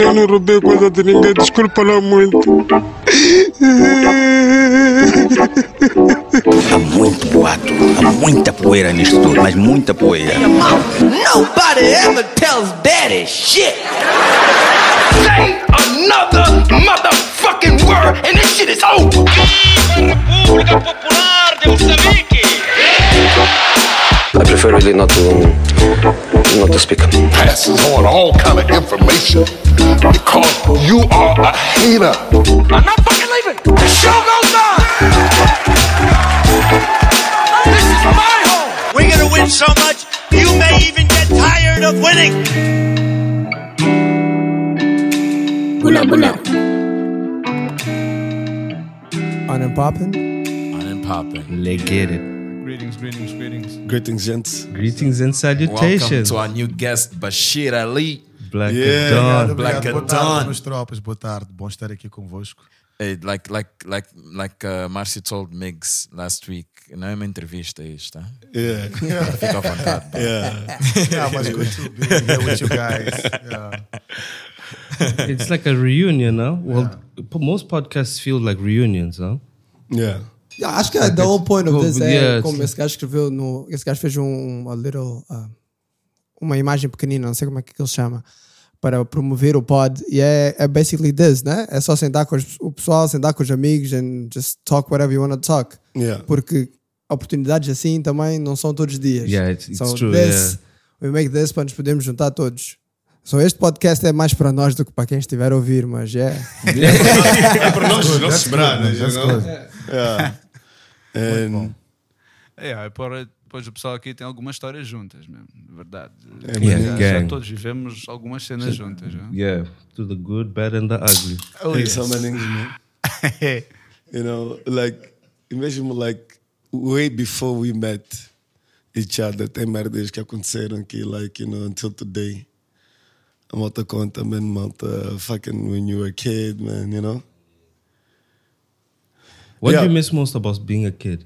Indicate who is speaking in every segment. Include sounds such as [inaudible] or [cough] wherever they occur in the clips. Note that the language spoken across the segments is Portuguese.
Speaker 1: Eu não roubei coisa de ninguém, desculpa lá muito.
Speaker 2: Há muito boato, há muita poeira nisto tudo, mas muita poeira.
Speaker 3: Nobody ever tells daddy shit.
Speaker 4: Say another motherfucking word and this shit is over.
Speaker 5: República Popular de Moçambique.
Speaker 6: I prefer really not to not to speak.
Speaker 4: Passes on all kind of information because you are a hater.
Speaker 5: I'm not fucking leaving. The show goes on. This is my home. We're gonna win so much, you may even get tired of winning.
Speaker 7: Bula bula.
Speaker 8: On and poppin'.
Speaker 9: Legated.
Speaker 1: Greetings, greetings, greetings.
Speaker 10: Greetings, gents.
Speaker 9: Greetings and
Speaker 11: Welcome
Speaker 9: salutations.
Speaker 11: to our new guest, Bashir Ali.
Speaker 9: Black
Speaker 10: Yeah.
Speaker 9: Dawn.
Speaker 11: Black
Speaker 8: Obrigado, boa
Speaker 11: and
Speaker 8: tarde,
Speaker 11: Dawn.
Speaker 8: meus tropas, boa tarde. Bom estar aqui convosco.
Speaker 11: Hey, like like like like uh, Marcio told Migs last week, não é uma entrevista isto, hein?
Speaker 10: Yeah.
Speaker 11: fica
Speaker 8: [laughs]
Speaker 11: à vontade. pá.
Speaker 10: Yeah.
Speaker 8: Yeah, but good to be here with you guys. Yeah.
Speaker 9: It's like a reunion, huh? Well, po- most podcasts feel like reunions, huh?
Speaker 10: Yeah.
Speaker 12: Yeah, acho que é the whole point of
Speaker 9: Well,
Speaker 12: this
Speaker 9: yeah,
Speaker 12: é
Speaker 9: it's-
Speaker 12: como esse gajo escreveu no. Esse gajo fez um a little. ah, uma imagem pequenina, não sei como é que ele chama, para promover o pod. E é, é basically this, né? É só sentar com os- o pessoal, sentar com os amigos and just talk whatever you want to talk.
Speaker 10: Yeah.
Speaker 12: Porque oportunidades assim também não são todos os dias.
Speaker 9: Yeah, it's- it's
Speaker 12: so
Speaker 9: true,
Speaker 12: This, We make this para nos podermos juntar todos. So este podcast é mais para nós do que para quem estiver a ouvir, mas é.
Speaker 10: É para nós, os nossos brados, you
Speaker 8: That's
Speaker 10: know?
Speaker 8: good.
Speaker 10: Yeah. And
Speaker 1: É, aí para- depois o pessoal aqui tem algumas histórias juntas mesmo, de verdade.
Speaker 9: Yeah,
Speaker 1: já, já
Speaker 9: gang.
Speaker 1: todos vivemos algumas cenas juntas. Não? é?
Speaker 9: Yeah. To the good, bad, and the ugly.
Speaker 10: it's so many things,
Speaker 1: [laughs]
Speaker 10: man.
Speaker 1: É.
Speaker 10: You know, like imagine like way before we met each other, tem merdas que aconteceram que like, you know, until today. A malta conta, man, malta fucking when you were a kid, man, you know?
Speaker 9: What
Speaker 10: Yeah.
Speaker 9: do you miss most about being a kid?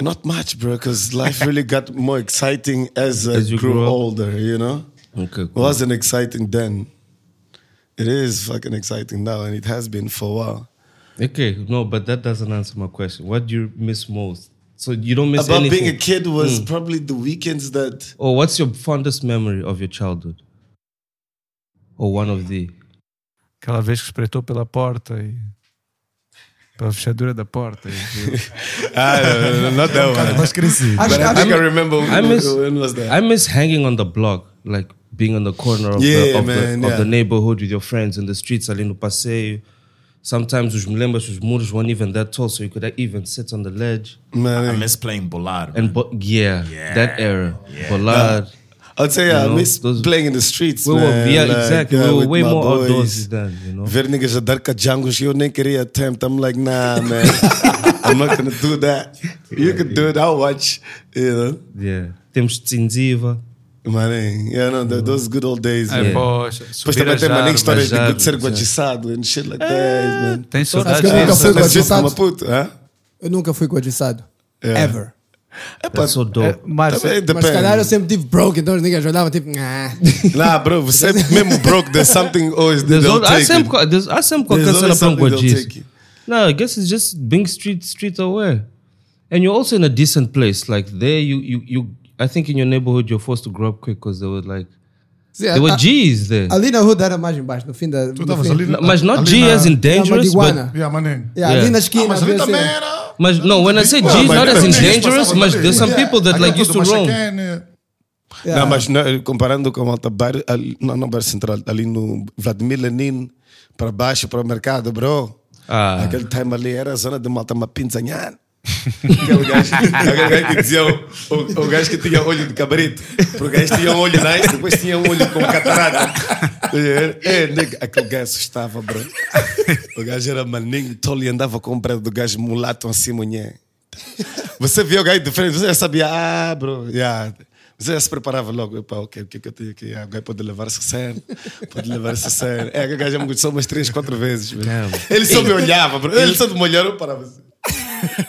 Speaker 10: Not much, bro, because life
Speaker 1: [laughs]
Speaker 10: really got more exciting as, I
Speaker 9: As you
Speaker 10: grew
Speaker 9: grew up.
Speaker 10: older, you know?
Speaker 9: Okay, cool.
Speaker 10: It wasn't exciting then. It is fucking exciting now, and it has been for a while.
Speaker 9: Okay, no, but that doesn't answer my question. What do you miss most? So you don't miss
Speaker 10: About
Speaker 9: anything. Hmm.
Speaker 10: being a kid was probably the weekends that
Speaker 9: Or what's your fondest memory of your childhood? Or one of the.
Speaker 1: Aquela vez que espreitou pela porta e. pela fechadura da porta. E,
Speaker 10: Ah, no, no, no, not
Speaker 11: Um
Speaker 10: that one.
Speaker 8: Mas cresci.
Speaker 12: Acho,
Speaker 10: But I
Speaker 12: acho,
Speaker 10: think I remember
Speaker 9: I miss-
Speaker 10: when was that?
Speaker 9: I miss hanging on the block, like being on the corner of, the,
Speaker 10: Yeah,
Speaker 9: of,
Speaker 10: man,
Speaker 9: the, of
Speaker 10: yeah.
Speaker 9: the neighborhood with your friends in the streets ali no passeio. Sometimes os melembas, os muros weren't even that tall, so you could even sit on the ledge.
Speaker 11: I
Speaker 10: Man,
Speaker 11: miss playing bolar.
Speaker 9: And bo- yeah, that era, Bollard.
Speaker 10: I'd say
Speaker 9: you
Speaker 10: I
Speaker 9: know,
Speaker 10: miss
Speaker 9: those-
Speaker 10: playing in the streets.
Speaker 9: we were,
Speaker 10: man,
Speaker 9: yeah,
Speaker 10: like,
Speaker 9: exactly.
Speaker 10: yeah,
Speaker 9: we were
Speaker 10: with
Speaker 9: way
Speaker 10: my
Speaker 9: more
Speaker 10: boys.
Speaker 9: outdoorsy then, you know.
Speaker 10: Ver niggas a dar cajangos, eu nem queria attempt. I'm like, nah, man. I'm not gonna do that. You can do it. I'll watch. You know,
Speaker 9: Yeah. Temos Tsinziva.
Speaker 10: man. Yeah, no, th- those good old days.
Speaker 1: é,
Speaker 10: man.
Speaker 1: poxa,
Speaker 10: Depois
Speaker 1: subir
Speaker 10: também
Speaker 1: as
Speaker 10: tem mané
Speaker 1: árvores.
Speaker 10: histórias
Speaker 9: mas
Speaker 10: de de ser
Speaker 9: árvores,
Speaker 10: guatiçado and shit like that, man.
Speaker 1: É, Tem
Speaker 12: acho
Speaker 1: saudades
Speaker 12: que eu nunca
Speaker 1: disso.
Speaker 12: fui
Speaker 10: Mas isso como
Speaker 12: coadjuçado.
Speaker 10: puto, hã?
Speaker 12: Eu nunca fui coadjuçado. Ever.
Speaker 9: That's so dope.
Speaker 10: eh,
Speaker 1: É, Márcio,
Speaker 10: Também
Speaker 12: Mas se calhar eu
Speaker 10: depende.
Speaker 12: sempre tive broke, então os niggas olhavam tipo. "Ah."
Speaker 10: Nah, bro,
Speaker 8: é
Speaker 10: você mesmo broke, there's something always
Speaker 9: There's
Speaker 10: they'll
Speaker 9: all, há
Speaker 10: take
Speaker 9: sempre,
Speaker 10: it.
Speaker 9: qual- there's, há sempre qualquer
Speaker 10: There's
Speaker 9: cena
Speaker 10: always
Speaker 9: para um
Speaker 10: something they'll
Speaker 9: guardista.
Speaker 10: take it.
Speaker 9: No, I guess it's just being street street aware, and you're also in a decent place. Like there, you you you. I think in your neighborhood you're forced to grow up quick because there were like
Speaker 12: Sim,
Speaker 9: there were
Speaker 12: a-
Speaker 9: G's there,
Speaker 12: Ali na rua era mais embaixo, no fim da.
Speaker 8: Tu
Speaker 12: no
Speaker 1: então,
Speaker 8: estavas
Speaker 12: fim.
Speaker 8: ali na.
Speaker 9: but
Speaker 1: Ah,
Speaker 9: not
Speaker 8: ali
Speaker 9: G
Speaker 8: na-
Speaker 9: as in dangerous,
Speaker 12: na
Speaker 9: but
Speaker 12: marihuana.
Speaker 8: Yeah, mané.
Speaker 12: Yeah,
Speaker 9: Yeah.
Speaker 12: Ali na esquina.
Speaker 8: Mas
Speaker 12: havia
Speaker 8: ali
Speaker 12: assim-
Speaker 8: também era.
Speaker 9: mas no. When I say
Speaker 8: Não,
Speaker 9: G's,
Speaker 10: mas
Speaker 9: not as in
Speaker 10: também eles
Speaker 9: dangerous,
Speaker 8: passavam
Speaker 9: but
Speaker 8: ali.
Speaker 9: there's some people that like
Speaker 8: Aquela
Speaker 9: used to
Speaker 8: coisa do
Speaker 9: roam.
Speaker 8: Machacane.
Speaker 1: né?
Speaker 12: Yeah.
Speaker 10: Não, mas não, comparando com a malta, bairro, ali, não, não bairro central, ali no Vladimir Lenin, para baixo, para o mercado, bro.
Speaker 9: Ah.
Speaker 10: Aquele time ali era a zona de malta mapinzanhar. aquele, gajo, aquele gajo que dizia o, o, o gajo que tinha olho de cabrito, porque o gajo tinha um olho nice, depois tinha um olho com catarata. É, nega, aquele gajo assustava, bro. O gajo era maninho, tolo e andava com o braço do gajo mulato assim, mulher. Você via o gajo de frente, você já sabia, ah, bro, yeah. Você já se preparava logo, epá, ok, o que é que eu tenho aqui? Ah, o gajo pode levar-se a sério, pode levar-se a sério. É, o gajo já me gostou umas três, quatro vezes. bro.
Speaker 9: Damn.
Speaker 10: Ele só me olhava, bro. ele só me olhava, eu parava assim.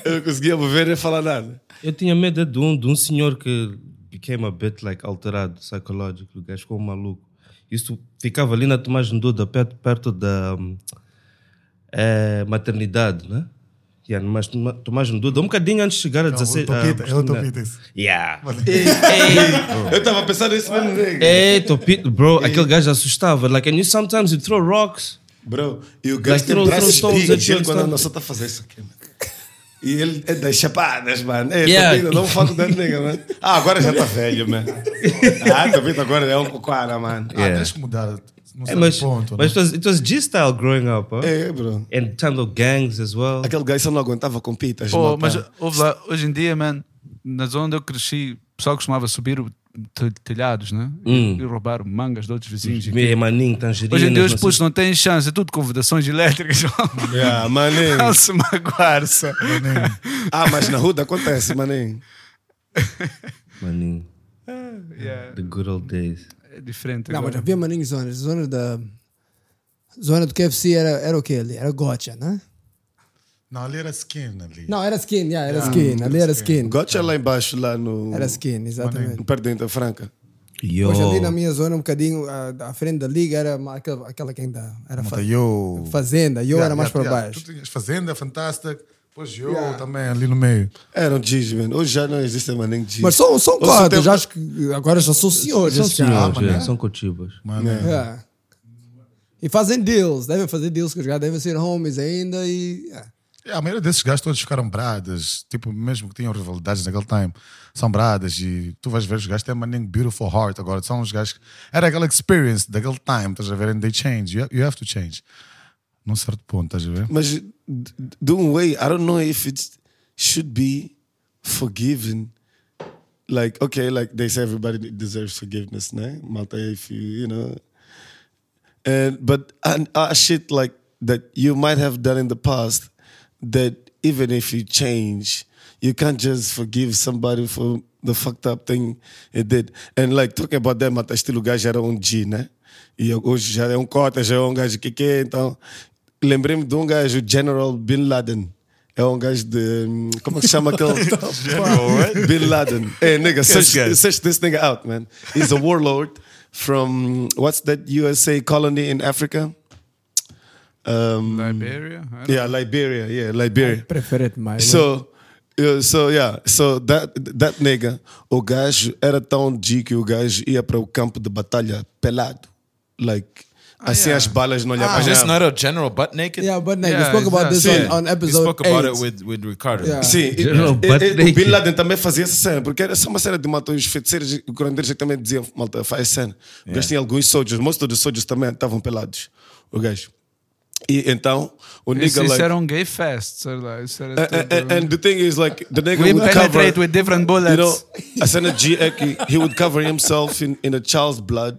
Speaker 10: Eu não conseguia mover nem falar nada.
Speaker 9: Eu tinha medo de um de um senhor que became a bit like alterado psychologically. O gajo ficou um maluco. Isso ficava ali na Tomás Nduda, perto, perto da hum, eh, maternidade, né? Yeah, mas Toma- Tomás Nduda, um bocadinho antes de chegar a ah, 16 a
Speaker 10: Topita, é o
Speaker 9: oportunidade.
Speaker 10: Topita isso.
Speaker 9: né? Yeah.
Speaker 4: Eu estava pensando nisso mesmo.
Speaker 10: né?
Speaker 4: velho.
Speaker 6: É.
Speaker 9: Ei, Topito, bro, aquele gajo assustava. Like, and you sometimes you throw rocks.
Speaker 4: Bro, e o
Speaker 9: Like,
Speaker 4: gajo tem
Speaker 9: throw- throw
Speaker 4: braços
Speaker 9: stones at
Speaker 4: gigantes
Speaker 9: your
Speaker 4: ele quando a
Speaker 9: stomach.
Speaker 4: nossa tá fazendo isso aqui, mano. E ele é das chapadas, mano. É,
Speaker 9: Yeah.
Speaker 4: Topita, não foco dentro nega, mano. Ah, agora já tá velho, mano. Ah, Topita agora é um coquara, mano.
Speaker 10: Ah,
Speaker 9: Yeah.
Speaker 10: tens que mudar. Não
Speaker 9: É,
Speaker 10: sei
Speaker 9: mas,
Speaker 10: mas, ponto. né?
Speaker 9: mas it was, it was G-style growing up, huh?
Speaker 4: É, bro.
Speaker 9: And time of gangs as well.
Speaker 4: Aquele gajo só não aguentava com pitas,
Speaker 6: Oh,
Speaker 4: malta.
Speaker 6: mas ouve lá, hoje em dia, man, na zona onde eu cresci, o pessoal costumava subir o te- telhados, né?
Speaker 9: Hum.
Speaker 6: E roubar mangas de outros vizinhos. e
Speaker 9: Meia maninho, tangerina.
Speaker 6: Hoje em dia os putos não têm chance, é tudo convidações elétricas.
Speaker 4: Yeah,
Speaker 6: [laughs]
Speaker 4: maninho.
Speaker 6: Não se magoar só.
Speaker 4: Ah, mas na Ruda acontece, maninho.
Speaker 9: Maninho,
Speaker 6: Yeah,
Speaker 9: the good old days.
Speaker 6: é diferente.
Speaker 12: Não, mas
Speaker 6: agora.
Speaker 12: havia maninhos zonas. Zona da. Zona do KFC era, era o quê ali? Era gotcha, né?
Speaker 10: Não, ali era skin ali.
Speaker 12: Não, era skin, yeah, era skin. Ali era skin.
Speaker 4: Gotcha lá embaixo, lá no.
Speaker 12: Era skin, exatamente.
Speaker 4: Perto da Enta Franca.
Speaker 9: Yo.
Speaker 12: Hoje ali na minha zona, um bocadinho à, à frente da liga, era uma- aquela, aquela que ainda era fa-
Speaker 10: Puta, yo.
Speaker 12: fazenda. E eu
Speaker 10: Yeah,
Speaker 12: era mais para
Speaker 10: yeah, yeah.
Speaker 12: baixo.
Speaker 10: Tu tinhas Fazenda, Fantastic. Pois eu
Speaker 12: Yeah.
Speaker 10: também, ali no meio.
Speaker 4: Era um Giz, mano. Hoje já não existe maninho Giz.
Speaker 12: Mas um, são, são
Speaker 4: Hoje
Speaker 12: cotas,
Speaker 4: tem-
Speaker 12: já acho que agora já são senhores.
Speaker 9: São
Speaker 12: esses caras.
Speaker 9: senhores,
Speaker 10: mano,
Speaker 9: é,
Speaker 10: né?
Speaker 9: são cotibas.
Speaker 10: Mano,
Speaker 12: É. E fazem deals, devem fazer deals com os gajos, devem ser homies ainda e. é.
Speaker 10: É, a maioria desses gajos todos ficaram bradas, tipo, mesmo que tinham rivalidades naquele time, são bradas e tu vais ver os gajos têm maninho beautiful heart agora, são os gajos que- era aquela experience daquele time, estás a ver? And they change, you, you have to change. Num certo ponto, estás a ver?
Speaker 4: [laughs] Mas d- d- de um way, I don't know if it should be forgiven. Like, okay, like they say everybody deserves forgiveness, né? Malta, if you, you know. And but and, uh, shit like that you might have done in the past that even if you change, you can't just forgive somebody for the fucked up thing it did. And like talking about that, Mata, estilo gajo era um G, né? E eu- hoje já é um cota, já é um gajo que que é, então. Lembrei-me de um gajo, o General Bin Laden. É um gajo de. hum, Como é que se chama aquele? Bin [laughs] Laden. Hey, nigga, search, search this nigga out, man. He's a warlord from. What's that USA colony in Africa? Um,
Speaker 6: Liberia, I don't
Speaker 4: yeah, Liberia. Yeah, Liberia.
Speaker 12: Prefere demais.
Speaker 4: So, eu- so yeah, so that, that nigga, o gajo era tão de que o gajo ia para o campo de batalha pelado. Like, assim
Speaker 6: yeah.
Speaker 4: as balas não lhe
Speaker 11: But
Speaker 10: Ah,
Speaker 11: just
Speaker 4: apanhavam.
Speaker 11: not a general butt naked.
Speaker 12: yeah, but like, we
Speaker 6: Yeah,
Speaker 12: spoke about this
Speaker 6: exactly.
Speaker 12: on, on
Speaker 11: We
Speaker 12: episode.
Speaker 11: spoke about
Speaker 12: eight.
Speaker 11: it with, with Ricardo.
Speaker 12: Yeah.
Speaker 4: Sim, e-
Speaker 9: General
Speaker 4: e-
Speaker 9: Butt
Speaker 4: e- o
Speaker 6: [laughs]
Speaker 9: Naked.
Speaker 4: Bin Laden também fazia essa cena, porque era só uma cena de matar os feiticeiros e curandeiros é que também diziam, malta, faz cena. O gajo tinha alguns soldiers, most of the soldiers também estavam pelados, o gajo. E então, o
Speaker 6: Isso,
Speaker 4: nigga,
Speaker 6: isso
Speaker 4: like...
Speaker 6: era um gay fest, sei lá. Isso era
Speaker 4: a-
Speaker 6: tudo-
Speaker 4: a- a- and the thing is, like, the nigga
Speaker 6: We
Speaker 4: would
Speaker 6: penetrate
Speaker 4: cover...
Speaker 6: with different bullets.
Speaker 4: You know, a cena de é que he would cover himself in, in a child's blood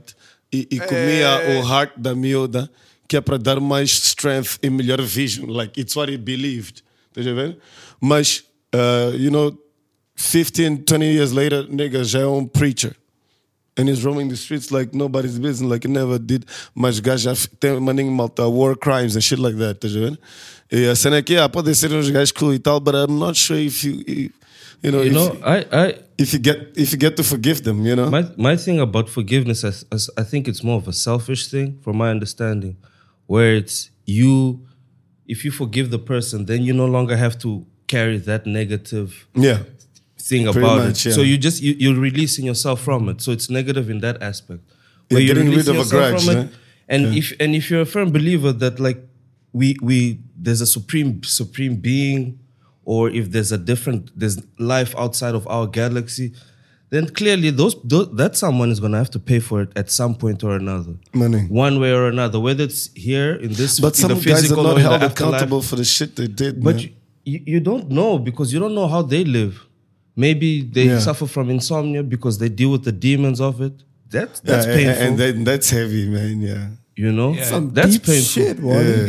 Speaker 4: e, e comia o heart da miúda, que é para dar mais strength e melhor vision. Like, it's what he believed. Estás a ver? Mas, uh, you know, 15, 20 years later, nigga já é um preacher. And he's roaming the streets like nobody's business, like he never did. Mas gajos já f- tem maninho malta, war crimes and shit like that, estás a ver? E a cena é que, ah, podem ser uns gajos cool e tal, but I'm not sure if you, if- you know,
Speaker 9: You
Speaker 4: if-
Speaker 9: know, I, I,
Speaker 4: if you get if you get to forgive them, you know.
Speaker 9: my, my thing about forgiveness, is, is I think it's more of a selfish thing, from my understanding, where it's you, if you forgive the person, then you no longer have to carry that negative
Speaker 4: yeah.
Speaker 9: thing
Speaker 4: Pretty
Speaker 9: about
Speaker 4: much,
Speaker 9: it.
Speaker 4: yeah.
Speaker 9: So you just you, you're releasing yourself from it. So it's negative in that aspect.
Speaker 4: You're getting rid of
Speaker 9: releasing
Speaker 4: a
Speaker 9: yourself
Speaker 4: grudge,
Speaker 9: from it.
Speaker 4: né?
Speaker 9: And if and if you're a firm believer that like we we there's a supreme supreme being, or if there's a different there's life outside of our galaxy, then clearly those, tho- that someone is gonna have to pay for it at some point or another.
Speaker 4: Money.
Speaker 9: One way or another, whether it's here in this
Speaker 4: But
Speaker 9: in the
Speaker 4: some guys are
Speaker 9: physical
Speaker 4: not
Speaker 9: or in the
Speaker 4: held
Speaker 9: afterlife.
Speaker 4: accountable for the shit they did.
Speaker 9: né? But
Speaker 4: man.
Speaker 9: you, you you don't know because you don't know how they live. Maybe they
Speaker 4: Yeah.
Speaker 9: suffer from insomnia because they deal with the demons of it. That, that's
Speaker 4: Yeah,
Speaker 9: painful.
Speaker 4: and, and that, that's heavy, man. Yeah.
Speaker 9: you know?
Speaker 12: Some
Speaker 9: that's
Speaker 12: deep
Speaker 9: painful.
Speaker 12: shit, boy.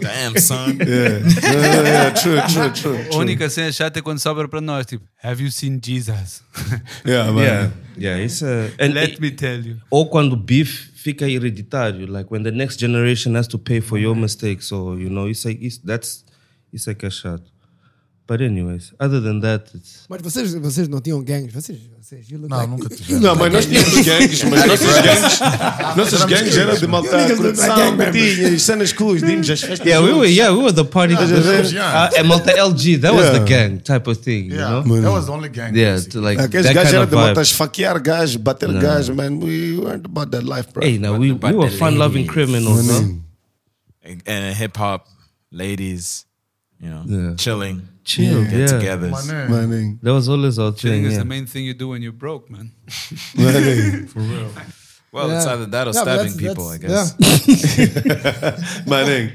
Speaker 9: [laughs]
Speaker 11: Damn, son.
Speaker 4: Yeah. No, no, no, yeah. True. True. True.
Speaker 6: A única cena chata é quando sobra para nós, tipo, Have you seen Jesus?
Speaker 4: [laughs] Yeah, man.
Speaker 9: Yeah. Yeah, it's a and
Speaker 6: Let
Speaker 9: it-
Speaker 6: me tell you.
Speaker 9: or quando beef fica hereditário, like when the next generation has to pay for your mistakes or you know, it's like it's that's it's like a shot. But anyways, other than that, it's
Speaker 12: Mas vocês, vocês não tinham gangues? Vocês, vocês you look
Speaker 9: Não,
Speaker 12: like-
Speaker 9: nunca
Speaker 12: you
Speaker 9: tivemos.
Speaker 4: Não,
Speaker 12: look
Speaker 4: mas nós
Speaker 6: [laughs]
Speaker 12: like
Speaker 4: tínhamos gangues, mas nossos gangues, nossos
Speaker 9: Éramos
Speaker 4: gangues eram de
Speaker 9: Eu digo
Speaker 4: malta
Speaker 9: que
Speaker 4: curtição,
Speaker 9: gang members.
Speaker 4: curtinhas, cenas cool, dimos as festas.
Speaker 9: yeah, we were yeah we were the party.
Speaker 6: Ah,
Speaker 4: Yeah,
Speaker 9: that-
Speaker 4: yeah,
Speaker 12: Ah,
Speaker 4: yeah.
Speaker 9: Uh, and Malta LG, that was the
Speaker 4: Yeah.
Speaker 9: gang type of thing.
Speaker 4: Yeah,
Speaker 9: you know?
Speaker 4: that was the only gang,
Speaker 9: Yeah, to like
Speaker 4: Aqueles
Speaker 9: that
Speaker 4: gajos
Speaker 9: kind
Speaker 4: eram
Speaker 9: of
Speaker 4: de malta
Speaker 9: vibe.
Speaker 4: esfaquear gajos, bater
Speaker 9: Não.
Speaker 4: gajos, man. We weren't about that life, bro.
Speaker 9: Hey, now we, we were fun-loving criminals, no?
Speaker 11: And, and hip hop, ladies, you know,
Speaker 9: Yeah.
Speaker 11: chilling,
Speaker 9: Chill, yeah.
Speaker 11: get togethers.
Speaker 9: That was always our
Speaker 6: Chilling
Speaker 9: thing.
Speaker 6: is
Speaker 9: Yeah.
Speaker 6: the main thing you do when you're broke, man.
Speaker 4: Money.
Speaker 6: For real.
Speaker 11: Well, it's either that or
Speaker 6: Yeah, but
Speaker 11: stabbing people, I
Speaker 12: that's-
Speaker 11: guess.
Speaker 4: Maning.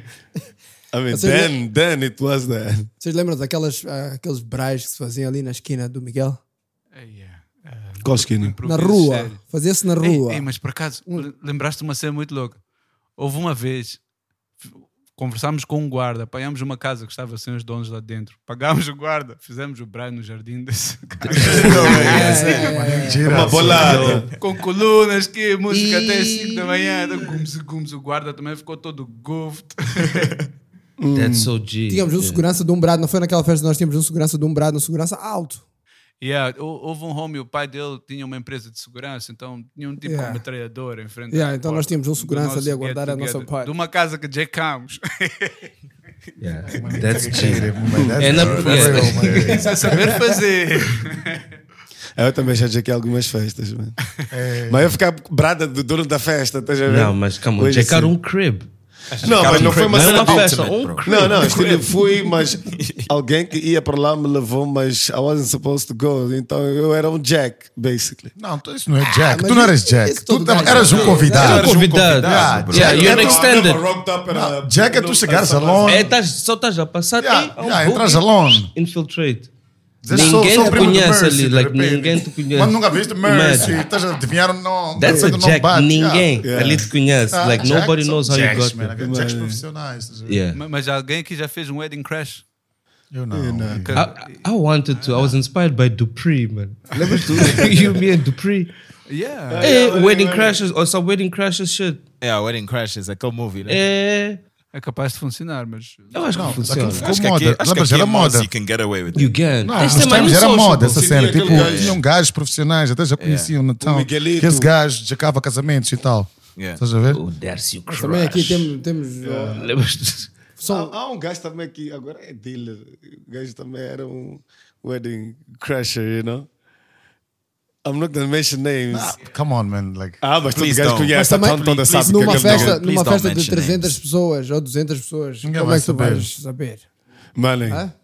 Speaker 4: I mean,
Speaker 12: Você-
Speaker 4: then, then it was that.
Speaker 12: Vocês lembram daquelas ah, aqueles brais que se faziam ali na esquina do Miguel?
Speaker 4: Qual [laughs] esquina?
Speaker 12: Na
Speaker 10: é.
Speaker 12: rua. Fazia-se na
Speaker 6: Ei,
Speaker 12: rua. É,
Speaker 6: ei, mas por acaso, le- lembraste uma cena muito louca. Houve uma vez, f- conversámos com um guarda, apanhámos uma casa que estava sem os donos lá dentro, pagámos o guarda, fizemos o Brian no jardim desse [laughs] cara.
Speaker 9: é
Speaker 4: é.
Speaker 12: é,
Speaker 4: Uma bolada.
Speaker 6: Com colunas, que música até às 5 da manhã, então, gumse, gumse, o guarda também ficou todo goofed.
Speaker 9: That's so G.
Speaker 12: Tínhamos um
Speaker 9: yeah.
Speaker 12: segurança de um brado, não foi naquela festa que nós tínhamos um segurança de um brado, um segurança alto.
Speaker 6: Yeah, hou- houve um homem, o pai dele tinha uma empresa de segurança, então tinha um tipo
Speaker 12: Yeah.
Speaker 6: com metralhadora em frente.
Speaker 12: Yeah,
Speaker 6: à
Speaker 12: então
Speaker 6: porta
Speaker 12: nós tínhamos um
Speaker 6: do
Speaker 12: segurança
Speaker 6: nosso
Speaker 12: ali a guardar
Speaker 6: get
Speaker 12: a nossa
Speaker 6: together,
Speaker 12: parte.
Speaker 6: De uma casa que jacamos.
Speaker 9: Yeah, that's
Speaker 4: cheated, man. That's
Speaker 9: And
Speaker 4: real,
Speaker 9: up,
Speaker 4: that's
Speaker 9: yeah.
Speaker 4: real, man.
Speaker 6: Isso é saber fazer.
Speaker 4: Eu também já jaquei algumas festas, mano. Mas eu ficar brada do dono da festa, estás a ver?
Speaker 9: Não, mas calma,
Speaker 4: Hoje,
Speaker 9: jacar
Speaker 4: assim.
Speaker 9: um crib. Um
Speaker 4: Não, mas não foi uma cena de
Speaker 9: festa,
Speaker 4: ultimate,
Speaker 9: um
Speaker 4: bro.
Speaker 9: crib.
Speaker 4: Não, não,
Speaker 9: [laughs]
Speaker 4: estilo, fui, mas alguém que ia para lá me levou, mas I wasn't supposed to go. Então eu era um jack, basically.
Speaker 10: Não, tu- isso não é Jack. tu não eras Jack. Tu tava- eras um convidado.
Speaker 9: Era um convidado.
Speaker 10: Ah,
Speaker 9: Yeah,
Speaker 4: é
Speaker 9: you're
Speaker 4: um
Speaker 9: extended.
Speaker 4: né?
Speaker 10: Ah, Jack é tu
Speaker 4: tá
Speaker 10: chegares alone.
Speaker 9: É, estás- só estás a passar
Speaker 10: [laughs] Yeah,
Speaker 9: e-
Speaker 10: yeah,
Speaker 9: oh,
Speaker 10: entras
Speaker 9: oh,
Speaker 10: alone.
Speaker 9: Infiltrate.
Speaker 10: Dizes, sou-
Speaker 9: ninguém
Speaker 10: sou
Speaker 9: te
Speaker 10: primo do
Speaker 9: conhece
Speaker 10: Mercy,
Speaker 9: ali,
Speaker 10: de
Speaker 9: like,
Speaker 10: repente.
Speaker 9: ninguém te conhece.
Speaker 10: Quando nunca viste Mercy,
Speaker 9: Imagine.
Speaker 10: estás a adivinhar o nome.
Speaker 9: That's
Speaker 10: coisa
Speaker 9: a
Speaker 10: do nome
Speaker 9: Jack.
Speaker 10: bate,
Speaker 9: Ninguém
Speaker 10: yeah.
Speaker 9: ali te conhece.
Speaker 10: Ah,
Speaker 9: Like,
Speaker 10: Jack
Speaker 9: nobody
Speaker 10: são
Speaker 9: knows how you
Speaker 10: Jacks,
Speaker 9: got
Speaker 10: man.
Speaker 9: there.
Speaker 10: Jacks
Speaker 9: Yeah.
Speaker 10: profissionais. estás a ver?
Speaker 9: Yeah.
Speaker 6: Ma- Mas alguém aqui já fez um wedding crash?
Speaker 10: Eu não.
Speaker 6: Que-
Speaker 9: I, I wanted to. I was inspired by Dupree, man. [laughs]
Speaker 4: Lembras tu?
Speaker 9: you, me, and Dupree.
Speaker 6: Eh, Yeah.
Speaker 9: Hey, wedding crashes or some wedding crashes shit.
Speaker 11: Yeah, Wedding Crash is aquele movie, né?
Speaker 9: É.
Speaker 6: É capaz de funcionar, mas.
Speaker 9: Eu acho
Speaker 6: Não,
Speaker 9: que é funciona.
Speaker 10: aquilo
Speaker 11: Acho que
Speaker 10: Ficou
Speaker 11: aqui,
Speaker 10: moda.
Speaker 11: acho que
Speaker 10: Lembras,
Speaker 11: aqui
Speaker 10: era
Speaker 11: em Moz
Speaker 10: moda.
Speaker 11: you can get away with it.
Speaker 9: You can.
Speaker 10: Não,
Speaker 9: Este
Speaker 10: nos
Speaker 9: é mais
Speaker 10: tempos
Speaker 9: um
Speaker 10: Ah, era
Speaker 9: social,
Speaker 10: moda
Speaker 9: bro.
Speaker 10: essa cena.
Speaker 4: aquele
Speaker 10: Tipo,
Speaker 4: gajo-
Speaker 10: tinham gajos profissionais,
Speaker 4: É.
Speaker 10: até já conheciam no town. Que
Speaker 4: Miguelito. É.
Speaker 10: esse gajo jacava casamentos e tal.
Speaker 11: Yeah.
Speaker 10: Estás a ver?
Speaker 9: Oh, Darcy Crash.
Speaker 12: Também aqui temos. temos ah,
Speaker 9: Lembras-te?
Speaker 12: são-
Speaker 4: Há, há um gajo também que agora é dealer. O gajo também era um wedding crasher, you know? I'm not gonna mention names.
Speaker 10: Ah, Come on, man. Like,
Speaker 4: Ah, mas todo
Speaker 11: Please
Speaker 4: gajo
Speaker 11: don't.
Speaker 4: conhece, a
Speaker 12: também,
Speaker 4: town toda sabe que
Speaker 12: numa
Speaker 4: aquele
Speaker 12: festa,
Speaker 4: nigga-
Speaker 11: Please
Speaker 12: numa
Speaker 11: don't
Speaker 12: festa de
Speaker 6: né?
Speaker 11: mention
Speaker 12: 300
Speaker 11: names.
Speaker 12: pessoas ou 200 pessoas,
Speaker 10: Ninguém
Speaker 12: como
Speaker 10: vai
Speaker 12: é que tu
Speaker 10: saber.
Speaker 12: vais saber?
Speaker 4: Mané.
Speaker 12: Hã?
Speaker 4: é.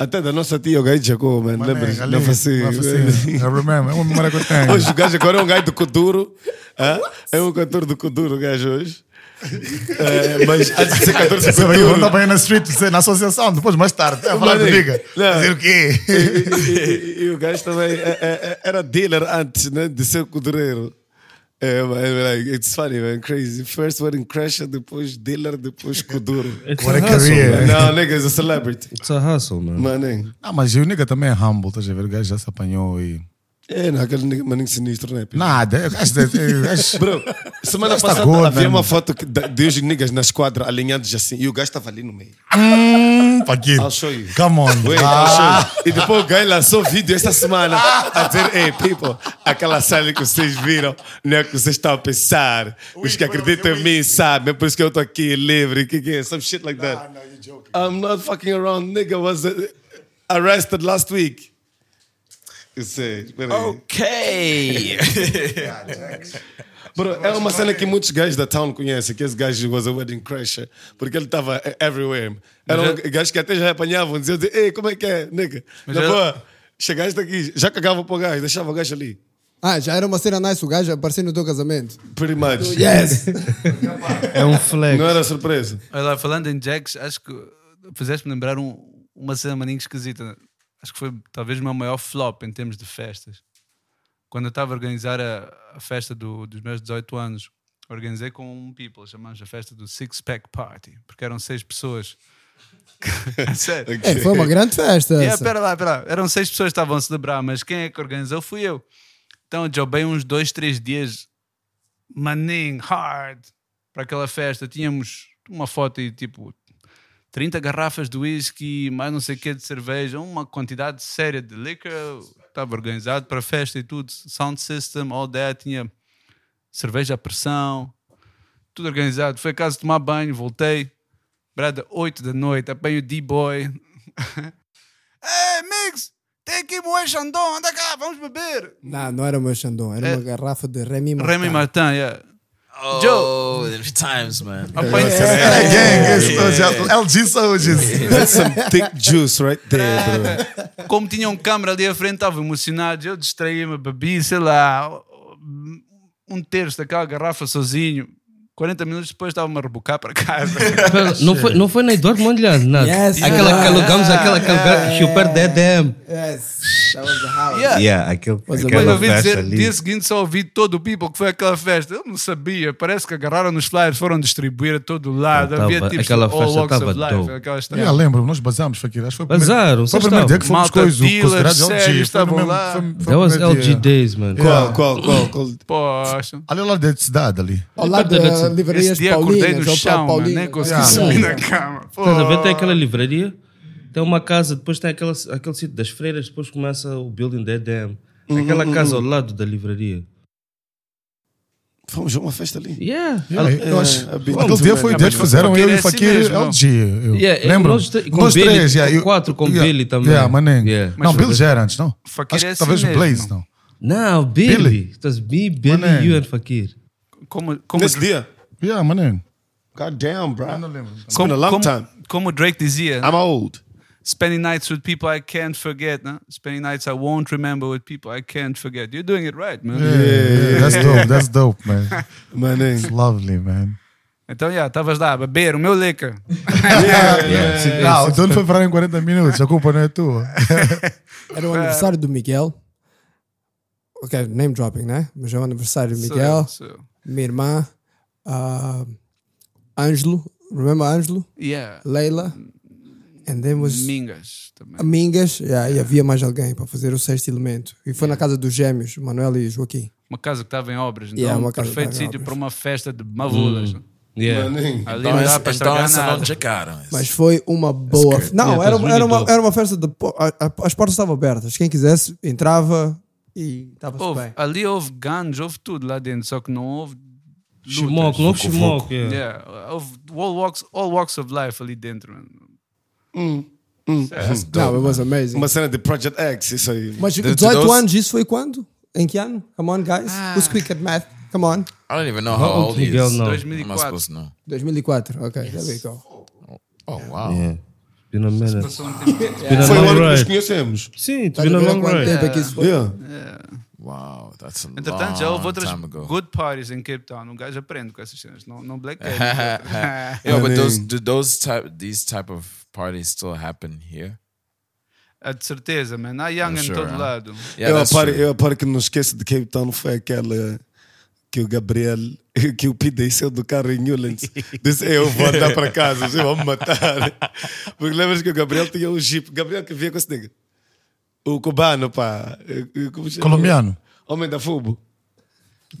Speaker 4: Até da nossa tia, o gajo jacou, mano.
Speaker 10: Mané,
Speaker 4: Lembra?
Speaker 10: é ali,
Speaker 4: Não fazia. [laughs]
Speaker 10: não fazia. I remember. É uma memória que eu tenho.
Speaker 4: Hoje o gajo agora é um gajo do Kuduro. hã? É um cantor do Kuduro, o gajo hoje. É, mas antes de ser cantor do
Speaker 10: Você vai
Speaker 4: Kuduro.
Speaker 10: andar bem na street, você- na associação, depois mais tarde. É falar
Speaker 4: Mané.
Speaker 10: comigo.
Speaker 4: Não.
Speaker 10: Dizer o
Speaker 4: E, [laughs]
Speaker 10: quê?
Speaker 4: e- e- e o gajo também é- é- é- era dealer antes né, de ser codureiro. É, man, like, it's funny, man, crazy. First wedding crasher, depois dealer, depois coduro. [laughs]
Speaker 9: It's
Speaker 10: What
Speaker 6: é
Speaker 9: a
Speaker 10: a
Speaker 9: hustle, man.
Speaker 10: career.
Speaker 4: Não, nigga, is a celebrity.
Speaker 9: It's a hustle, man.
Speaker 4: Mané.
Speaker 10: Ah, mas o nigga também é humble, estás a ver? O gajo já se apanhou e.
Speaker 4: É, não, aquele nigga maninho sinistro, né? Não.
Speaker 10: Nada. O gajo. o gajo-
Speaker 4: Bro, semana
Speaker 10: Está
Speaker 4: passada
Speaker 10: gordo,
Speaker 4: né, havia
Speaker 10: mano.
Speaker 4: uma foto que- da- de uns niggas na esquadra alinhados assim e o gajo estava ali no meio.
Speaker 10: Hum, Paquito.
Speaker 4: I'll show you.
Speaker 10: Come on.
Speaker 4: Wait, I'll
Speaker 10: Ah.
Speaker 4: então, show you. E depois o gajo lançou vídeo esta semana a dizer: Hey, people, aquela cena que vocês viram não é o que vocês estão a pensar. Os que acreditam em mim sabem, é por isso que eu estou aqui livre. Que que é? Some shit like that. I'm not fucking around, nigga. Was uh, arrested last week. Oh, Eu sei, espera aí.
Speaker 11: Ok!
Speaker 4: Bro, é uma cena que muitos gajos da town conhecem, que esse gajo was a wedding crasher, porque ele estava everywhere. Era um gajo que até já apanhavam, diziam, ei, como é que é, nigga?
Speaker 6: Mas
Speaker 4: Na
Speaker 6: já-
Speaker 4: boa, chegaste aqui, já cagava para o gajo, deixava o gajo ali.
Speaker 12: Ah, já era uma cena nice o gajo aparecer no teu
Speaker 10: [laughs]
Speaker 12: casamento.
Speaker 4: Pretty much.
Speaker 12: Yes!
Speaker 9: É um flex.
Speaker 4: Não era surpresa.
Speaker 6: Olha lá, falando em Jacks, acho que fizeste-me lembrar um, uma cena maninho esquisita. Acho que foi talvez o meu maior flop em termos de festas. Quando eu estava a organizar a, a festa do- dos meus 18 anos, organizei com um people, chamamos a festa do Six Pack Party, porque eram seis pessoas. A Sério.
Speaker 12: É, foi uma grande festa.
Speaker 6: Yeah,
Speaker 12: essa.
Speaker 6: pera lá, pera lá. Eram seis pessoas que estavam a celebrar, mas quem é que organizou fui eu. Então eu jobei uns dois, três dias, maninho, hard, para aquela festa. Tínhamos uma foto e tipo 30 garrafas de whisky, mais não sei o que de cerveja, uma quantidade séria de liquor. Estava organizado para festa e tudo, sound system, all that. Tinha cerveja à pressão, tudo organizado. Foi a casa tomar banho, voltei. Brada, 8 da noite, apanho o D-Boy. [laughs] Ei, Mix, tem aqui Moé Xandão, anda cá, vamos beber.
Speaker 12: Não, não era o meu Xandão, era uma garrafa de Remy Martin.
Speaker 6: É. Remy Martin, yeah.
Speaker 11: Oh,
Speaker 6: Joe.
Speaker 11: there's times, man.
Speaker 6: Apanho-
Speaker 10: É. LG Soldiers.
Speaker 4: That's some thick juice right there, bro.
Speaker 6: [laughs] Como tinha um câmara ali à frente, estava emocionado. Eu distraí-me, bebi, sei lá, um terço daquela garrafa sozinho. 40 minutos depois estava-me a rebocar para casa.
Speaker 9: Pera, é Não foi, não foi na Eduardo Mondlane, nada.
Speaker 6: Yes,
Speaker 9: aquela
Speaker 6: yeah.
Speaker 9: que alugamos, aquela aquele lugar
Speaker 6: Yeah.
Speaker 9: super dedem.
Speaker 12: Yes, that was the house.
Speaker 6: Yeah.
Speaker 13: Yeah, aquele-
Speaker 6: Mas
Speaker 13: aquela
Speaker 6: depois ouvi
Speaker 13: festa
Speaker 6: dizer,
Speaker 13: ali.
Speaker 6: dia seguinte só ouvi todo o people que foi àquela festa. Eu não sabia, parece que agarraram nos flyers, foram distribuir a todo lado.
Speaker 10: Tava-
Speaker 6: Havia tipos
Speaker 10: aquela
Speaker 6: de all
Speaker 10: festa
Speaker 6: walks of
Speaker 10: tava
Speaker 6: life.
Speaker 10: dope.
Speaker 6: Aquela história.
Speaker 10: Yeah, lembro-me, É. Ah, nós bazámos, Fakir. Acho que foi o primeiro-
Speaker 9: Bazaram,
Speaker 10: foi o
Speaker 9: vocês
Speaker 10: primeiro dia
Speaker 9: estavam.
Speaker 10: que fomos
Speaker 9: Malta,
Speaker 10: coisas
Speaker 9: dealers,
Speaker 10: considerados
Speaker 9: sérios,
Speaker 10: LG. Foi no
Speaker 9: estavam
Speaker 10: mesmo-
Speaker 9: lá.
Speaker 10: foi- foi o
Speaker 9: That was
Speaker 10: primeiro
Speaker 9: LG
Speaker 10: dia.
Speaker 9: days, man.
Speaker 10: Yeah.
Speaker 4: Qual, qual, qual?
Speaker 6: Poxa.
Speaker 10: Ali ao lado da cidade, ali.
Speaker 12: Ao lado da livraria
Speaker 6: Esse dia acordei no
Speaker 12: Paulinas, ou
Speaker 6: chão, mano,
Speaker 12: Paulinas.
Speaker 6: nem
Speaker 4: Ah,
Speaker 6: consegui subir na cama.
Speaker 9: Estás a ver?
Speaker 6: Pô.
Speaker 9: Tem aquela livraria, tem uma casa, depois tem aquela, aquele sítio das freiras, depois começa o building da EDM.
Speaker 4: Uhum,
Speaker 9: Aquela
Speaker 4: uhum.
Speaker 9: casa ao lado da livraria.
Speaker 4: Fomos a uma festa ali.
Speaker 9: Yeah.
Speaker 4: Yeah,
Speaker 9: Al-
Speaker 6: É,
Speaker 4: eu acho-
Speaker 10: Aquele dia foi o
Speaker 6: né?
Speaker 10: dia que fizeram eu e o Fakir LG. eu
Speaker 9: Yeah, é assim e
Speaker 10: Lembro?
Speaker 9: nós te- com
Speaker 10: Nós
Speaker 9: Billy,
Speaker 10: três,
Speaker 9: com
Speaker 10: yeah, eu-
Speaker 9: quatro com
Speaker 10: yeah,
Speaker 9: Billy também. é.
Speaker 10: Yeah, mané.
Speaker 9: Yeah. Mas
Speaker 10: Não, Billy
Speaker 9: foi-
Speaker 10: já era antes, não?
Speaker 6: Fakir
Speaker 10: Acho
Speaker 6: é
Speaker 10: que
Speaker 6: assim
Speaker 10: talvez o
Speaker 6: mesmo.
Speaker 10: Blaze, não.
Speaker 9: Não, Billy.
Speaker 10: Billy.
Speaker 9: Estás me, Billy,
Speaker 10: Mané.
Speaker 9: you and Fakir.
Speaker 6: Como, como
Speaker 4: Nesse dia?
Speaker 10: Yeah, mané.
Speaker 4: God damn, bro. Eu não
Speaker 10: lembro.
Speaker 4: It's been a long time.
Speaker 6: como o Drake dizia,
Speaker 4: I'm old.
Speaker 6: Spending nights with people I can't forget, né? Spending nights I won't remember with people I can't forget. You're doing it right, man.
Speaker 10: Yeah, yeah, That's dope, that's dope, man. It's lovely, man.
Speaker 6: Então, já, estavas lá a beber o meu leca.
Speaker 10: Não, Ah, o dono foi parar em 40 minutos, a culpa não é tua.
Speaker 12: Era o
Speaker 6: É.
Speaker 12: aniversário do Miguel. Ok, name dropping, né? Mas é o aniversário do Miguel.
Speaker 6: Sou eu, sou eu.
Speaker 12: Minha irmã. ah, Ângelo. Remember Ângelo?
Speaker 6: Yeah.
Speaker 12: Leila. And then was.
Speaker 6: Mingas também.
Speaker 12: Mingas. yeah, E havia mais alguém para fazer o sexto elemento. E foi na casa dos gêmeos, Manuel e Joaquim.
Speaker 6: Uma casa que estava em obras, então
Speaker 12: Yeah, uma
Speaker 6: um
Speaker 12: casa que
Speaker 6: perfeito
Speaker 12: estava em
Speaker 6: sítio para uma festa de mavulas.
Speaker 9: Hum.
Speaker 6: né?
Speaker 9: Yeah.
Speaker 6: Ali
Speaker 9: Então
Speaker 6: não dá para
Speaker 9: essa- então
Speaker 6: estragar
Speaker 9: essa não
Speaker 6: nada.
Speaker 11: checaram.
Speaker 12: Mas foi uma boa.
Speaker 6: good.
Speaker 12: Não,
Speaker 6: Yeah,
Speaker 12: era,
Speaker 6: that's really
Speaker 12: era, uma,
Speaker 6: dope.
Speaker 12: era uma festa de. po- a- a- As portas estavam abertas. Quem quisesse entrava e estava-se
Speaker 6: Houve-
Speaker 12: bem.
Speaker 6: ali houve ganjos, houve tudo lá dentro, só que não houve. lutas.
Speaker 9: Chimoco, não houve Foco, chimoco, foco. yeah.
Speaker 6: Yeah, Houve all walks, all walks of life ali dentro. mano.
Speaker 4: That's
Speaker 12: Não,
Speaker 4: dope,
Speaker 12: it was
Speaker 4: man.
Speaker 12: amazing.
Speaker 4: Uma cena de Project X, isso aí.
Speaker 12: Mas 18 anos, isso foi quando? Em que ano? Come on, guys. Who's quick at math? Come on.
Speaker 11: I don't even know
Speaker 12: How
Speaker 11: how
Speaker 12: old
Speaker 11: old he
Speaker 12: Miguel
Speaker 11: is.
Speaker 12: now?
Speaker 11: I'm not supposed to know.
Speaker 12: 2004, ok, there we go.
Speaker 11: Oh, wow.
Speaker 9: Yeah. It's been a minute.
Speaker 11: passou um tempo.
Speaker 9: It's been a
Speaker 11: Foi o
Speaker 9: long
Speaker 11: ano que nos
Speaker 9: ride.
Speaker 11: conhecemos.
Speaker 9: Sim, it's
Speaker 11: Tá
Speaker 9: been a
Speaker 11: de ver
Speaker 9: long
Speaker 11: quanto
Speaker 9: ride.
Speaker 11: tempo é que isso foi? Yeah.
Speaker 6: Yeah.
Speaker 11: Wow, that's a long
Speaker 6: Entretanto, já houve outras
Speaker 11: time ago.
Speaker 6: good parties em Cape Town. Um gajo aprende com essas cenas, não, não black
Speaker 11: [laughs] yeah, but those do those type these type of parties still happen here?
Speaker 6: A É de certeza, man. Há
Speaker 11: I'm
Speaker 6: Young em
Speaker 11: sure,
Speaker 6: todo
Speaker 11: huh?
Speaker 6: lado.
Speaker 11: Yeah,
Speaker 4: eu, a
Speaker 11: that's
Speaker 4: par,
Speaker 11: true.
Speaker 4: eu a par que não esqueço de Cape Town foi aquela que o Gabriel, que o Pi desceu do carro em Newlands. Disse, eu vou andar para casa, vocês vão me matar. Porque lembras que o Gabriel tinha um jeep. Gabriel que via com esse nigga. O cubano, pá. Eh, como chama?
Speaker 10: Colombiano.
Speaker 4: Homem da Fubo.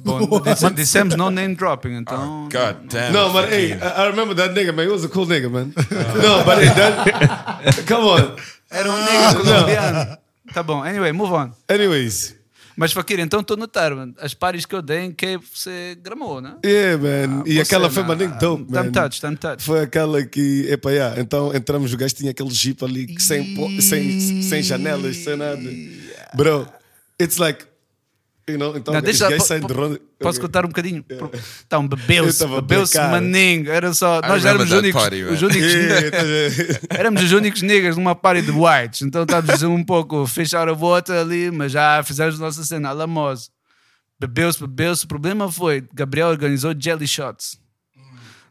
Speaker 6: Bom, disse- dissemos não name dropping, então.
Speaker 11: Oh, God damn.
Speaker 4: No, but hey, I, I remember that nigga, man. He was a cool nigga, man. no, but hey, that. Come on.
Speaker 6: Era um negro
Speaker 4: Não.
Speaker 6: colombiano. Tá bom, anyway, move on.
Speaker 4: Anyways.
Speaker 6: Mas Fakir, então estou a notar, mano, as pares que eu dei em Cape você gramou, né?
Speaker 4: Yeah, É, man. e
Speaker 6: você,
Speaker 4: aquela foi
Speaker 6: não,
Speaker 4: uma nem dope, man.
Speaker 6: Tam Ah, touch, tam touch.
Speaker 4: Foi aquela que, epa, yeah. então entramos, o gajo tinha aquele jeep ali que sem, po- sem, sem janelas, sem nada. Bro, it's like, you know, então
Speaker 6: Não,
Speaker 4: os
Speaker 6: deixa-
Speaker 4: gajos
Speaker 6: po-
Speaker 4: saem de
Speaker 6: po-
Speaker 4: ronda.
Speaker 6: Posso
Speaker 4: Ok.
Speaker 6: contar um bocadinho? Então, bebeu-se,
Speaker 4: Eu tava
Speaker 6: bebeu-se
Speaker 4: bem, cara.
Speaker 6: maninho. Era só.
Speaker 4: I
Speaker 6: Nós
Speaker 4: remember
Speaker 6: éramos os
Speaker 4: that
Speaker 6: únicos,
Speaker 4: party, man.
Speaker 6: os
Speaker 4: [laughs]
Speaker 6: únicos
Speaker 4: Yeah,
Speaker 6: [laughs] éramos os únicos negros numa party de whites. Então estávamos um pouco fechar a volta ali, mas já fizemos a nossa cena, alamoso. Bebeu-se, bebeu-se. O problema foi: Gabriel organizou jelly shots.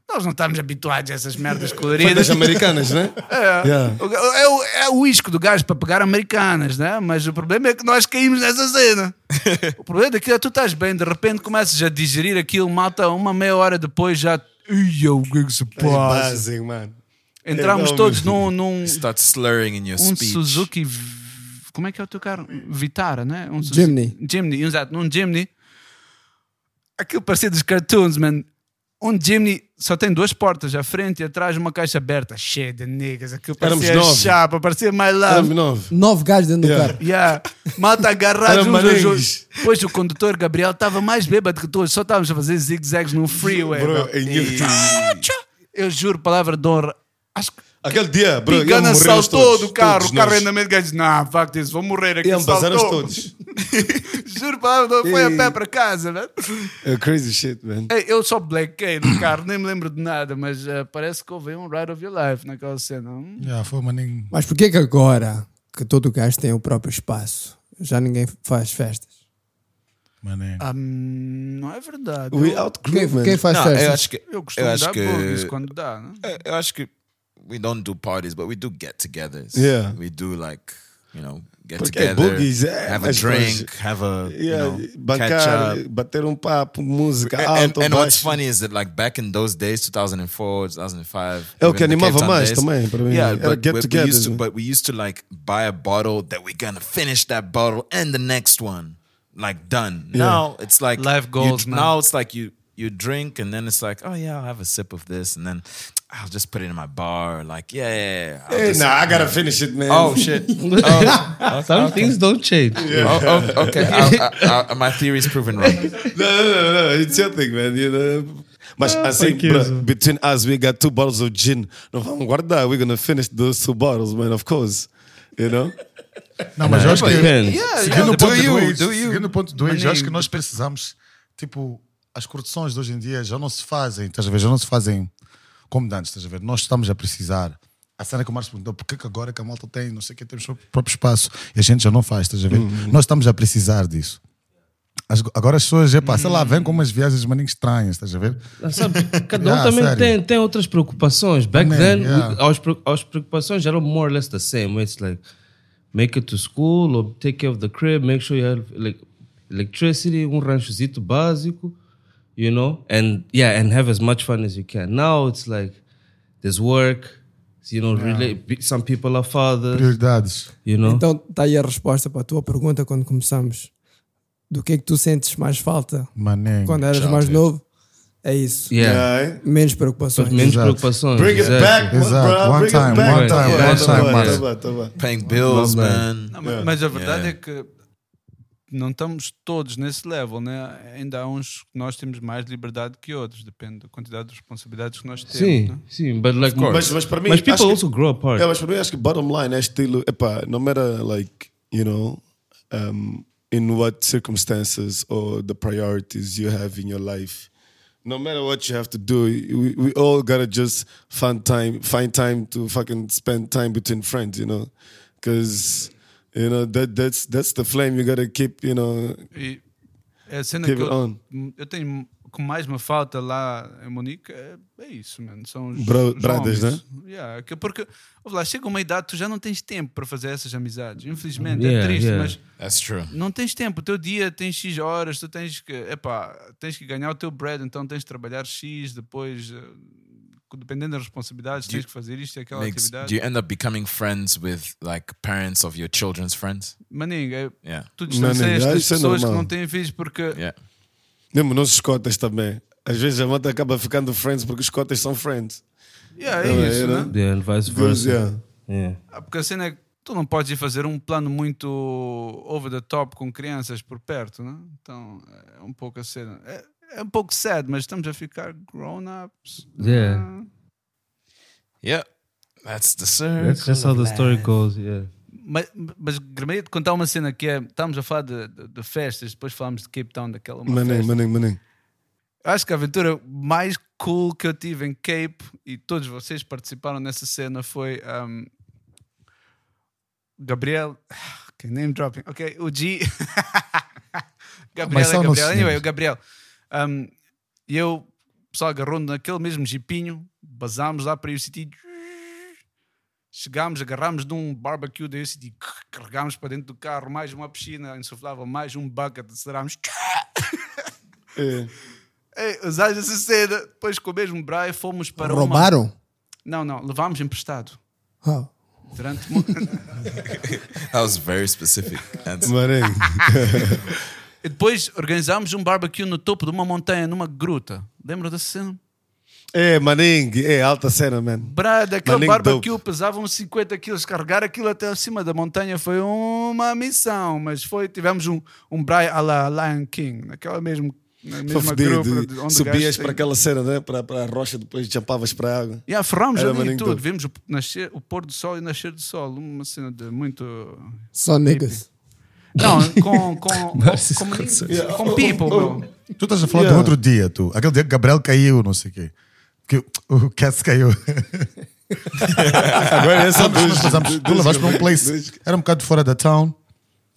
Speaker 6: Nós não estávamos habituados a essas merdas coloridas. [laughs]
Speaker 4: Foi é, das americanas, né?
Speaker 6: É.
Speaker 4: Yeah.
Speaker 6: O ga- É, o, é o isco do gajo para pegar americanas, né? Mas o problema é que nós caímos nessa cena. o problema daquilo é que tu estás bem, de repente começas a digerir aquilo, malta, uma meia hora depois já. Ia, o que é que se passa?
Speaker 4: buzzing, mano.
Speaker 6: Entramos
Speaker 4: Enorme.
Speaker 6: todos num. num
Speaker 4: [laughs]
Speaker 11: Start slurring in your
Speaker 6: um
Speaker 11: speech.
Speaker 6: Suzuki. V- Como é que é o teu carro? Vitara, né? Um Suzuki-
Speaker 12: Jimny.
Speaker 6: Jimny, exato, num Jimny. Aquilo parecia dos cartoons, man. onde Jimny só tem duas portas, à frente e atrás, uma caixa aberta, cheia de niggas. Aquilo
Speaker 4: Éramos
Speaker 6: parecia
Speaker 4: nove.
Speaker 6: chapa, parecia my love.
Speaker 4: Éramos nove.
Speaker 12: Nove gajos dentro
Speaker 4: Yeah.
Speaker 12: do carro.
Speaker 6: Yeah. Malta agarrados
Speaker 4: Eram
Speaker 6: uns aos
Speaker 4: manengues.
Speaker 6: outros. Pois o condutor Gabriel estava mais bêbado que todos, só estávamos a fazer zigue-zagues num freeway.
Speaker 4: Bro,
Speaker 6: é,
Speaker 4: é
Speaker 6: meu.
Speaker 4: em
Speaker 6: E- Eu juro, palavra de honra. Acho que
Speaker 4: Aquele dia, bro,
Speaker 6: Picana
Speaker 4: íamos morrer
Speaker 6: saltou
Speaker 4: todos,
Speaker 6: do carro,
Speaker 4: todos
Speaker 6: o carro
Speaker 4: nós.
Speaker 6: ainda meio gajo, não, fuck this, vou morrer aqui.
Speaker 4: Iam bazar
Speaker 6: saltou."
Speaker 4: nós todos.
Speaker 6: [laughs] Juro, palavra de honra, foi
Speaker 4: Ei.
Speaker 6: a pé para casa, velho.
Speaker 4: É crazy shit, man.
Speaker 6: Ei, eu só blackei no carro, nem me lembro de nada, mas eh, parece que houve um Ride of Your Life naquela cena. Hum?
Speaker 10: Yeah, foi uma nem-
Speaker 12: Mas porquê que agora que todo gajo tem o próprio espaço, já ninguém faz festas?
Speaker 6: Ah, hum, não é verdade.
Speaker 4: We
Speaker 6: Eu-
Speaker 4: outgrew,
Speaker 12: Quem- man. quem faz
Speaker 11: não,
Speaker 12: festas?
Speaker 11: Eu acho que,
Speaker 6: Eu costumo
Speaker 11: acho
Speaker 6: dar
Speaker 11: que-
Speaker 6: bogies quando dá, né?
Speaker 11: Eu- Eu acho que we don't do parties, but we do get-togethers.
Speaker 4: Yeah.
Speaker 11: We do like, you know, get
Speaker 4: Porque
Speaker 11: together,
Speaker 4: boogies eh, é
Speaker 11: have a
Speaker 4: mais
Speaker 11: drink,
Speaker 4: coisa.
Speaker 11: have a
Speaker 4: Yeah,
Speaker 11: you know, catch
Speaker 4: bancar,
Speaker 11: up.
Speaker 4: bater um papo, música,
Speaker 11: And,
Speaker 4: alto,
Speaker 11: and what's
Speaker 4: baixo.
Speaker 11: funny is that like back in those days, 2004, 2005,
Speaker 4: É o que
Speaker 11: even the
Speaker 4: animava
Speaker 11: Cape Town
Speaker 4: mais
Speaker 11: days,
Speaker 4: também, pra mim.
Speaker 11: Yeah,
Speaker 4: Era
Speaker 11: but,
Speaker 4: get
Speaker 11: but we
Speaker 4: together,
Speaker 11: used to,
Speaker 4: né?
Speaker 11: but we used to like buy a bottle that we're gonna finish that bottle and the next one, like done.
Speaker 4: Yeah.
Speaker 11: Now it's like
Speaker 6: Life
Speaker 11: you-
Speaker 6: goals, man.
Speaker 11: Now it's like you you drink and then it's like oh yeah, I'll have a sip of this and then I'll just put it in my bar. Like yeah, yeah, yeah, I'll
Speaker 4: Hey,
Speaker 11: just-
Speaker 4: nah, I gotta finish it, man.
Speaker 11: Oh shit. Oh,
Speaker 9: Some
Speaker 11: okay.
Speaker 9: things don't change.
Speaker 11: Oh, oh, okay, I, I, I, my theory's proven wrong.
Speaker 4: [laughs] No, no, no, no, it's your thing, man. You know? Mas
Speaker 11: Ah,
Speaker 4: assim,
Speaker 9: thank you,
Speaker 4: bro,
Speaker 9: sir.
Speaker 4: between us, we got two bottles of gin. Não vamos guardar, we're gonna finish those two bottles, man, of course. You know?
Speaker 10: Não,
Speaker 6: é,
Speaker 10: mas eu acho que.
Speaker 9: Depende.
Speaker 10: Seguindo o
Speaker 6: do
Speaker 10: ponto
Speaker 6: you,
Speaker 10: dois,
Speaker 6: do you.
Speaker 10: seguindo o ponto dois, eu acho que
Speaker 6: Maninho.
Speaker 10: nós precisamos. Tipo, as produções de hoje em dia já não se fazem, estás a ver? Já não se fazem como de antes, estás a ver? Nós estamos a precisar. A cena que o Marcos perguntou, porque que agora que a malta tem, não sei o que, temos o próprio espaço e a gente já não faz, estás a ver? Nós estamos a precisar disso. As- agora as pessoas, epá, sei lá, vêm com umas viagens maninho estranhas, estás a ver?
Speaker 9: Ah,
Speaker 10: [laughs]
Speaker 9: sabe, cada um
Speaker 10: Yeah,
Speaker 9: também
Speaker 10: sério.
Speaker 9: tem, tem outras preocupações. Back
Speaker 10: Man,
Speaker 9: then,
Speaker 10: yeah.
Speaker 9: we- as, pre- as preocupações eram more or less the same. It's like make it to school or take care of the crib, make sure you have like electricity, um ranchozito básico, you know, and yeah, and have as much fun as you can. Now it's like there's work, you know, relate, some people are fathers,
Speaker 10: Prioridades.
Speaker 9: you know.
Speaker 12: Então está aí a resposta para a tua pergunta quando começamos. Do que é que tu sentes mais falta
Speaker 10: Maninho.
Speaker 12: quando eras
Speaker 10: Exato.
Speaker 12: mais novo? É isso.
Speaker 9: yeah.
Speaker 4: Yeah.
Speaker 12: Menos preocupações.
Speaker 9: Menos
Speaker 10: Exato.
Speaker 9: preocupações.
Speaker 4: Bring it
Speaker 9: exato.
Speaker 4: back,
Speaker 10: Exato.
Speaker 4: bro.
Speaker 10: One
Speaker 4: bring
Speaker 10: time,
Speaker 4: it back.
Speaker 10: one time,
Speaker 4: Yeah,
Speaker 9: one
Speaker 4: tá
Speaker 9: time,
Speaker 4: bom,
Speaker 9: Marcos.
Speaker 4: tá bom, tá bom.
Speaker 11: Paying bills,
Speaker 10: Love that.
Speaker 11: man.
Speaker 6: Não, mas, mas a verdade é que não estamos todos nesse level, né? Ainda há uns que nós temos mais liberdade que outros, depende da quantidade de responsabilidades que nós temos.
Speaker 9: Sim,
Speaker 6: né?
Speaker 9: sim, but like,
Speaker 4: Mas, mas para mim,
Speaker 9: mas people
Speaker 4: acho que-
Speaker 9: also grow apart.
Speaker 4: É, mas para mim acho que bottom line é estilo, epá, no matter like, you know, um, in what circumstances or the priorities you have in your life, no matter what you have to do, we, we all gotta just find time, find time to fucking spend time between friends, you know, because you know that that's that's the flame you gotta keep, you know.
Speaker 6: E é a cena
Speaker 4: Keep
Speaker 6: que
Speaker 4: it on.
Speaker 6: eu, eu tenho que mais me falta lá em Munique é, é isso, mano. São os,
Speaker 4: Bro-
Speaker 6: os
Speaker 4: brothers,
Speaker 6: homens. Yeah, que- porque ouve lá, chega uma idade, tu já não tens tempo para fazer essas amizades. Infelizmente, é
Speaker 9: Yeah,
Speaker 6: triste,
Speaker 9: yeah.
Speaker 6: mas
Speaker 11: That's true.
Speaker 6: não tens tempo. O teu dia tem X horas, tu tens que, epá, tens que ganhar o teu bread, então tens de trabalhar X, depois, eh, dependendo das responsabilidades, tens que fazer isto e aquela
Speaker 11: Makes-
Speaker 6: atividade.
Speaker 11: do you end up becoming friends with like parents of your children's friends?
Speaker 6: Maninho, é-
Speaker 11: Yeah.
Speaker 6: tu
Speaker 4: Maninho,
Speaker 6: distancias das
Speaker 4: isso é
Speaker 6: pessoas que
Speaker 4: normal.
Speaker 6: não têm filhos porque.
Speaker 11: Yeah.
Speaker 4: Mesmo nos escotas também. e Às vezes a malta acaba ficando friends porque os cotas são friends.
Speaker 6: Yeah, é
Speaker 4: Também,
Speaker 6: isso,
Speaker 4: né?
Speaker 6: né?
Speaker 9: Yeah, Mm. and vice
Speaker 4: Because,
Speaker 9: versa.
Speaker 4: yeah.
Speaker 9: Yeah.
Speaker 6: Ah, Porque a cena é que tu não podes ir fazer um plano muito over the top com crianças por perto, né? Então é um pouco a cena. É, é um pouco sad, mas estamos a ficar grown-ups.
Speaker 9: Yeah.
Speaker 6: Ah,
Speaker 11: Yeah. That's the circle.
Speaker 9: That's just how the story goes, yeah.
Speaker 6: Mas, mas Grimeiro, de contar uma cena que é: estamos a falar de, de- de festas, depois falámos de Cape Town, daquela uma
Speaker 4: Mané,
Speaker 6: festa.
Speaker 4: mané, mané.
Speaker 6: Eu Acho que a aventura mais cool que eu tive em Cape, e todos vocês participaram nessa cena, foi um, Gabriel. [sighs] Okay, name dropping. Ok, o G. [laughs] Gabriel
Speaker 10: Mas
Speaker 6: é
Speaker 10: só nos
Speaker 6: Gabriel. Anyway,
Speaker 10: cinemas.
Speaker 6: o Gabriel. Um, e eu, o pessoal agarrou naquele mesmo jipinho, basámos lá para o UCT. Chegámos, agarrámos de um barbecue da UCT, carregámos para dentro do carro mais uma piscina, insuflava mais um bucket, acelerámos.
Speaker 4: É.
Speaker 6: Ei, usaste essa cena. Depois com o mesmo Braille fomos para uma-
Speaker 12: Roubaram?
Speaker 6: Não, não, levámos emprestado.
Speaker 12: Ah.
Speaker 6: Durante mu- [laughs]
Speaker 11: That was very
Speaker 4: [laughs]
Speaker 11: specific. That's-
Speaker 4: Mané.
Speaker 6: e depois organizámos um barbecue no topo de uma montanha, numa gruta. Lembra dessa cena?
Speaker 4: É, Maning, é alta cena, man.
Speaker 6: Brad, aquele
Speaker 4: Maning dope.
Speaker 6: barbecue pesava uns 50 quilos. Carregar aquilo até acima da montanha foi uma missão, mas foi, tivemos um, um Brian à la Lion King, naquela mesmo, na
Speaker 4: Foi
Speaker 6: mesma
Speaker 4: fudido.
Speaker 6: grupo. onde o gajo
Speaker 4: Subias
Speaker 6: tem-
Speaker 4: para aquela cena, né? Para, para a rocha, depois champavas para a água.
Speaker 6: E yeah, ferramos
Speaker 4: Era
Speaker 6: ali
Speaker 4: maning
Speaker 6: e tudo.
Speaker 4: dope.
Speaker 6: Vimos o, nascer, o pôr do sol e nascer do sol. Uma cena de muito.
Speaker 12: Só niggas.
Speaker 6: Não,
Speaker 10: [laughs]
Speaker 6: com. com, com, com, com people, bro.
Speaker 10: Tu estás a falar de um
Speaker 6: Yeah.
Speaker 10: outro dia, tu. Aquele dia que Gabriel caiu, não sei o quê. Que o o Cats caiu.
Speaker 4: Agora é [laughs] só
Speaker 10: Sabes,
Speaker 4: dois-
Speaker 10: nós fazemos- Tu
Speaker 4: dois-
Speaker 10: levaste para um
Speaker 4: dois-
Speaker 10: place. Era um bocado fora da town.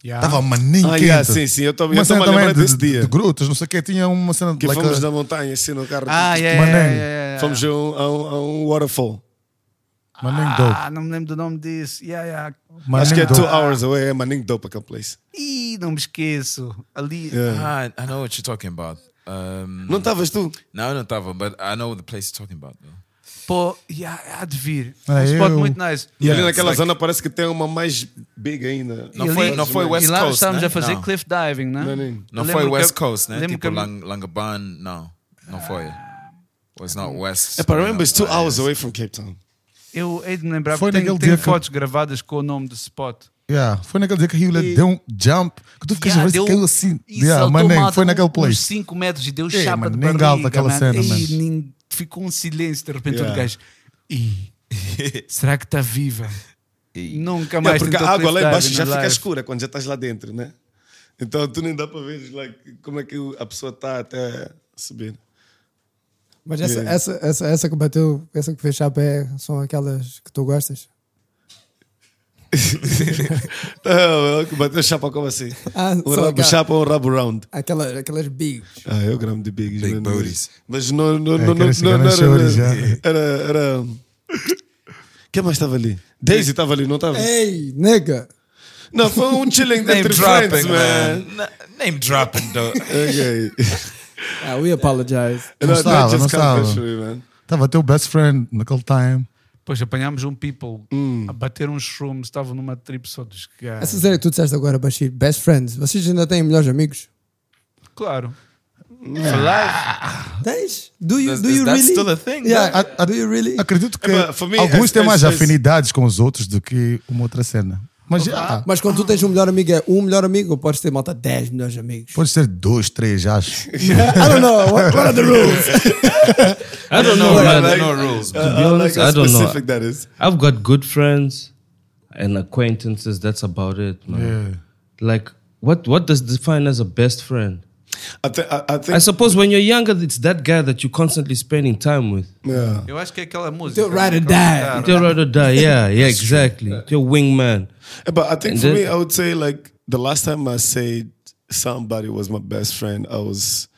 Speaker 4: Yeah.
Speaker 10: Tava maninho
Speaker 4: Ah,
Speaker 10: quente.
Speaker 4: yeah, sim, sim, eu tô-
Speaker 10: Uma
Speaker 4: eu tô-me
Speaker 10: cena
Speaker 4: a
Speaker 10: também
Speaker 4: lembrar
Speaker 10: de-
Speaker 4: desse
Speaker 10: de-
Speaker 4: dia.
Speaker 10: De grutas, não sei o quê. Tinha uma cena...
Speaker 4: Que
Speaker 10: like
Speaker 4: fomos
Speaker 10: a-
Speaker 4: na montanha, assim, no carro.
Speaker 6: Ah, yeah,
Speaker 10: Maning.
Speaker 6: yeah, yeah, yeah, yeah.
Speaker 4: Fomos a um, a um, a um waterfall.
Speaker 10: Maning
Speaker 6: Ah, não me lembro do nome disso. Yeah, yeah.
Speaker 4: Acho que é
Speaker 6: Ah,
Speaker 4: two hours away, é Maning Dope, aquele place.
Speaker 6: Ih, não me esqueço. Ali.
Speaker 11: Ah, I know what you're talking about. Um,
Speaker 4: Não estavas tu?
Speaker 11: Não, eu não estava, but I know the place you're talking about. Though.
Speaker 6: Pô, yeah, há de vir.
Speaker 11: Ah,
Speaker 6: Um spot
Speaker 11: eu-
Speaker 6: muito nice.
Speaker 4: E ali
Speaker 11: Yeah,
Speaker 4: naquela
Speaker 11: it's like-
Speaker 4: zona parece que tem uma mais big ainda.
Speaker 6: E ali- E lá estávamos a fazer cliff diving, né?
Speaker 4: Maning.
Speaker 11: né? Não
Speaker 6: Eu
Speaker 11: foi
Speaker 6: lembro que-
Speaker 11: West Coast, né?
Speaker 6: lembro
Speaker 11: Tipo
Speaker 6: que-
Speaker 11: Lang Langaban, não. Não foi. Was not West.
Speaker 4: É, Mm. but I remember it's two hours away from Cape Town.
Speaker 6: Eu hei de me lembrar,
Speaker 10: Foi
Speaker 6: porque tenho,
Speaker 10: naquele
Speaker 6: tenho
Speaker 10: dia que-
Speaker 6: fotos gravadas com o nome do spot.
Speaker 10: Yeah, Foi naquele dia que a Hewlett deu um jump. Que tu ficaste
Speaker 6: Yeah,
Speaker 10: a ver se
Speaker 6: deu-
Speaker 10: caiu assim.
Speaker 6: e
Speaker 10: Yeah,
Speaker 6: saltou
Speaker 10: Maning,
Speaker 6: malta
Speaker 10: foi
Speaker 6: com
Speaker 10: naquele
Speaker 6: Uns
Speaker 10: place.
Speaker 6: 5 metros e deu
Speaker 10: É,
Speaker 6: chapa
Speaker 10: mano,
Speaker 6: de
Speaker 10: nem
Speaker 6: barriga.
Speaker 10: galta aquela
Speaker 6: mano.
Speaker 10: cena,
Speaker 6: Ei,
Speaker 10: mano.
Speaker 6: nem- Ficou um silêncio, de repente
Speaker 4: Yeah.
Speaker 6: todo gajo... Ih, [laughs] será que está viva? Nunca
Speaker 4: É,
Speaker 6: mais
Speaker 4: porque
Speaker 6: tentou
Speaker 4: a água lá
Speaker 6: cliff
Speaker 4: embaixo
Speaker 6: diving
Speaker 4: já
Speaker 6: na
Speaker 4: fica
Speaker 6: live.
Speaker 4: escura quando já estás lá dentro, né? Então tu nem dá para ver like, como é que a pessoa está até subir.
Speaker 12: Mas essa,
Speaker 4: Yeah.
Speaker 12: essa, essa, essa que bateu, essa que fez chapa é, são aquelas que tu gostas.
Speaker 4: Não, Então, é que bateu chapa como assim?
Speaker 12: Ah,
Speaker 4: um
Speaker 12: só
Speaker 4: rabo
Speaker 12: aquela-
Speaker 4: chapa ou um rabo round?
Speaker 12: Aquelas, aquelas big.
Speaker 4: Ah, eu gramo de bigs. Big
Speaker 11: booties.
Speaker 4: Mas não, não,
Speaker 10: É,
Speaker 4: não, não,
Speaker 10: quero
Speaker 4: não,
Speaker 10: chegar
Speaker 4: não
Speaker 10: nas
Speaker 4: era,
Speaker 10: senhoras já.
Speaker 4: era... Era... Quem mais estava ali? Daisy estava ali, não estava?
Speaker 12: Ei, nega!
Speaker 4: Não, foi um chilling
Speaker 11: Name
Speaker 4: entre friends,
Speaker 11: dropping,
Speaker 4: man.
Speaker 11: man. Na- Name dropping, though.
Speaker 4: [laughs] Ok. é
Speaker 12: Ah, we apologize.
Speaker 10: Não estava, não estava.
Speaker 4: confessionary, man.
Speaker 10: Estava teu best friend naquele time.
Speaker 6: Depois apanhámos um people a bater uns shrooms, estavam numa trip só dos gajos.
Speaker 12: Essa série que tu disseste agora, Bashir, best friends. Vocês ainda têm melhores amigos?
Speaker 6: Claro. Falar.
Speaker 12: Tens? Do you,
Speaker 6: Does-
Speaker 12: do
Speaker 6: is
Speaker 12: you
Speaker 6: that
Speaker 12: really?
Speaker 6: still a thing?
Speaker 12: Yeah.
Speaker 10: A- a-
Speaker 12: do you really?
Speaker 10: Acredito que
Speaker 12: É, mas, for me,
Speaker 10: alguns
Speaker 12: as-
Speaker 10: têm
Speaker 12: as-
Speaker 10: mais
Speaker 12: as-
Speaker 10: afinidades com os outros do que uma outra cena. Mas já.
Speaker 12: Mas quando tu tens um melhor amigo, é um melhor amigo ou podes ter malta 10
Speaker 9: [laughs]
Speaker 12: melhores amigos?
Speaker 10: Pode ser dois, três, acho.
Speaker 12: I don't know. What, what are the rules?
Speaker 9: I don't know, man.
Speaker 12: Like- like-
Speaker 9: no rules.
Speaker 12: uh,
Speaker 9: to be
Speaker 12: uh,
Speaker 9: honest,
Speaker 12: like how
Speaker 9: I don't know.
Speaker 12: specific that is.
Speaker 9: I've got good friends and acquaintances. That's about it, man. Like, what what does define as a best friend?
Speaker 4: I, thi- I, I think
Speaker 9: I suppose when you're younger, it's that guy that you're constantly spending time with.
Speaker 4: Yeah.
Speaker 6: Eu acho que é aquela música.
Speaker 12: They'll ride or
Speaker 6: Aquela-
Speaker 9: They'll rather die. Yeah, [laughs] yeah, exactly. Your wingman.
Speaker 4: But I think
Speaker 9: And
Speaker 4: for me,
Speaker 9: then-
Speaker 4: I would say like the last time I said somebody was my best friend, I was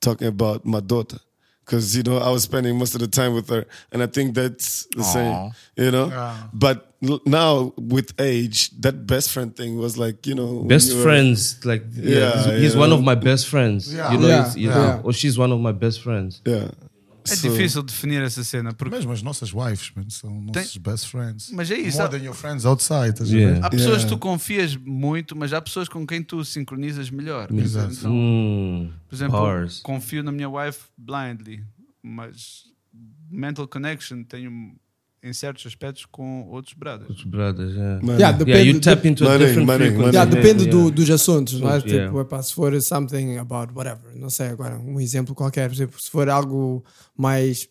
Speaker 4: talking about my daughter. Because, you know, I was spending most of the time with her. And I think that's the
Speaker 11: Aw.
Speaker 4: same, you know?
Speaker 11: Yeah.
Speaker 4: But l- now with age, that best friend thing was like, you know. when
Speaker 9: Best
Speaker 4: you were-
Speaker 9: friends, like yeah, he's, he's
Speaker 4: yeah.
Speaker 9: one of my best friends.
Speaker 4: Yeah.
Speaker 9: You know,
Speaker 4: Yeah,
Speaker 9: he's- you
Speaker 4: yeah.
Speaker 9: know, or she's one of my best friends.
Speaker 4: Yeah.
Speaker 6: É difícil definir essa cena. Porque
Speaker 10: Mesmo as nossas wives, man, são nossos best friends.
Speaker 6: Mas é isso.
Speaker 10: More
Speaker 6: há-
Speaker 10: than your friends outside. estás a ver?
Speaker 6: Há pessoas que tu confias muito, mas há pessoas com quem tu sincronizas melhor.
Speaker 10: Exato.
Speaker 6: Então,
Speaker 9: Hum,
Speaker 6: por exemplo,
Speaker 9: bars.
Speaker 6: confio na minha wife blindly, mas mental connection tenho em certos aspectos com outros brothers.
Speaker 9: brothers, yeah.
Speaker 6: Money.
Speaker 12: [laughs] Yeah, depende-
Speaker 9: you tap into a
Speaker 4: money,
Speaker 9: different
Speaker 4: money,
Speaker 9: frequency.
Speaker 12: Yeah, depende
Speaker 9: Yeah.
Speaker 12: do- dos assuntos, não é?
Speaker 9: Assuntos, yeah.
Speaker 12: Tipo, epá, se for something about whatever, não sei agora, um exemplo qualquer, por exemplo, se for algo mais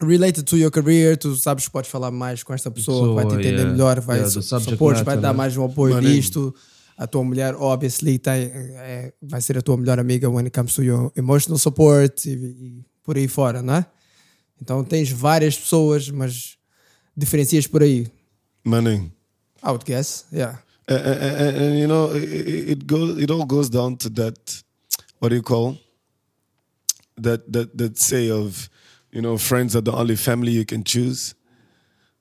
Speaker 12: related to your career, tu sabes que podes falar mais com esta pessoa,
Speaker 9: Pessoa,
Speaker 12: vai te entender
Speaker 9: yeah.
Speaker 12: melhor, vai
Speaker 9: Yeah,
Speaker 12: su-
Speaker 9: do subject
Speaker 12: supports, vai
Speaker 9: matter,
Speaker 12: dar
Speaker 9: né?
Speaker 12: mais um apoio
Speaker 9: Money.
Speaker 12: nisto. A tua mulher, obviously, tem, é, vai ser a tua melhor amiga when it comes to your emotional support e, e por aí fora, não é? Então tens várias pessoas, mas diferencias por aí.
Speaker 4: Manning.
Speaker 12: I would guess, yeah.
Speaker 4: and, and, and you know it, it it goes it all goes down to that what do you call that that that say of you know friends are the only family you can choose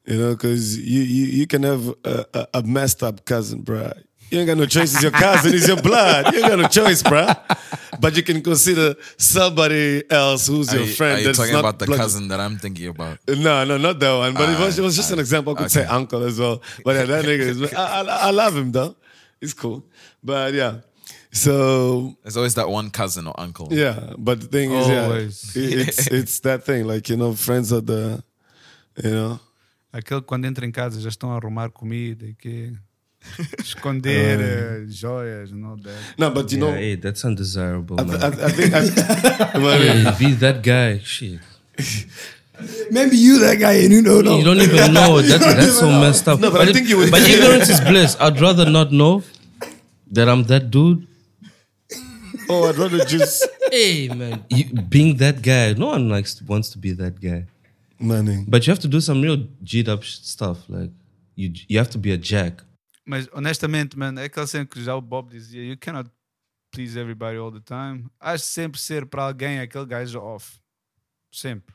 Speaker 4: you know because you, you you can have a, a, a messed up cousin bruh you ain't got no choice it's your cousin it's your blood you ain't got no choice bruh but you can consider somebody else who's
Speaker 11: Are
Speaker 4: your
Speaker 11: you-
Speaker 4: friend
Speaker 11: Are you
Speaker 4: that's
Speaker 11: talking
Speaker 4: not
Speaker 11: about the
Speaker 4: blood-
Speaker 11: cousin that I'm thinking about?
Speaker 4: no, no, not that one. But it, was,
Speaker 11: Ah,
Speaker 4: it was just an example. I could say uncle as well. But yeah, that nigga is. I, I, I love him though. It's cool. But yeah, So
Speaker 11: there's always that one cousin or uncle.
Speaker 4: Yeah, but the thing is,
Speaker 11: Always.
Speaker 4: yeah, it- it's it's that thing. Like you know, friends are the, you know,
Speaker 6: Aquele que quando entra em casa já estão a arrumar comida e que [laughs] esconder eh, joias, não
Speaker 4: No, but you know-
Speaker 9: hey, that's undesirable.
Speaker 4: I-
Speaker 9: man.
Speaker 4: I- I think
Speaker 12: [laughs]
Speaker 4: I- Well,
Speaker 9: Hey, be that guy. Shit.
Speaker 12: Maybe you that guy and you don't know.
Speaker 9: You don't
Speaker 12: [laughs]
Speaker 9: even know. That, that's so messed up.
Speaker 4: No, but I think you would- [laughs]
Speaker 9: but ignorance is bliss. I'd rather not know that I'm that dude.
Speaker 4: oh, I'd rather just
Speaker 9: Hey, man. You, being that guy, no one likes wants to be that guy.
Speaker 4: [laughs] money.
Speaker 9: But you have to do some real G'd up sh- stuff. Like, you, you have to be a jack.
Speaker 6: Mas honestamente, mano, é aquela cena que já o Bob dizia: You cannot please everybody all the time. Has sempre ser para alguém aquele gajo off. Sempre.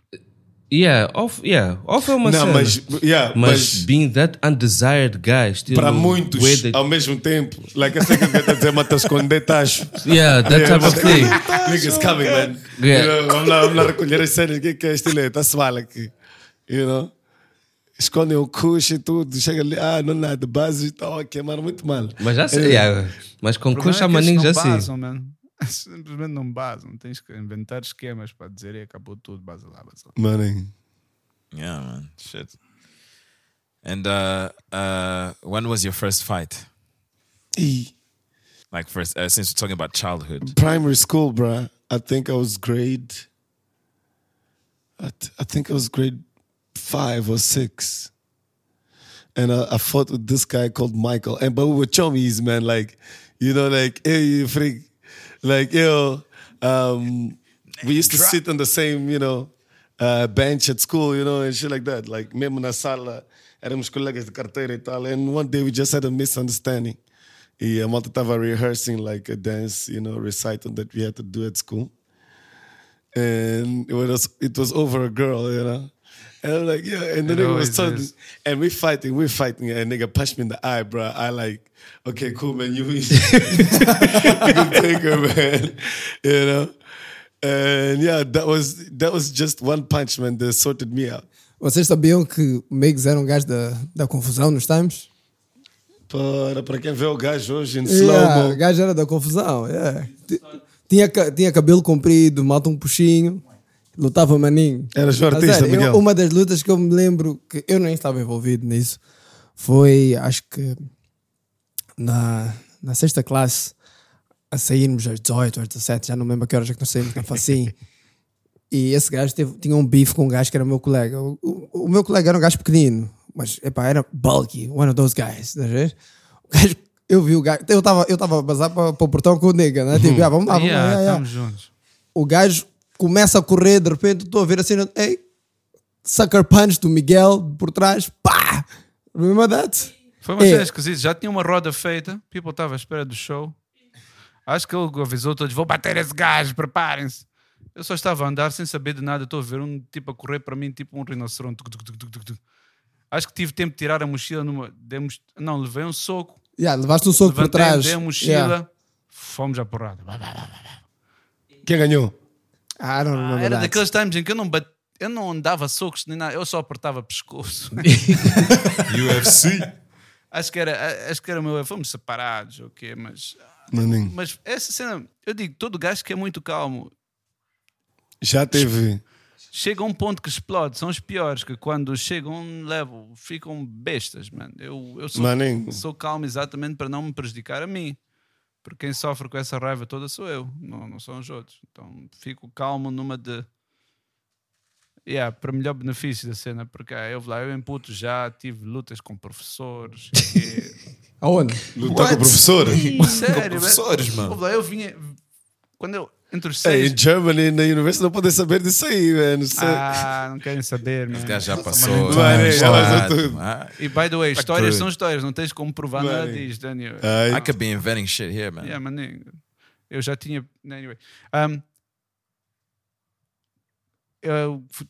Speaker 9: Yeah, off, yeah, off é uma
Speaker 4: Não,
Speaker 9: cena.
Speaker 4: mas- yeah, mas-
Speaker 9: being that undesired guy, still
Speaker 4: Para muitos,
Speaker 9: where they-
Speaker 4: ao mesmo tempo. Like I think I'm gonna dizer, mas esconder tacho.
Speaker 9: Yeah, that
Speaker 4: [laughs]
Speaker 9: type
Speaker 4: É.
Speaker 9: of thing.
Speaker 4: Niggas coming, man.
Speaker 9: Yeah.
Speaker 4: You know, vamos, lá, vamos lá recolher as cenas. O que é que é este leite? Está-se mal aqui. You know? Escondem o cuxo e tudo. Chega ali, ah, não nada. Base está a queimar muito mal.
Speaker 9: Mas já sei,
Speaker 4: Eh,
Speaker 9: yeah, mas com
Speaker 6: O problema
Speaker 9: cuxa
Speaker 6: é que
Speaker 9: maninho
Speaker 6: eles
Speaker 9: já
Speaker 6: não
Speaker 9: sei.
Speaker 6: basam, mano. [laughs] Simplesmente não basam. Tens que inventar esquemas para dizer e acabou tudo, basa lá, basa lá.
Speaker 4: Money.
Speaker 11: Yeah, man. Shit. And uh, uh, when was your first fight?
Speaker 4: E-
Speaker 11: Like first, uh, since we're talking about
Speaker 4: [laughs]
Speaker 11: childhood,
Speaker 4: primary school, bruh. I think I was grade. I, th- I think I was grade five or six, and I, I fought with this guy called Michael. And but we were chummies, man. Like, you know, like hey, you freak, like yo. Um, we used to sit on the same, you know, uh, bench at school, you know, and shit like that. Like, mesmo na sala, éramos colegas de carteira e tal. And one day we just had a misunderstanding. E a malta estava rehearsing like a dance, you know, recital that we had to do at school. And it was, it was over a girl, you know. And I'm like, yeah, and the
Speaker 6: It
Speaker 4: nigga was
Speaker 6: always
Speaker 4: talking,
Speaker 6: is.
Speaker 4: and we fighting, we fighting, and nigga punched me in the eye, bro. I like, okay, cool, man, you, [laughs] you can take her, man, you know. And yeah, that was that was just one punch, man, that sorted me out.
Speaker 12: Vocês sabiam que Meigs era um gajo da, da confusão nos times?
Speaker 4: Para, para quem vê o gajo hoje em
Speaker 12: Yeah, o
Speaker 4: slow-mo,
Speaker 12: gajo era da confusão. yeah. Ti- Tinha, ca- tinha cabelo comprido, malta um puxinho, lutava maninho.
Speaker 4: Eras o
Speaker 12: A
Speaker 4: artista,
Speaker 12: sério, eu-
Speaker 4: Miguel.
Speaker 12: Uma das lutas que eu me lembro que eu nem estava envolvido nisso foi, acho que na, na sexta classe, a sairmos às 18, às 17, já não me lembro a que horas é que nós saímos na Facim. E esse gajo teve- tinha um bife com um gajo que era meu colega. O, o- o meu colega era um gajo pequenino, mas epá, era bulky, one of those guys. Estás a ver? O gajo, eu vi o gajo, eu estava eu tava a bazar para, para o portão com o nega, né?
Speaker 4: Uhum.
Speaker 12: Tipo, ah, vamos lá, vamos lá.
Speaker 6: Yeah,
Speaker 12: yeah, yeah."
Speaker 6: estamos juntos.
Speaker 12: O gajo começa a correr, de repente estou a ver assim, ei, sucker punch do Miguel por trás, pá! Remember that?
Speaker 6: Foi uma
Speaker 12: É.
Speaker 6: cena esquisita. Já tinha uma roda feita, people estava à espera do show. Acho que ele avisou todos: vou bater esse gajo, preparem-se. Eu só estava a andar sem saber de nada, estou a ver um tipo a correr para mim, tipo um rinoceronte. Tuc, tuc, tuc, tuc, tuc, tuc. Acho que tive tempo de tirar a mochila. Numa... Demos... Não, levei um soco.
Speaker 12: Yeah, levaste um soco por
Speaker 6: Levantei-me,
Speaker 12: trás.
Speaker 6: Dei a mochila,
Speaker 12: Yeah. É
Speaker 6: fomos à porrada.
Speaker 4: quem ganhou?
Speaker 12: I don't remember
Speaker 6: Ah, Era
Speaker 12: that.
Speaker 6: daqueles times em que eu não, bat... eu não andava socos nem nada, eu só apertava
Speaker 12: [laughs]
Speaker 6: pescoço.
Speaker 11: UFC.
Speaker 6: Acho que era, acho que era o meu. Fomos separados, ok, mas.
Speaker 4: Maninho.
Speaker 6: Mas essa cena, eu digo, todo gajo que é muito calmo
Speaker 4: Já teve.
Speaker 6: chega a um ponto que explode. São os piores que quando chegam a um level ficam bestas, mano. Eu, eu sou,
Speaker 4: Maninho.
Speaker 6: sou calmo exatamente para não me prejudicar a mim. Porque quem sofre com essa raiva toda sou eu, não, não são os outros. Então fico calmo numa de. Yeah, para melhor benefício da cena, porque ah, eu, lá, eu em puto já tive lutas
Speaker 4: [laughs]
Speaker 6: com professores. que-
Speaker 12: Aonde?
Speaker 4: Lutar com o
Speaker 12: [laughs]
Speaker 4: professor?
Speaker 6: Sério,
Speaker 4: Com
Speaker 6: velho.
Speaker 4: professores, mano.
Speaker 6: Ouve lá, Eu vinha. Quando eu. Entre os
Speaker 4: Hey,
Speaker 6: seis.
Speaker 4: in Germany, na universidade, não podem saber disso aí, velho. Isso é-
Speaker 6: Ah, não querem saber, mano.
Speaker 11: guys já passou.
Speaker 4: Vai,
Speaker 11: já
Speaker 4: já
Speaker 11: passou
Speaker 4: passou
Speaker 11: tudo. Ah,
Speaker 6: E by the way,
Speaker 11: Tá
Speaker 6: histórias
Speaker 11: cru.
Speaker 6: são histórias, não tens como provar nada
Speaker 11: Vai.
Speaker 6: disso, Daniel.
Speaker 11: I could be inventing shit here, man.
Speaker 6: Yeah, maninho. Eu já tinha. Anyway. Um, eu fu-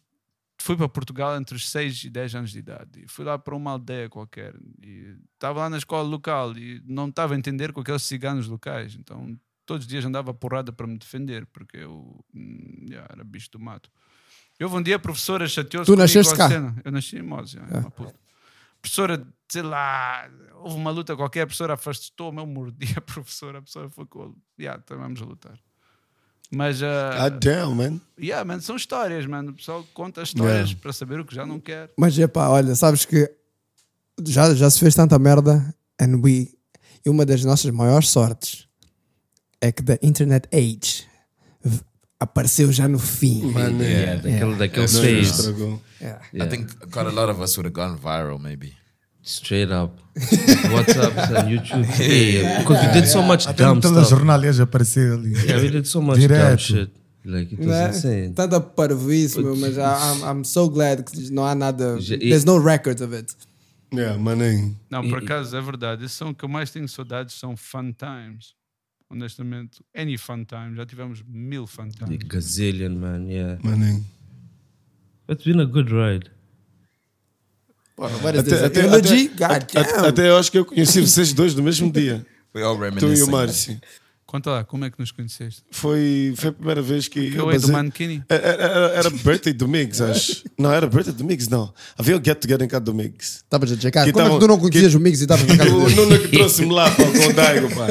Speaker 6: fui para Portugal entre os 6 e 10 anos de idade. E fui lá para uma aldeia qualquer. E estava lá na escola local e não estava a entender com aqueles ciganos locais. Então todos os dias andava porrada para me defender, porque eu hum, yeah, era bicho do mato. E houve um dia a professora chateou-se
Speaker 12: Tu
Speaker 6: comigo
Speaker 12: nasceste
Speaker 6: à
Speaker 12: cá? Ah.
Speaker 6: cena. Eu nasci em Mose, yeah, em Maputo. professora, sei lá, houve uma luta qualquer, a professora afastou-me, eu mordi a [laughs] professora, a professora ficou, yeah, então vamos lutar. Mas. Uh,
Speaker 4: God damn, man.
Speaker 6: Yeah, man, são histórias, mano. O pessoal conta histórias para saber o que já não quer.
Speaker 12: Mas é pá, olha, sabes que já, já se fez tanta merda and we, e uma das nossas maiores sortes é que da Internet Age v- apareceu já no fim.
Speaker 11: Mano,
Speaker 12: Yeah,
Speaker 6: É.
Speaker 11: yeah, daquele- daquele
Speaker 12: Não,
Speaker 11: phase.
Speaker 12: estragou. Yeah.
Speaker 11: I think quite a lot of us would have gone viral, maybe.
Speaker 9: Straight up. WhatsApps and YouTube. Yeah, yeah. Because we did so much
Speaker 10: Até
Speaker 9: dumb
Speaker 10: no
Speaker 9: stuff.
Speaker 10: telejornal ias aparecer ali.
Speaker 9: Yeah, we did so much dumb
Speaker 10: Direto.
Speaker 9: shit. Like, it was
Speaker 12: Né?
Speaker 9: insane.
Speaker 12: Tanta parvoíce, meu, mas ah, I'm, I'm so glad que não há nada.
Speaker 9: Já-
Speaker 12: There's no records of it.
Speaker 4: Yeah, maninho.
Speaker 6: Não, por acaso é verdade. Esses são o que eu mais tenho saudades são fun times. Honestamente, any fun time. Já tivemos mil fun times.
Speaker 9: Gazillion, man. Yeah.
Speaker 4: Maninho.
Speaker 9: It's been a good ride.
Speaker 12: what is this?
Speaker 4: até,
Speaker 12: Eulogy?
Speaker 4: até,
Speaker 12: God damn.
Speaker 4: até, até eu acho que eu conheci vocês dois no mesmo
Speaker 11: [laughs]
Speaker 4: dia.
Speaker 11: We all
Speaker 4: Tu e
Speaker 11: reminiscing.
Speaker 4: o Márcio.
Speaker 6: Conta lá, como é que nos conheceste?
Speaker 4: Foi, foi a primeira vez que.
Speaker 6: Que eu é do
Speaker 4: basei-
Speaker 6: Mankini?
Speaker 4: Era, era, era birthday do Migs, acho. Não, era birthday do Migs, não. Havia um get together em casa do Migs.
Speaker 12: Estavas a dizer, cara,
Speaker 4: Que
Speaker 12: como é
Speaker 4: tavam-
Speaker 12: que tu não conhecias o Mix e
Speaker 4: [laughs]
Speaker 12: estavas na casa
Speaker 4: O
Speaker 12: dele?
Speaker 4: Nuno que trouxe-me lá para o Gondaigo,
Speaker 11: [laughs]
Speaker 4: pá.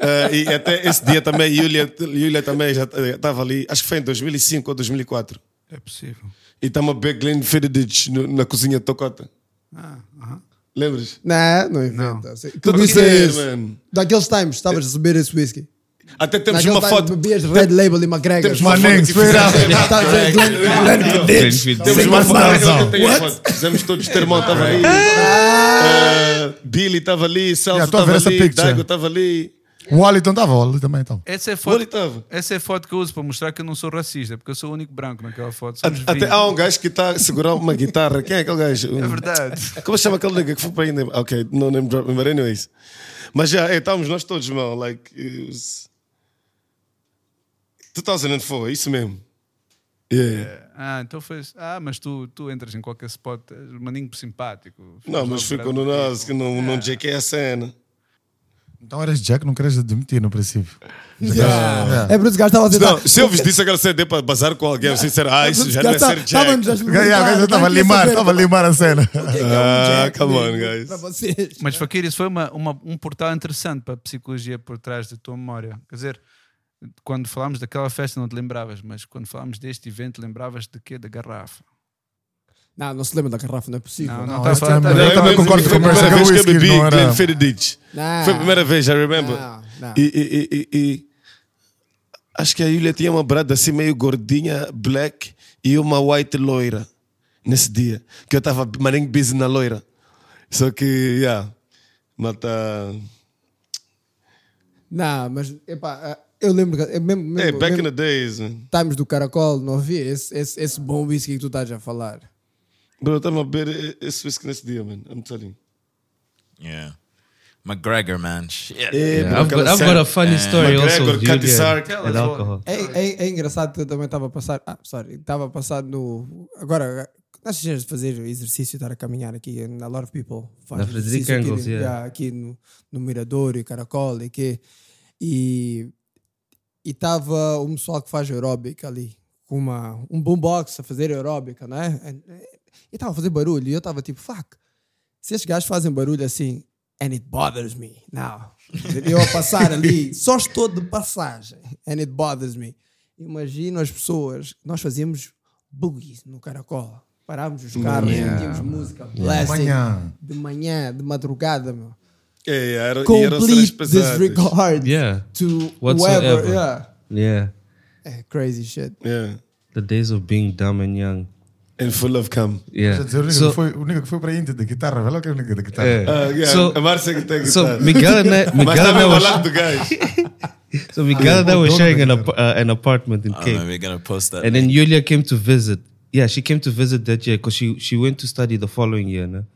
Speaker 4: Eh, e até esse dia também, Yulia, Yulia também já estava ali, acho que foi em 2005 ou 2004.
Speaker 6: É possível.
Speaker 4: E estava a beber Glenfiddich na cozinha de Tocota.
Speaker 6: Ah, aham.
Speaker 4: Lembras?
Speaker 12: Não, não inventa.
Speaker 4: Tô
Speaker 12: Tudo isso
Speaker 4: a
Speaker 12: é
Speaker 4: dizer,
Speaker 12: isso.
Speaker 4: mano.
Speaker 12: Daqueles times, estavas a subir esse whisky.
Speaker 4: Até temos
Speaker 12: Naquele
Speaker 4: uma
Speaker 12: time,
Speaker 4: foto.
Speaker 12: Bebias Red Label e McGregor.
Speaker 4: Temos uma foto que fizemos.
Speaker 12: Estavas a
Speaker 4: É, Glenn-
Speaker 12: Glenn-
Speaker 4: Temos
Speaker 12: Sem
Speaker 4: uma
Speaker 12: mais
Speaker 4: foto.
Speaker 12: razão.
Speaker 4: Eu tenho a
Speaker 12: What?
Speaker 4: foto. Fizemos todos. Termão estava aí. eh, Billy estava ali. Celso
Speaker 10: Ah! Yeah, tô a
Speaker 4: estava
Speaker 10: ver essa
Speaker 4: ali.
Speaker 10: picture.
Speaker 4: Daigo estava ali.
Speaker 10: O Wallington estava, o Wally também então.
Speaker 6: Essa é, a
Speaker 4: Onde
Speaker 6: foto, essa é a foto que eu uso para mostrar que eu não sou racista, é porque eu sou o único branco naquela foto. Somos
Speaker 4: Até
Speaker 6: 20.
Speaker 4: há um gajo que está a segurar uma guitarra. Quem é aquele gajo?
Speaker 6: É verdade.
Speaker 4: Como se chama aquele nigga que foi para ainda? Ok, no name drop, but anyways. Mas já, é, estávamos nós todos, mano. Like, it was 2004, é isso mesmo. Yeah.
Speaker 6: Ah, então foi. Ah, mas tu, tu entras em qualquer spot, és um maninho simpático. um
Speaker 4: Não, mas fui com o Nunas, que não, não dizer que é a cena.
Speaker 10: Então eras Jack, não queres admitir no princípio.
Speaker 12: É por isso que o gajo estava a dizer.
Speaker 4: Não, se eu vos disse aquela cena, deu para bazar com alguém, vocês disseram, ah, isso já não é
Speaker 6: tá-
Speaker 4: ser
Speaker 12: Estávamos a
Speaker 4: Jack.
Speaker 12: experimentar.
Speaker 10: eu estava a
Speaker 12: Quem quer
Speaker 10: limar,
Speaker 12: saber?
Speaker 10: estava a limar a cena.
Speaker 4: Ah, come on, guys.
Speaker 12: Para vocês.
Speaker 6: Mas Fakir, isso foi uma, uma- um portal interessante para a psicologia por trás da tua memória. Quer dizer, quando falámos daquela festa não te lembravas, mas quando falámos deste evento lembravas de quê? Da garrafa.
Speaker 12: Não, não se lembra da garrafa, não é possível.
Speaker 6: Não, não
Speaker 12: Não,
Speaker 6: tá
Speaker 12: esta
Speaker 6: a falar-
Speaker 12: é a
Speaker 4: Não,
Speaker 6: Eu
Speaker 4: eu
Speaker 6: também
Speaker 4: lembro-
Speaker 6: concordo
Speaker 4: foi
Speaker 6: com
Speaker 4: a
Speaker 6: o
Speaker 4: primeira
Speaker 6: Marcelo,
Speaker 4: vez que eu
Speaker 6: whisky
Speaker 4: bebi
Speaker 6: não era-
Speaker 4: Glenfiddich.
Speaker 12: Não.
Speaker 4: Foi a primeira vez, I remember.
Speaker 12: Não, não.
Speaker 4: E, e- e- e- e- acho que a Yulia tinha uma brada assim meio gordinha, black, e uma white loira nesse dia. Que eu estava marinho busy na loira. Só que, yeah, tá- mata.
Speaker 12: Não, mas epá, ah, eu lembro que é mesmo, mesmo,
Speaker 4: Hey, back in the
Speaker 12: mesmo
Speaker 4: days, man.
Speaker 12: times do caracol, não havia esse, esse, esse bom whisky que tu estás a falar.
Speaker 4: Bro, eu estava a beber esse whisky nesse dia, man. I'm telling you.
Speaker 11: Yeah. McGregor, man. Shit.
Speaker 4: Eh,
Speaker 9: I've got, I've got a funny story also. of you
Speaker 4: Cutty Sark.
Speaker 9: guys and alcohol.
Speaker 12: É, é, é engraçado que eu também estava a passar. Ah, sorry, estava a passar no. Agora, nós tínhamos de fazer exercício e estar a caminhar aqui. and A lot of people faz
Speaker 9: Na Frederico
Speaker 12: exercício aqui,
Speaker 9: Engels,
Speaker 12: no-
Speaker 9: yeah.
Speaker 12: já, aqui no, no Mirador e Caracol e que. E estava um pessoal que faz aeróbica ali, com uma, um boombox a fazer aeróbica, né? And- E estava a fazer barulho. E eu estava tipo, fuck, se estes gajos fazem barulho assim, and it bothers me now. Eu a passar ali, só estou de passagem, and it bothers me. Imagino as pessoas, nós fazíamos boogies no Caracol. Parávamos os carros,
Speaker 10: Yeah.
Speaker 12: metíamos música,
Speaker 10: Yeah.
Speaker 12: blessing,
Speaker 10: Manhã.
Speaker 12: de manhã, de madrugada, meu.
Speaker 4: É, era, e eram cenas
Speaker 12: Complete
Speaker 4: pesadas.
Speaker 12: disregard
Speaker 9: Yeah.
Speaker 12: to
Speaker 9: Whatsoever.
Speaker 12: whoever. Yeah.
Speaker 9: Yeah.
Speaker 12: É, crazy shit.
Speaker 4: Yeah.
Speaker 9: The days of being dumb and young.
Speaker 4: And full of cum.
Speaker 10: Já
Speaker 9: Yeah.
Speaker 10: dizer, o nigga
Speaker 9: So-
Speaker 10: que foi- o nigga que foi para a Índia da guitarra, velho, que é o nigga da guitarra.
Speaker 9: É.
Speaker 4: Ah, yeah,
Speaker 9: So-
Speaker 4: a Márcia que tem
Speaker 9: So
Speaker 4: guitarra.
Speaker 9: Miguel and I,
Speaker 4: [laughs] Mas
Speaker 9: Miguel and
Speaker 4: estava
Speaker 9: I
Speaker 4: ao
Speaker 9: was,
Speaker 4: lado do gajo.
Speaker 9: so Miguel and I
Speaker 10: Oh,
Speaker 9: were
Speaker 10: don't
Speaker 9: sharing an,
Speaker 10: make
Speaker 9: ap- uh, an apartment in
Speaker 11: I
Speaker 9: Cape,
Speaker 11: don't know, we're gonna post that.
Speaker 9: and then Yulia came to visit. Yeah, she came to visit that year because she she went to study the following year. No?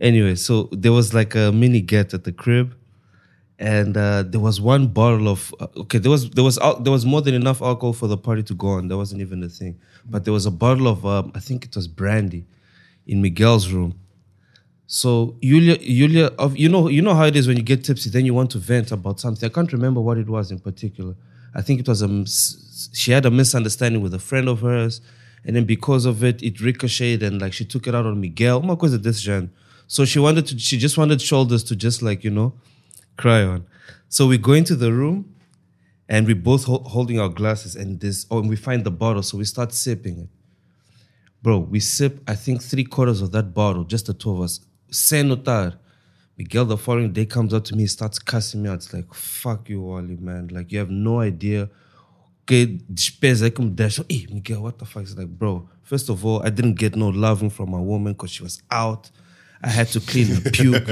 Speaker 9: Anyway, so there was like a mini get at the crib, and uh, there was one bottle of uh, okay. There was there was al- there was more than enough alcohol for the party to go on. That wasn't even a thing, but there was a bottle of um, I think it was brandy in Miguel's room. So Yulia, Yulia, of you know, you know how it is when you get tipsy, then you want to vent about something. I can't remember what it was in particular. I think it was a mis- she had a misunderstanding with a friend of hers, And then because of it, it ricocheted and like she took it out on Miguel. Uma coisa desse genre. So she wanted to, she just wanted shoulders to just like, you know, cry on. So we go into the room and we both hol- holding our glasses and this, oh, and we find the bottle. So we start sipping it. Bro, we sip, I think, three quarters of that bottle, just the two of us. Sem notar. Miguel the following day comes up to me, starts cussing me out. It's like, fuck you, Wally, man. Like, you have no idea. Okay, despesa, como deixa. Hey, Miguel, what the fuck? It's like, bro, first of all, I didn't get no loving from my woman because she was out. I had to clean her puke.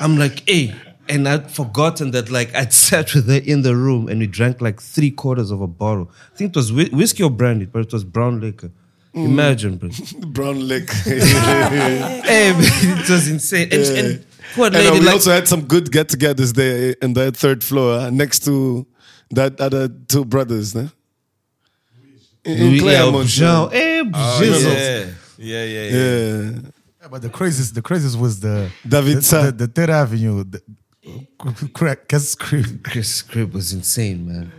Speaker 9: I'm like, hey. And I'd forgotten that, like, I'd sat with her in the room and we drank like three quarters of a bottle. I think it was whi- whiskey or brandy, but it was brown liquor.
Speaker 4: Mm.
Speaker 9: Imagine, bro.
Speaker 4: Brown lick.
Speaker 9: [laughs] hey, it was insane. And, and poor
Speaker 4: And, uh,
Speaker 9: lady,
Speaker 4: we
Speaker 9: é, like,
Speaker 4: also had some good get-togethers there in the third floor, uh, next to that other two brothers, né? In, in
Speaker 9: Louis- yeah,
Speaker 4: Claremont,
Speaker 9: Jean.
Speaker 4: né?
Speaker 9: Eh,
Speaker 4: Oh,
Speaker 9: Jesus.
Speaker 4: yeah.
Speaker 11: Yeah, yeah,
Speaker 4: yeah.
Speaker 10: but the craziest, the craziest was the
Speaker 4: David
Speaker 10: the,
Speaker 4: Sa-
Speaker 10: the, the Third Avenue. The, Crack, Cass Crib.
Speaker 9: Chris Crib was insane, man.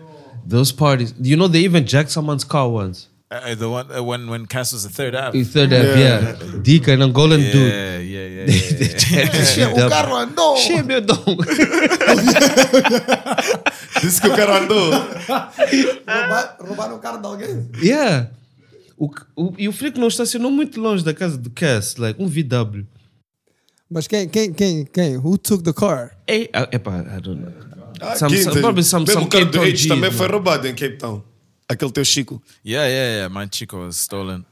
Speaker 9: Those parties, you know, they even jacked someone's car once.
Speaker 11: Uh, the one uh, when when Cass was the third app.
Speaker 9: In third yeah. yeah. Dika, an Angolan
Speaker 11: yeah,
Speaker 9: dude. [laughs]
Speaker 11: Yeah, yeah, yeah.
Speaker 4: [laughs]
Speaker 9: They jacked
Speaker 11: yeah.
Speaker 9: the shit up.
Speaker 4: é
Speaker 9: Shit, meu dom. [laughs]
Speaker 4: Disse que o cara andou.
Speaker 12: Roubar- Roubaram o carro de alguém?
Speaker 9: Yeah. O, o, e o Frico não estacionou muito longe da casa do Cass, like um VW.
Speaker 12: Mas quem, quem, quem, quem? Who took the car?
Speaker 9: Ei, ah, epá, I don't know.
Speaker 4: Ah,
Speaker 9: some,
Speaker 4: aqui,
Speaker 9: some, probably some,
Speaker 4: mesmo
Speaker 9: some
Speaker 4: o cara
Speaker 9: Cape
Speaker 4: do
Speaker 9: Town
Speaker 4: Age
Speaker 9: Gs,
Speaker 4: também
Speaker 9: man.
Speaker 4: foi roubado em Cape Town. Aquele teu Chico.
Speaker 11: Yeah, yeah, yeah. My Chico was stolen.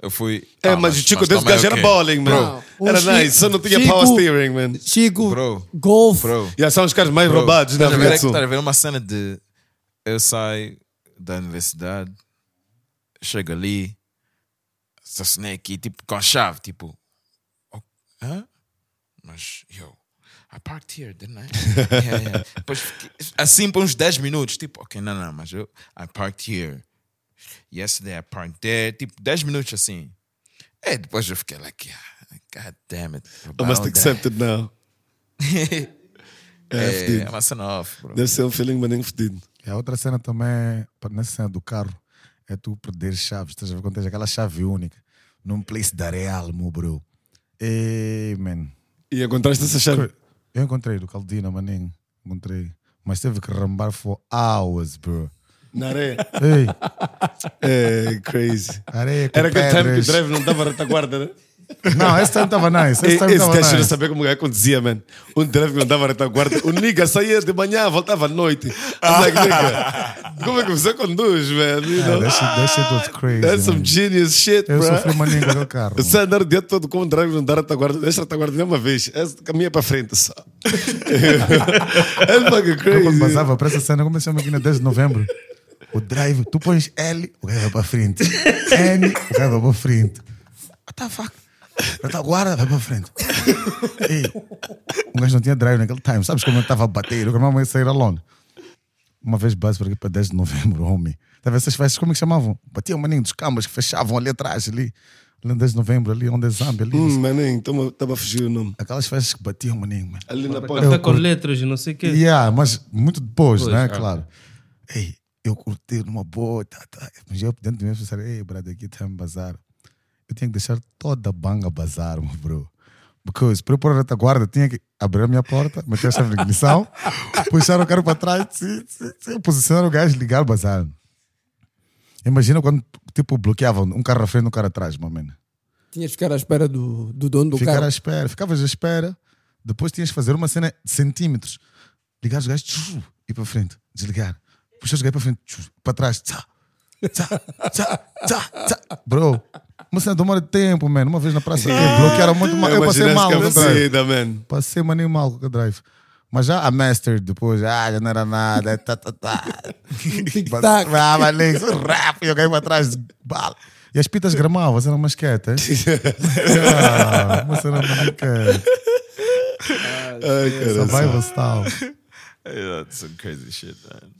Speaker 11: Eu fui.
Speaker 4: É,
Speaker 11: Ah,
Speaker 4: mas o Chico desse
Speaker 11: também
Speaker 4: gajo
Speaker 11: é
Speaker 4: era
Speaker 11: ok.
Speaker 4: bowling, mano.
Speaker 11: Bro,
Speaker 4: Era
Speaker 11: o Chico-
Speaker 4: nice, só não tinha
Speaker 11: Chico-
Speaker 4: power steering, man.
Speaker 12: Chico,
Speaker 4: golf. Já são os caras mais
Speaker 11: Bro, é
Speaker 4: roubados né, da
Speaker 11: estás a ver-
Speaker 4: África do Sul.
Speaker 11: Estás a ver tá uma cena de eu saio da universidade, chego ali, estacionei aqui, tipo, com a chave, tipo, oh, hã? Mas, yo, I parked here, didn't I? yeah, yeah. Depois fiquei- assim por uns 10 minutos, tipo, ok, não, não, mas eu, I parked here. Yesterday I parked there, tipo, 10 minutos assim. É, depois eu fiquei like, yeah, god damn it.
Speaker 4: I must
Speaker 11: Roubaram
Speaker 4: accept it now. É,
Speaker 11: É, é
Speaker 4: fedido.
Speaker 11: uma cena off, bro.
Speaker 4: Deve ser um feeling maninho fedido.
Speaker 10: E a É, outra cena também, pá, nessa cena do carro, é tu perder chaves. Estás a ver quando tens aquela chave única num place da Real, meu bro. Ei, man.
Speaker 4: E encontraste essa chave?
Speaker 10: Eu encontrei do Caldina, maninho. Encontrei. Mas teve que rambar for hours, bro.
Speaker 4: Na areia.
Speaker 10: Ei.
Speaker 4: É, crazy.
Speaker 10: Areia com
Speaker 4: Era aquele time que o
Speaker 10: pedras.
Speaker 4: drive não dava retaguarda, né?
Speaker 10: Não, esse time estava nice. Esse
Speaker 4: Esse,
Speaker 10: time
Speaker 4: esse
Speaker 10: estava
Speaker 4: gajo
Speaker 10: nice.
Speaker 4: não sabia como é o gajo conduzia, mano. Um drive que não dava retaguarda. O nigga saía de manhã, voltava à noite.
Speaker 10: Ah.
Speaker 4: I'm Like, nigga, como é que você conduz, man? You know? Ah,
Speaker 10: that shit- that shit was Ah, crazy,
Speaker 4: That's some
Speaker 10: man.
Speaker 4: genius shit,
Speaker 10: Eu
Speaker 4: bro.
Speaker 10: sofri
Speaker 4: [laughs]
Speaker 10: uma língua do carro.
Speaker 4: Você andar o dia todo com um drive não dá retaguarda. Deixa a retaguarda nem uma vez. Essa caminha para frente só. [laughs] é fucking
Speaker 10: Eu quando
Speaker 4: crazy.
Speaker 10: passava para essa cena, como se chama aqui na 10 de novembro? O drive, tu pões L, o gajo vai para frente. N, o gajo vai para frente. What the fuck? Retaguarda, vai para frente. Ei, o gajo não tinha drive naquele time. Sabes como eu estava a bater? Eu queria sair a Londres. Uma vez base para aqui para 10 de novembro, homem. Estava essas festas, como é que chamavam? Batia o maninho dos cambas que fechavam ali atrás, ali. Ali em 10 de novembro, ali onde é Zambia, ali.
Speaker 4: Hum, maninho, estava a fugir o nome.
Speaker 10: Aquelas festas que batiam, maninho, mano.
Speaker 4: Ali na
Speaker 10: Eu
Speaker 9: Café com
Speaker 10: curti.
Speaker 9: letras e não sei o quê.
Speaker 10: Yeah, mas muito depois,
Speaker 9: é. Depois,
Speaker 10: né?
Speaker 9: ah.
Speaker 10: Claro. Ei, eu curti numa boa, tá, tá. mas eu dentro de mim pensar, ei, brother, aqui tem um bazar. Eu tinha que deixar toda a banga bazar, meu bro. Because para eu pôr a retaguarda, eu tinha que abrir a minha porta, meter a chave de ignição, [laughs] puxar o carro para trás, tsi, tsi, tsi, posicionar o gajo, ligar o bazar. Imagina quando, tipo, bloqueavam um carro à frente e um carro atrás, meu man.
Speaker 12: Tinhas de ficar à espera do, do dono do
Speaker 10: Ficar
Speaker 12: carro.
Speaker 10: à espera, ficavas à espera, depois tinhas que fazer uma cena de centímetros. Ligar os gajos, tchu, ir para frente, desligar. Puxar os gajos para frente, tchu, para trás, tchá, tchá, tchá, tchá, tchá. Bro, uma cena demora tempo, mano. Uma vez na praça, eu bloquearam muito mal. Eu passei mal com o drive.
Speaker 4: man.
Speaker 10: Passei maninho mal com o drive. Mas já a Master depois, ah, já não era nada, tá, tá, tá.
Speaker 12: tac.
Speaker 10: [laughs] Ah, maninho, sou rápido, eu caí para trás, bala. E as pitas gramavam, você não mais quieta, hein? Ah, uma cena mais quieta.
Speaker 4: Ai, cara, só.
Speaker 10: Survival style.
Speaker 11: Yeah, that's some crazy shit, man.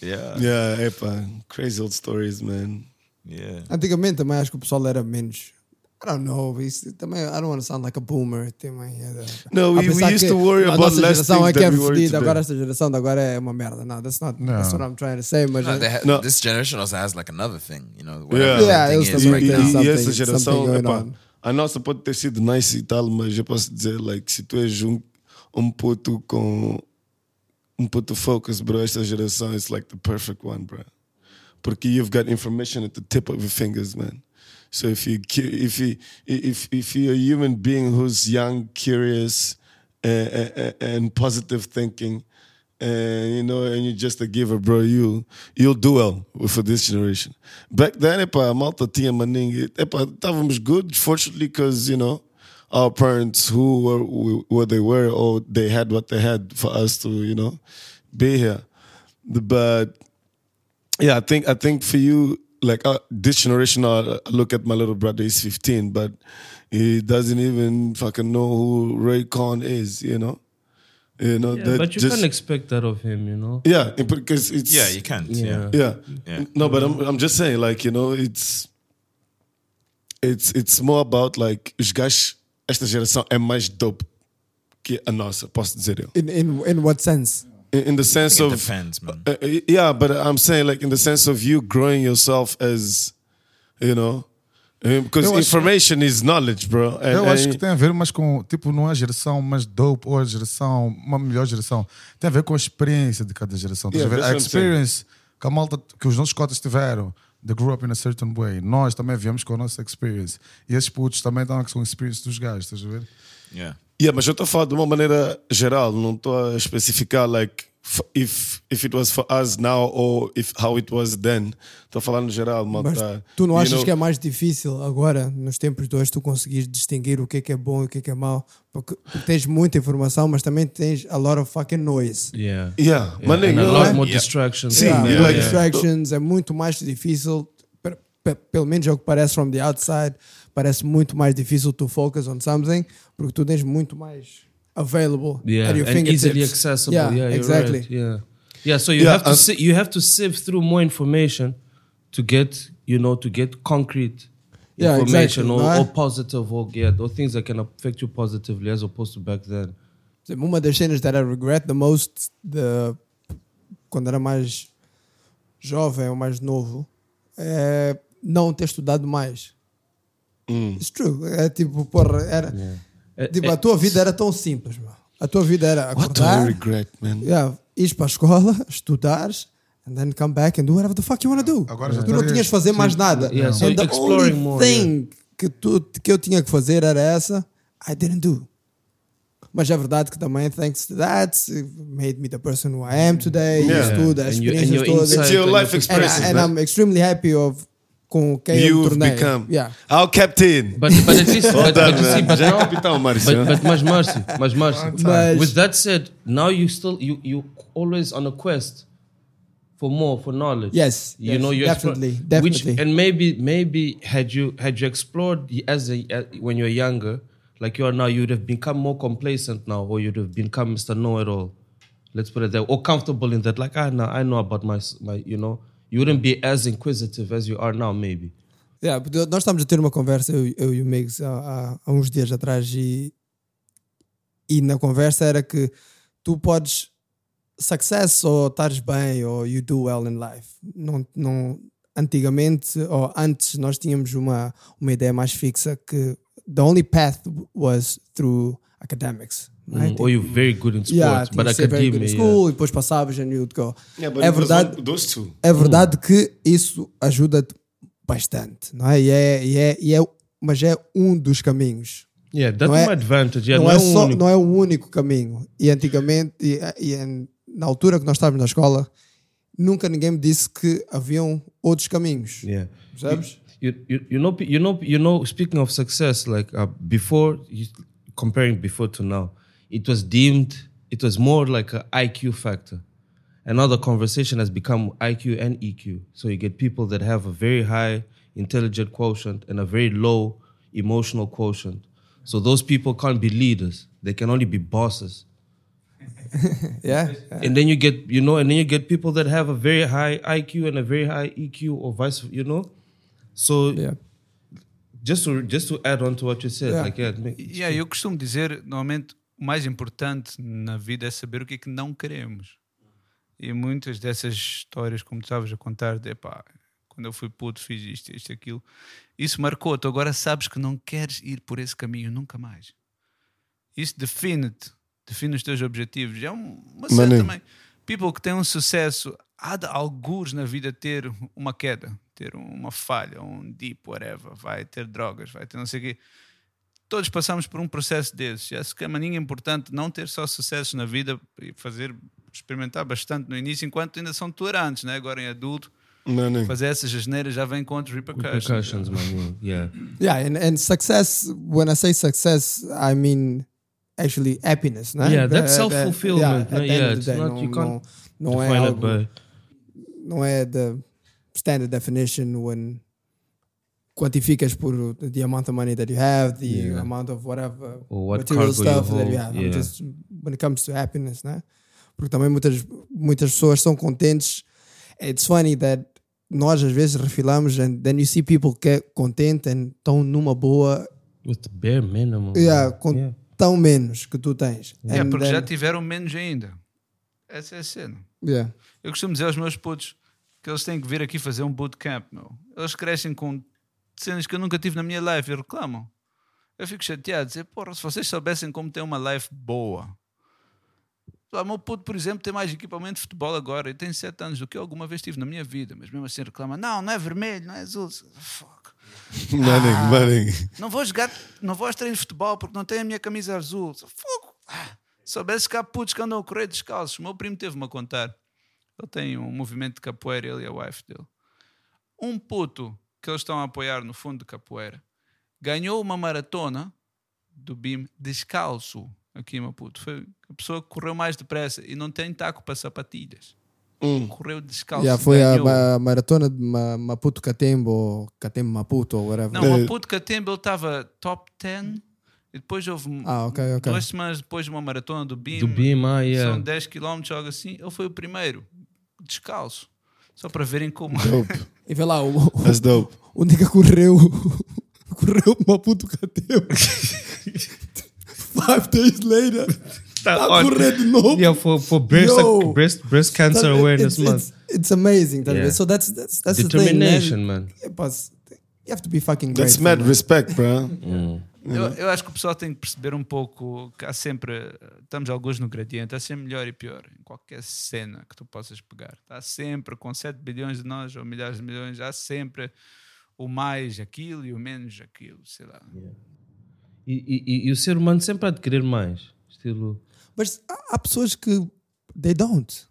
Speaker 11: Yeah.
Speaker 4: Yeah, epa, crazy old stories, man.
Speaker 11: Yeah.
Speaker 12: Antigamente também acho que o pessoal era menos I don't know. Isso, também, I don't want to sound like a boomer. Também, é da-
Speaker 4: No, we-
Speaker 12: Apesar
Speaker 4: we used
Speaker 12: que
Speaker 4: to worry
Speaker 12: a
Speaker 4: about
Speaker 12: nossa
Speaker 4: less
Speaker 12: geração
Speaker 4: things
Speaker 12: é que
Speaker 4: than
Speaker 12: é
Speaker 4: we worry
Speaker 12: fodida,
Speaker 4: today.
Speaker 12: agora esta geração de agora é uma merda. No, that's not,
Speaker 4: No.
Speaker 12: that's what I'm trying to say. Mas
Speaker 11: No, they
Speaker 12: é-
Speaker 11: ha- This generation also has like another thing, you know.
Speaker 4: Yeah.
Speaker 11: whatever that thing
Speaker 12: eles
Speaker 11: is
Speaker 4: E,
Speaker 11: right
Speaker 4: e-
Speaker 11: now.
Speaker 4: e essa
Speaker 12: something
Speaker 4: geração,
Speaker 12: going
Speaker 4: epá,
Speaker 12: on.
Speaker 4: a nossa pode ter sido nice e tal, mas eu posso dizer, like, se tu és um, um puto com um puto focus, bro, esta geração is like the perfect one, bro. Porque you've got information at the tip of your fingers, man. So if you cu- if you if if you're a human being who's young, curious, uh, uh, and positive thinking, and you know, and you're just a giver, bro, you you'll do well for this generation. Back then, epa, malta tinha maninho, epa, estávamos good, fortunately, because you know. Our parents, who were who- what they were, or they had what they had for us to, you know, be here. But yeah, I think I think for you, like uh, this generation, I I look at my little brother. He's 15, but he doesn't even fucking know who Ray Khan is. You know, you know.
Speaker 9: Yeah,
Speaker 4: that
Speaker 9: but you
Speaker 4: just-
Speaker 9: can't expect that of him, you know.
Speaker 4: yeah, it- because it's
Speaker 11: Yeah, you can't, yeah.
Speaker 4: yeah.
Speaker 11: Yeah.
Speaker 4: No, but I'm I'm just saying, like you know, it's it's it's more about like os gajos, esta geração é mais dope que a nossa, posso dizer eu.
Speaker 12: In, in, in what sense?
Speaker 4: In, in the sense
Speaker 11: think it
Speaker 4: of
Speaker 11: depends, man.
Speaker 4: Uh, uh, yeah, but I'm saying like in the sense of you growing yourself as, you know, because
Speaker 10: Eu acho-
Speaker 4: information is knowledge, bro. And-
Speaker 10: Eu acho
Speaker 4: and-
Speaker 10: que tem a ver mais com, tipo, não é a geração mais dope ou a geração, uma melhor geração. Tem a ver com a experiência de cada geração. Estás a
Speaker 4: Yeah,
Speaker 10: ver?
Speaker 4: that's
Speaker 10: A
Speaker 4: what I'm saying.
Speaker 10: experience que, a malta, que os nossos cotas tiveram. They grew up in a certain way. Nós também viemos com a nossa experience. E esses putos também estão com a experience dos gajos, tá estás a ver?
Speaker 11: Yeah.
Speaker 4: Yeah, mas eu estou a falar de uma maneira geral, não estou a especificar like f- if if it was for us now or if how it was then. Estou a falar no geral,
Speaker 12: Mas
Speaker 4: malta.
Speaker 12: tu não
Speaker 4: You
Speaker 12: achas
Speaker 4: know,
Speaker 12: que é mais difícil agora, nos tempos de hoje, tu conseguir distinguir o que é que é bom e o que é que é mau? Porque tens muita informação, mas também tens a lot of fucking noise.
Speaker 9: Yeah.
Speaker 4: Yeah,
Speaker 9: Yeah,
Speaker 4: mas nem-
Speaker 9: and a
Speaker 4: não
Speaker 9: lot
Speaker 4: é?
Speaker 9: more
Speaker 4: Yeah.
Speaker 9: distractions.
Speaker 4: Sim,
Speaker 12: Yeah,
Speaker 4: yeah,
Speaker 12: more
Speaker 4: yeah.
Speaker 12: distractions, é muito mais difícil, pe- pe- pelo menos é o que parece from the outside, parece muito mais difícil tu focus on something, porque tu tens muito mais available
Speaker 9: Yeah,
Speaker 12: at your
Speaker 9: and
Speaker 12: fingertips.
Speaker 9: easily accessible. Yeah,
Speaker 12: Yeah,
Speaker 9: you're
Speaker 12: exactly.
Speaker 9: Right. Yeah, yeah. So you
Speaker 12: Yeah,
Speaker 9: have to
Speaker 12: uh,
Speaker 9: si- you have to sift through more information to get you know to get concrete
Speaker 12: Yeah,
Speaker 9: information
Speaker 12: exactly,
Speaker 9: or,
Speaker 12: no?
Speaker 9: or positive or yeah or things that can affect you positively as opposed to back then.
Speaker 12: Por exemplo, Uma das cenas that I regret the most de- quando era mais jovem ou mais novo é não ter estudado mais. It's true. É tipo, porra, era. Tipo, a tua vida era tão simples, mano. A tua vida era
Speaker 4: What do I
Speaker 12: acordar,
Speaker 4: regret, man?
Speaker 12: yeah, ires para a escola, estudares, and then come back and do whatever the fuck you want to do.
Speaker 10: Agora já
Speaker 12: tu não
Speaker 10: estás-
Speaker 12: tinhas de fazer mais
Speaker 9: Sim.
Speaker 12: nada.
Speaker 9: Yeah, so
Speaker 12: and the only
Speaker 9: exploring more,
Speaker 12: thing que, tu, que eu tinha que fazer era essa, I didn't do. Mas é verdade que também, thanks to that, it made me the person who I am today.
Speaker 4: Yeah.
Speaker 12: Isso tudo, as
Speaker 9: And you- and
Speaker 12: experiências
Speaker 9: your
Speaker 12: todas.
Speaker 9: insight
Speaker 4: It's your
Speaker 9: and
Speaker 4: life
Speaker 9: your
Speaker 12: And,
Speaker 4: experiences,
Speaker 12: I, and
Speaker 4: man.
Speaker 12: I'm extremely happy of com quem eu me
Speaker 4: You've
Speaker 12: tornei.
Speaker 4: become
Speaker 12: Yeah.
Speaker 4: our captain.
Speaker 12: [laughs]
Speaker 9: But but at least
Speaker 4: Well
Speaker 9: but,
Speaker 4: done,
Speaker 9: but you see
Speaker 4: man.
Speaker 9: but
Speaker 4: Já é
Speaker 9: now
Speaker 4: capitão, Márcio.
Speaker 9: but, but much mercy, much
Speaker 12: [laughs]
Speaker 9: mercy.
Speaker 12: Mas-
Speaker 9: With that said, now you still you you always on a quest for more for knowledge.
Speaker 12: Yes,
Speaker 9: you
Speaker 12: yes,
Speaker 9: know you explore-
Speaker 12: definitely,
Speaker 9: Which,
Speaker 12: definitely.
Speaker 9: and maybe maybe had you had you explored y- as a a- when you were younger, like you are now, you'd have become more complacent now, or you'd have become Mister Know It All. Let's put it there, or comfortable in that. Like I know I know about my s- my you know. You wouldn't be as inquisitive as you are now, maybe.
Speaker 12: Yeah, porque nós estamos a ter uma conversa, eu, eu e o Migs, há, há- há uns dias atrás, e, e na conversa era que tu podes success ou estares bem ou you do well in life. Não, não, antigamente ou antes nós tínhamos uma, uma ideia mais fixa que the only path was through academics. não é?
Speaker 9: Mm, or you're very good in sports,
Speaker 12: Yeah, tinha
Speaker 9: but
Speaker 12: que ser very good in
Speaker 9: academia.
Speaker 12: school, e depois passavas and you'd go.
Speaker 4: Yeah, but
Speaker 12: é
Speaker 4: it was
Speaker 12: verdade,
Speaker 4: one- those two.
Speaker 12: é verdade que isso ajuda-te bastante, não é? E é, e é, e é- mas é um dos caminhos.
Speaker 9: Yeah, that's
Speaker 12: Não é-
Speaker 9: my advantage. Yeah,
Speaker 12: não,
Speaker 9: não
Speaker 12: é
Speaker 9: é o
Speaker 12: só,
Speaker 9: único.
Speaker 12: não é o único caminho. E antigamente, e, e em- na altura que nós estávamos na escola, nunca ninguém me disse que haviam outros caminhos.
Speaker 9: Yeah.
Speaker 12: Percebes?
Speaker 9: You, you, you know, you know, you know. Speaking of success, like uh, before, you, comparing before to now, it was deemed it was more like an IQ factor. And now the conversation has become IQ and EQ. So you get people that have a very high intelligent quotient and a very low emotional quotient. So those people can't be leaders; they can only be bosses.
Speaker 12: Yeah?
Speaker 9: and then you get you know and then you get people that have a very E high iq and a very high eq or vice you know so
Speaker 1: Just to, just to add on to what you said,
Speaker 6: Yeah.
Speaker 1: like, yeah, it make-
Speaker 6: E aí eu costumo dizer, normalmente, o mais importante na vida é saber o que é que não queremos. E muitas dessas histórias, como tu estavas a contar, de pá, quando eu fui puto fiz isto, isto, aquilo, isso marcou-te. Agora sabes que não queres ir por esse caminho nunca mais. Isso define-te, define os teus objetivos. É um- uma cena
Speaker 4: Maneiro.
Speaker 6: também. People que têm um sucesso, há de alguns na vida ter uma queda, ter uma falha, um deep, whatever, vai ter drogas, vai ter não sei o quê todos passamos por um processo desses. Acho que a maninha é importante não ter só sucesso na vida e fazer experimentar bastante no início, enquanto ainda são tolerantes, né? agora em adulto.
Speaker 4: Não, não.
Speaker 6: Fazer essas asneiras já vem com outros repercussions.
Speaker 9: Repercussions, man. Yeah.
Speaker 12: Yeah, and, and success, when I say success, I mean actually happiness, né?
Speaker 9: Yeah, that's
Speaker 12: Eh,
Speaker 9: self-fulfillment,
Speaker 12: yeah,
Speaker 9: né?
Speaker 12: at the end
Speaker 9: Yeah,
Speaker 12: of
Speaker 9: it's
Speaker 12: the day,
Speaker 9: not-
Speaker 12: não,
Speaker 9: you can't
Speaker 12: não, não é
Speaker 9: define it
Speaker 12: algo,
Speaker 9: by-
Speaker 12: não é the standard definition when quantificas por the amount of money that you have, the
Speaker 9: Yeah.
Speaker 12: amount of whatever
Speaker 9: Or what
Speaker 12: material
Speaker 9: cargo you
Speaker 12: stuff that
Speaker 9: hold,
Speaker 12: you have. I'm
Speaker 9: yeah.
Speaker 12: just when it comes to happiness, né? Porque também muitas, muitas pessoas são contentes. It's funny that nós às vezes refilamos and then you see people que é contente and estão numa boa
Speaker 9: With the bare minimum.
Speaker 12: yeah, com tão menos que tu tens.
Speaker 6: É,
Speaker 12: And
Speaker 6: porque
Speaker 12: then-
Speaker 6: já tiveram menos ainda. Essa é a cena.
Speaker 12: Yeah.
Speaker 6: Eu costumo dizer aos meus putos que eles têm que vir aqui fazer um bootcamp, meu. Eles crescem com cenas que eu nunca tive na minha life e reclamam. Eu fico chateado, dizer, porra, se vocês soubessem como ter uma life boa. O meu puto, por exemplo, tem mais equipamento de futebol agora e tem 7 anos do que eu alguma vez tive na minha vida, mas mesmo assim reclama: não, não é vermelho, não é azul. Fuck.
Speaker 4: Maning, maning.
Speaker 6: Não vou jogar, não vou aos treinos de futebol porque não tenho a minha camisa azul. Fogo! Ah, Se soubesse que há putos que andam a correr descalços. O meu primo teve-me a contar. Ele tem um movimento de capoeira, ele e a wife dele. Um puto que eles estão a apoiar no fundo de capoeira ganhou uma maratona do BIM descalço aqui em Maputo. Foi a pessoa que correu mais depressa e não tem taco para sapatilhas. Correu descalço.
Speaker 12: Yeah, Hum. foi a,
Speaker 6: ganhou. um-
Speaker 12: ma- maratona de Ma- Maputo Catembo, ou Catembo Maputo, ou whatever.
Speaker 6: Não, o Maputo Catembe ele estava top 10 e depois houve um
Speaker 12: Ah, ok,
Speaker 9: Então
Speaker 12: ok.
Speaker 6: duas semanas depois de uma maratona do BIM.
Speaker 9: Do BIM, ah, yeah.
Speaker 6: São 10 km, algo assim. Ele foi o primeiro, descalço. Só para verem como.
Speaker 12: E vê lá, o,
Speaker 4: That's dope.
Speaker 12: o nigga correu. correu pro Maputo Catembo. Five days later. Tá,
Speaker 9: on.
Speaker 12: a correr de novo.
Speaker 9: Yeah, for- for breast-
Speaker 12: Yo.
Speaker 9: breast- breast cancer
Speaker 12: Tá-
Speaker 9: é awareness
Speaker 12: it's,
Speaker 9: month.
Speaker 12: It's, it's amazing. tá a ver?
Speaker 9: Yeah.
Speaker 12: So that's, that's, that's
Speaker 9: Determination,
Speaker 12: the
Speaker 9: man.
Speaker 12: thing, man. Pá, You have to be fucking
Speaker 4: That's
Speaker 12: grateful, né?
Speaker 4: mad
Speaker 12: man.
Speaker 4: respect,
Speaker 12: [laughs]
Speaker 4: bro.
Speaker 6: [laughs] Eu, eu acho que o pessoal tem que perceber um pouco que há sempre, estamos alguns no gradiente, há sempre melhor e pior em qualquer cena que tu possas pegar. Há sempre, com 7 bilhões de nós ou milhares de milhões, há sempre o mais aquilo e o menos aquilo, sei lá.
Speaker 9: E, e- e- e o ser humano sempre há de querer mais. Estilo.
Speaker 12: Mas há, há pessoas que. They don't.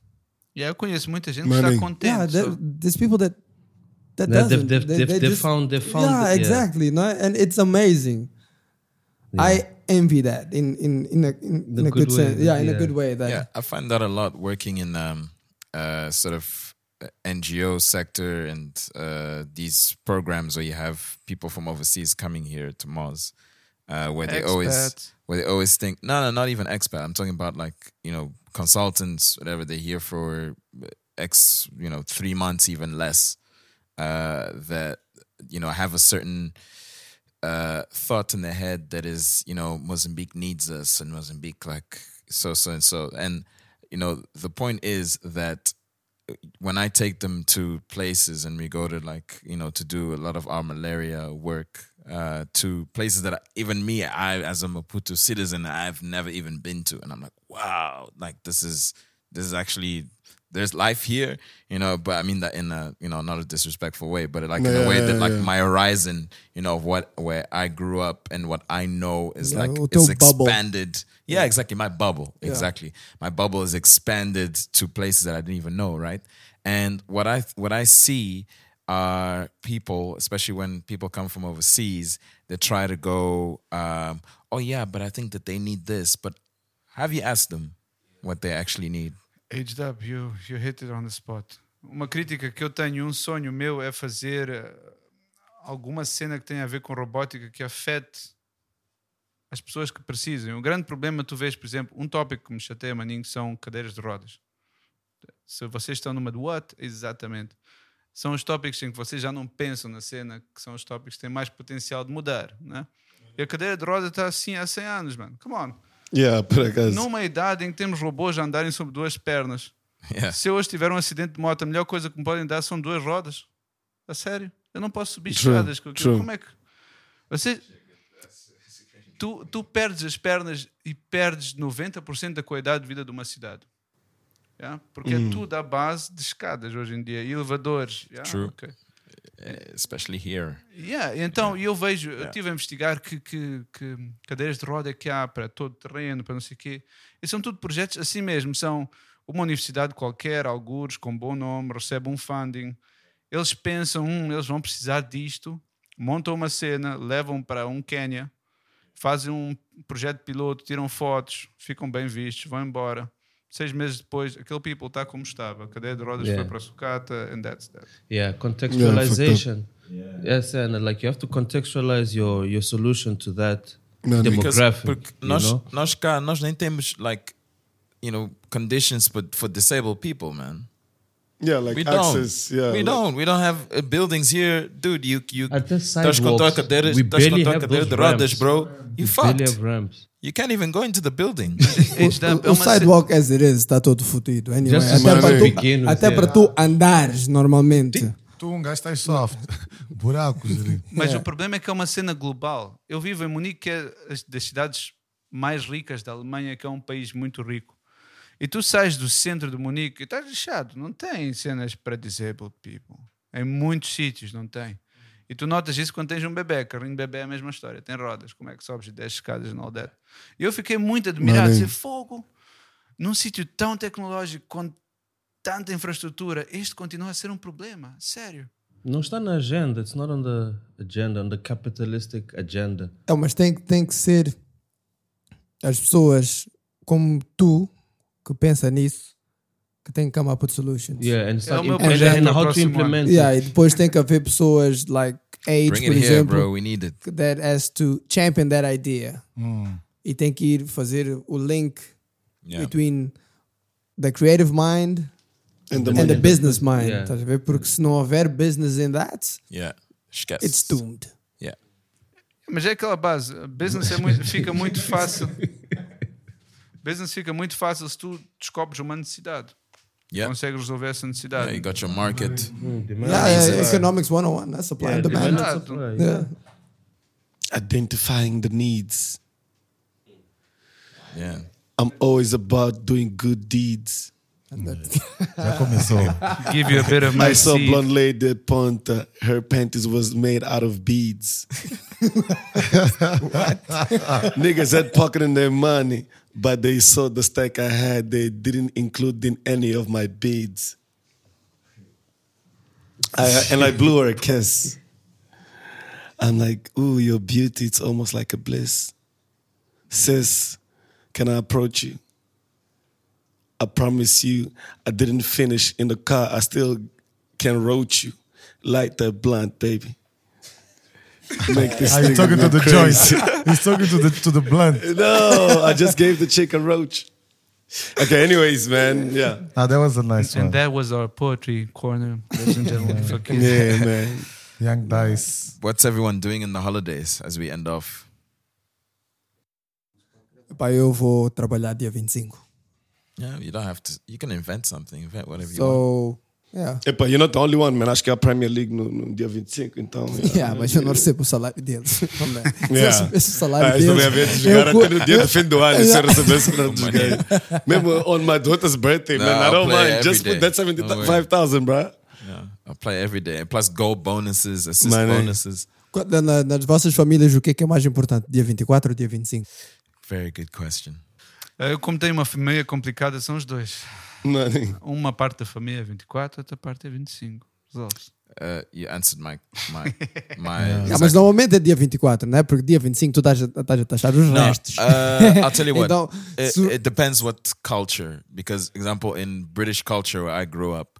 Speaker 6: E aí eu conheço muita gente que está contente.
Speaker 12: Yeah, there,
Speaker 6: só.
Speaker 12: there's people that that
Speaker 9: That they've-
Speaker 12: doesn't.
Speaker 9: they've- they've- they've
Speaker 12: just-
Speaker 9: found- they've found
Speaker 12: Yeah,
Speaker 9: it, yeah.
Speaker 12: exactly. No, and it's amazing. I envy that in in in a in, in a good, sense. Yeah, in a good way. That
Speaker 11: yeah, I find that a lot working in um, uh, sort of uh, NGO sector and uh, these programs where you have people from overseas coming here to Moz, uh, where they
Speaker 6: Expats.
Speaker 11: always where they always think no, no, not even expat. I'm talking about like you know consultants, whatever. They're here for x you know three months, even less. Uh, that you know have a certain uh, thought in the head that is, you know, Mozambique needs us and Mozambique like so so and so. And you know, the point is that when I take them to places and we go to like you know to do a lot of our malaria work uh, to places that I, even me I as a Maputo citizen I've never even been to and I'm like wow like this is this is actually there's life here you know but I mean that in a you know not a disrespectful way but like in
Speaker 4: Yeah,
Speaker 11: a way
Speaker 4: yeah,
Speaker 11: that like
Speaker 4: yeah.
Speaker 11: my horizon you know of what where I grew up and what I know is
Speaker 4: Yeah,
Speaker 11: like
Speaker 4: with
Speaker 11: it's
Speaker 4: your bubble.
Speaker 11: expanded yeah exactly my bubble
Speaker 4: Yeah.
Speaker 11: exactly exactly. My bubble is expanded to places that I didn't even know, right? And what I what I see are people, especially when people come from overseas, they try to go, um, oh yeah, but I think that they need this. But have you asked them what they actually [laughs] need?
Speaker 6: Aged up, you, you hit it on the spot. Uma crítica que eu tenho, um sonho meu é fazer eh, alguma cena que tenha a ver com robótica que afete as pessoas que precisam. O grande problema, tu vês, por exemplo, um tópico que me chateia, maninho, são cadeiras de rodas. Se vocês estão numa de what, exatamente. são os tópicos em que vocês já não pensam na cena, que são os tópicos que têm mais potencial de mudar, né? E a cadeira de roda está assim há 100 anos, mano. Come on.
Speaker 4: Yeah, por acaso.
Speaker 6: Numa idade em que temos robôs a andarem sobre duas pernas.
Speaker 11: É.
Speaker 4: Yeah.
Speaker 6: Se eu hoje tiver um acidente de moto, a melhor coisa que me podem dar são duas rodas. A sério. Eu não posso subir
Speaker 4: True,
Speaker 6: escadas com aquilo.
Speaker 4: true.
Speaker 6: Como é que. Você. Tu, tu perdes as pernas e perdes 90% da qualidade de vida de uma cidade. Yeah? Porque
Speaker 11: Hum.
Speaker 6: é tudo à base de escadas hoje em dia e elevadores. Yeah?
Speaker 11: True.
Speaker 6: ok.
Speaker 11: Eh, Especially here.
Speaker 6: Yeah, então, e eu vejo, eu
Speaker 11: Yeah.
Speaker 6: estive a investigar que, que, que cadeiras de roda é que há para todo terreno, para não sei o quê. E são tudo projetos assim mesmo, são uma universidade qualquer, algures, com bom nome, recebe um funding. Eles pensam, hum, eles vão precisar disto, montam uma cena, levam para um Quênia, fazem um projeto piloto, tiram fotos, ficam bem vistos, vão embora. Seis meses depois, aquele people está como estava. A cadeira de rodas
Speaker 9: Yeah.
Speaker 6: foi para a sucata, and that's that.
Speaker 9: Yeah,
Speaker 6: Yeah,
Speaker 9: contextualization. Yes, and uh, like you have to contextualize your your solution to that demographic.
Speaker 11: Porque
Speaker 9: you
Speaker 11: nós,
Speaker 9: know?
Speaker 11: nós cá, nós nem temos, like, you know, conditions for, for disabled people, man.
Speaker 4: Yeah, like
Speaker 11: we
Speaker 4: access,
Speaker 11: Don't.
Speaker 4: yeah,
Speaker 11: we
Speaker 4: like-
Speaker 11: don't. We don't have uh, buildings here. Dude, you... you
Speaker 9: Até
Speaker 11: Estás com a tua
Speaker 9: sidewalks,
Speaker 11: cadeira,
Speaker 9: we
Speaker 11: estás com a
Speaker 9: barely
Speaker 11: tua
Speaker 9: have
Speaker 11: cadeira de
Speaker 9: those
Speaker 11: rodas,
Speaker 9: ramps.
Speaker 11: bro.
Speaker 9: We
Speaker 11: You
Speaker 9: barely
Speaker 11: fucked.
Speaker 9: have ramps.
Speaker 11: You can't even go into the
Speaker 12: [laughs]
Speaker 11: building.
Speaker 6: É
Speaker 12: O, o sidewalk as it is está todo fodido. Anyway,
Speaker 11: Just
Speaker 12: até
Speaker 11: to
Speaker 12: para,
Speaker 11: begin
Speaker 12: tu,
Speaker 11: with,
Speaker 12: até
Speaker 11: yeah.
Speaker 12: para tu andares normalmente.
Speaker 10: Tu um gajo estás [laughs] soft. Buracos ali.
Speaker 6: Mas o problema é que é uma cena global. Eu vivo em Munique, que é as- das cidades mais ricas da Alemanha, que é um país muito rico. E tu sais do centro de Munique e estás lixado. Não tem cenas para disabled people. Em muitos sítios não tem. E tu notas isso quando tens um bebê. Carrinho de bebê é a mesma história. Tem rodas. Como é que sobes de 10 escadas na aldeia? E eu fiquei muito admirado.
Speaker 4: Mano.
Speaker 6: Dizer, fogo. Num sítio tão tecnológico, com tanta infraestrutura, este continua a ser um problema. Sério.
Speaker 9: Não está na agenda. It's not on the agenda, on the capitalistic agenda.
Speaker 12: É, mas tem, que- tem que ser as pessoas como tu que pensa nisso que tem que come up with solutions.
Speaker 9: Yeah, and start
Speaker 12: É o meu
Speaker 9: implementing
Speaker 12: projeto
Speaker 9: and
Speaker 12: do
Speaker 9: how to
Speaker 12: próximo ano.
Speaker 9: implement
Speaker 12: Yeah,
Speaker 9: it.
Speaker 12: e depois tem que haver pessoas like Age,
Speaker 11: Bring
Speaker 12: por
Speaker 11: it here,
Speaker 12: exemplo,
Speaker 11: bro. We need it.
Speaker 12: that has to champion that idea.
Speaker 11: Hum.
Speaker 12: E tem que ir fazer o link
Speaker 11: Yeah.
Speaker 12: between the creative mind
Speaker 4: And
Speaker 12: and
Speaker 4: the
Speaker 12: the,
Speaker 4: money.
Speaker 12: business mind.
Speaker 11: Yeah.
Speaker 12: Estás a ver? Porque se não houver business in that,
Speaker 11: Yeah. Esquece.
Speaker 12: it's doomed.
Speaker 11: Yeah.
Speaker 6: Mas é aquela base. Business é muito- fica muito fácil. Business fica muito fácil se tu descobres uma necessidade.
Speaker 11: Yeah.
Speaker 6: Consegues resolver essa necessidade.
Speaker 11: Yeah, you got your market.
Speaker 12: Yeah, yeah, economics 101, that's supply and
Speaker 6: Yeah,
Speaker 12: demand.
Speaker 6: demand and supply,
Speaker 12: Yeah.
Speaker 4: Identifying the needs.
Speaker 11: Yeah.
Speaker 4: I'm always about doing good deeds.
Speaker 10: [laughs] Já começou.
Speaker 6: Give you a bit of my
Speaker 4: I saw
Speaker 6: seed.
Speaker 4: blonde lady at Ponta. Her panties was made out of beads. Niggas had pocketing their money, but they saw the stack I had. They didn't include in any of my beads. I, and I blew her a kiss. I'm like, ooh, your beauty, it's almost like a bliss. Sis, can I approach you? I promise you, I didn't finish in the car. I still can roach you. Light that blunt, baby. Make this
Speaker 10: Are you
Speaker 4: thing
Speaker 10: talking to
Speaker 4: go
Speaker 10: the
Speaker 4: crazy.
Speaker 10: joints? He's talking to the, to the blunt.
Speaker 4: no, I just gave the chick a roach. Okay, anyways, man. Yeah.
Speaker 10: Ah, that was a nice
Speaker 6: And
Speaker 10: one.
Speaker 6: that was our poetry corner, ladies and gentlemen. Fuck you.
Speaker 10: Young Dice.
Speaker 11: What's everyone doing in the holidays as we end off?
Speaker 12: Pá, eu vou trabalhar dia 25.
Speaker 11: Yeah, you don't have to. You can invent something. Invent whatever you want.
Speaker 12: So, yeah. [laughs]
Speaker 4: Epa, you're not the only one, man. Acho que é a Premier League no, no dia 25, então.
Speaker 12: Yeah, mas eu não recebo o salário deles. [laughs] Também.
Speaker 4: Yeah.
Speaker 12: Se eu recebesse o salário
Speaker 4: Ah, isso também
Speaker 12: deles.
Speaker 4: é ver de jogar
Speaker 12: eu-
Speaker 4: até no dia do fim do ano, se eu
Speaker 12: Yeah.
Speaker 4: recebesse [laughs] para dos gays. Mesmo on my daughter's birthday,
Speaker 11: No,
Speaker 4: man, I
Speaker 11: I'll
Speaker 4: don't
Speaker 11: play
Speaker 4: mind.
Speaker 11: every
Speaker 4: Just put
Speaker 11: day.
Speaker 4: that
Speaker 11: Don't worry.
Speaker 4: 75,000, bro.
Speaker 11: Yeah, I play every day. Plus goal bonuses, assist
Speaker 4: Money.
Speaker 11: bonuses.
Speaker 12: Quando- na- nas vossas famílias, o que é que é mais importante? Dia 24 ou dia 25?
Speaker 11: Very good question.
Speaker 6: Eh, Eu, como tenho uma família complicada, são os dois.
Speaker 4: Mano.
Speaker 6: Uma parte da família é 24, outra parte é 25. Resolves.
Speaker 11: Uh, you answered my
Speaker 12: [laughs]
Speaker 11: my my.
Speaker 12: Ah, mas normalmente é dia 24, não é? Porque dia 25 tu estás a, estás a taxar os
Speaker 11: No,
Speaker 12: restos.
Speaker 11: uh, I'll
Speaker 9: [laughs]
Speaker 12: [laughs]
Speaker 11: tell you what. É,
Speaker 12: Então,
Speaker 11: it,
Speaker 12: se-
Speaker 11: it depends what culture. Because, example, in British culture where I grew up,